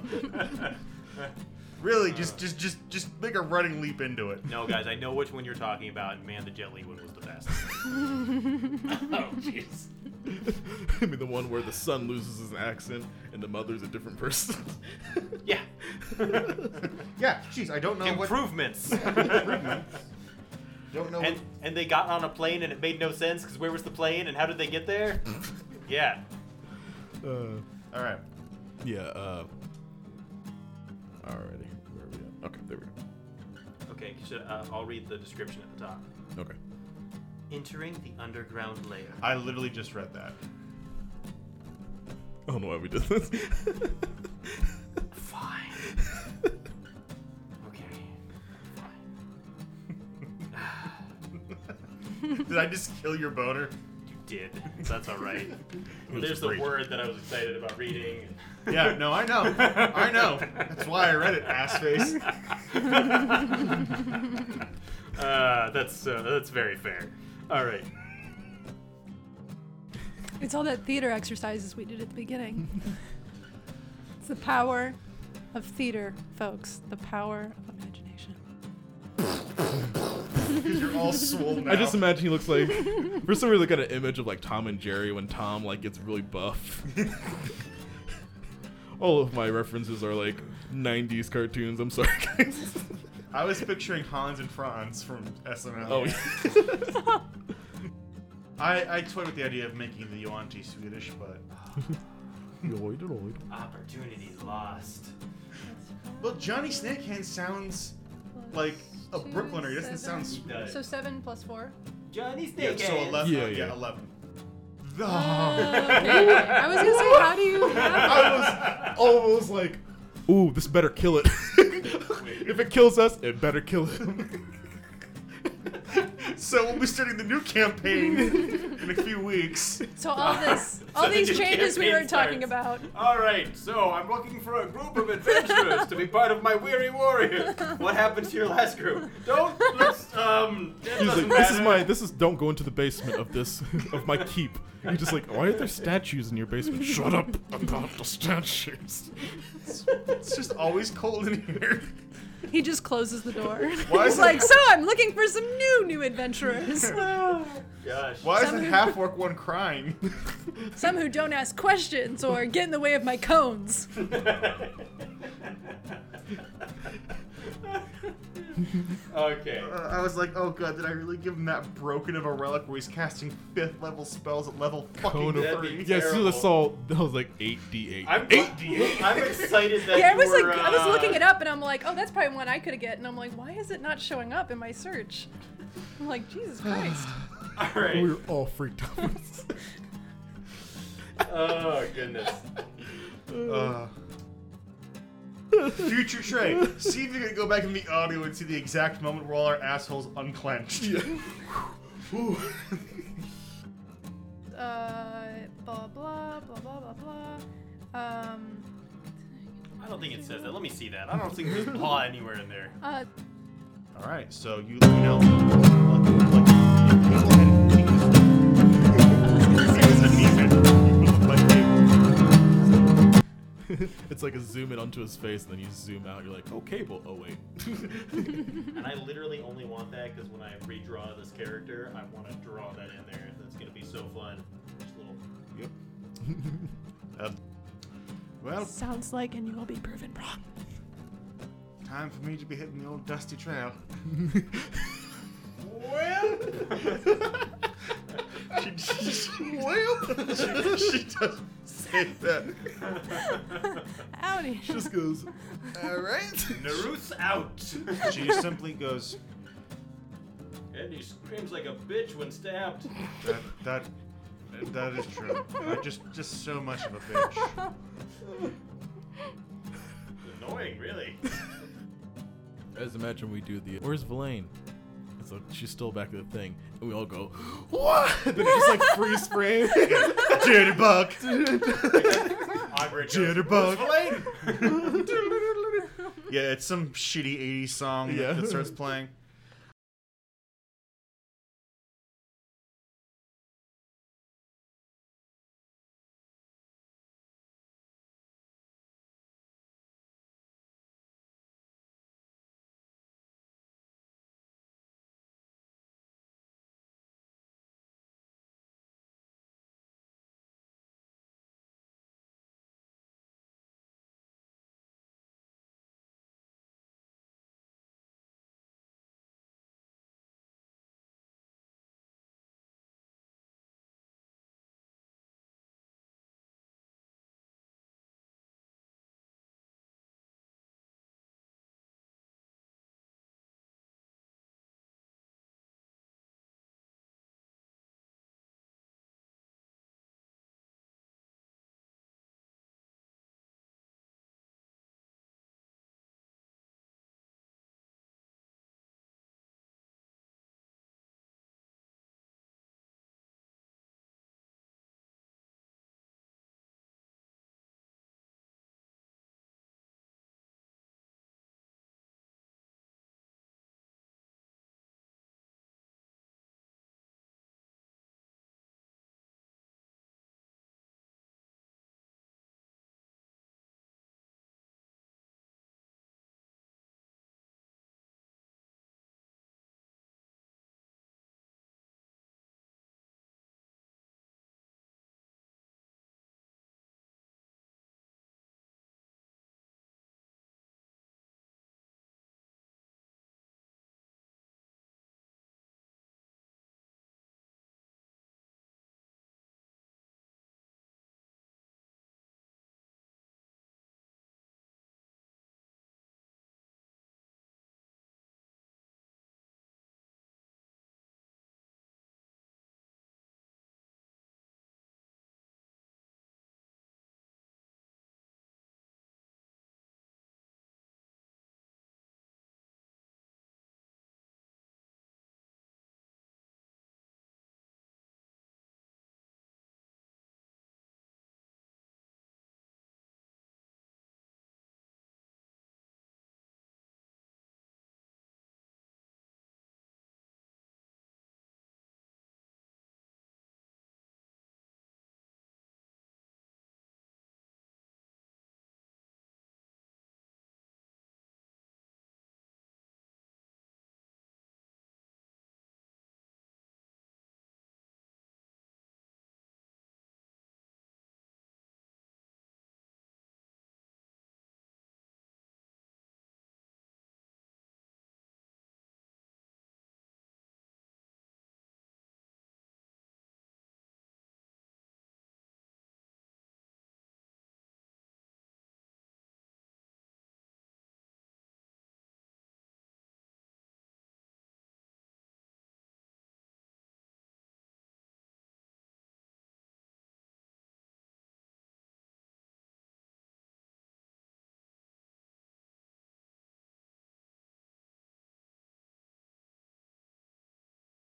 S3: Really, just just just just make a running leap into it.
S6: No, guys, I know which one you're talking about, and man, the Jet Li one was the
S3: <laughs>
S6: best. oh, jeez.
S5: <laughs> I mean, the one where the son loses his accent and the mother's a different person. <laughs>
S6: Yeah.
S3: Yeah, jeez, I don't know <laughs>
S6: Improvements.
S3: what don't know
S6: and and they got on a plane, and it made no sense because where was the plane, and how did they get there?
S3: <laughs>
S6: yeah.
S5: Uh,
S3: what All right.
S5: yeah. Uh, alrighty. Where are we at? Okay, there we go.
S6: Okay, should, uh, I'll read the description at the top.
S5: Okay.
S6: entering the underground lair.
S3: I literally just read that.
S5: I don't know why we did this. <laughs>
S6: Fine. okay. Fine.
S3: Did I just kill your boner?
S6: You did. <laughs> That's all right.
S5: was
S6: There's the
S5: great.
S6: word that I was excited about <laughs> reading.
S3: Yeah, no, I <laughs> know. I know. That's why I read it, ass face.
S6: Uh, that's uh, that's very fair. All right.
S4: It's all that theater exercises we did at the beginning. it's the power of theater, folks. The power of imagination.
S3: You're all swollen now.
S5: I just imagine he looks <laughs> like. For some reason, look at an image of like Tom and Jerry when Tom like gets really <laughs> buff. All of my references are like 90s cartoons. I'm sorry, guys.
S3: I was picturing Hans and Franz from SNL.
S5: <laughs> Oh, yeah.
S3: I, I toyed with the idea of making the Yuanti Swedish, but
S6: Opportunity lost.
S3: well, Johnny Snakehand sounds like a
S4: Two,
S3: Brooklyner. He doesn't
S4: seven.
S3: sound. Sw-
S6: Does.
S4: So seven plus four.
S6: Johnny Snake.
S3: Yeah, so eleven.
S5: Yeah,
S3: Yeah, yeah.
S5: yeah.
S3: eleven. Oh.
S4: Okay. I was gonna say, how do you? Have
S5: <laughs> I was almost like, ooh, this better kill it. <laughs> if it kills us, it better kill him. <laughs>
S3: So we'll be starting the new campaign in a few weeks.
S4: so
S3: <laughs>
S4: all this, all
S6: the
S4: these
S6: new
S4: changes we were
S6: campaign
S4: talking about.
S6: starts. All right. So I'm looking for a group of adventurers to be part of my weary warriors. <laughs> What happened to your last group? <laughs> Don't. Let's. Um. It
S5: He's
S6: doesn't
S5: like, this is
S6: matter.
S5: my, this is, don't go into the basement of this, <laughs> of my keep. You're just like, why are there statues in your basement? <laughs> Shut up about the statues.
S3: It's just always cold in <laughs> here.
S4: He just closes the door. <laughs>
S3: Why
S4: He's
S3: is
S4: like,
S3: it-
S4: so I'm looking for some new new adventurers.
S3: <laughs>
S6: Gosh.
S3: Why is
S4: Some-
S3: the half orc one crying?
S4: some who don't ask questions or get in the way of my
S3: <laughs>
S4: cones.
S6: <laughs> Okay.
S3: <laughs> Uh, I was like, oh god, did I really give him that broken of a relic where he's casting fifth level spells at level fucking
S5: Cone of-
S6: That'd be
S3: three?
S5: Yeah, as soon as
S6: terrible.
S5: I saw, that was like 8d8.
S6: I'm, I'm excited that
S4: Yeah, I was
S6: you were,
S4: like, I was
S6: uh,
S4: looking it up, and I'm like, oh, that's probably one I could get, and I'm like, why is it not showing up in my search? I'm like, Jesus
S3: <sighs>
S4: Christ.
S6: <laughs> All right.
S5: We were all freaked out. <laughs>
S6: Oh goodness.
S3: Uh. Future Trey, see if you can go back in the audio and see the exact moment where all our assholes unclenched. Ooh.
S4: Uh, blah blah blah blah blah blah. Um,
S6: I don't think it says that. Let me see that. I don't think there's paw anywhere in there.
S4: uh,
S3: all right, so you, you know, like, like, you go ahead and take this- It was an amusement.
S5: it's like a zoom in onto his face, and then you zoom out. You're like, oh, cable. Oh, wait.
S6: And I literally only want that because when I redraw this character, I want to draw that in there. That's gonna be so fun. Just a little.
S3: <laughs> Yep. Uh, well,
S4: sounds like, and you will be proven wrong.
S3: time for me to be hitting the old dusty trail.
S6: Well,
S3: she, she, she, well, she, she doesn't say that.
S4: Howdy.
S5: Just goes,
S3: All right.
S6: Naru's out,
S3: She simply goes,
S6: <laughs> and he screams like a bitch when stabbed.
S3: that, that, that is true. I just, just so much of a bitch.
S6: Annoying, <laughs> really.
S5: as imagine we do the, where's Villain? And so she's still back at the thing, and we all go, what? <laughs> then it just like freeze frame.
S3: <laughs> Jitterbug.
S6: Awkward.
S3: Jitterbug. <laughs> Yeah, it's some shitty '80s song
S5: Yeah.
S3: that starts playing.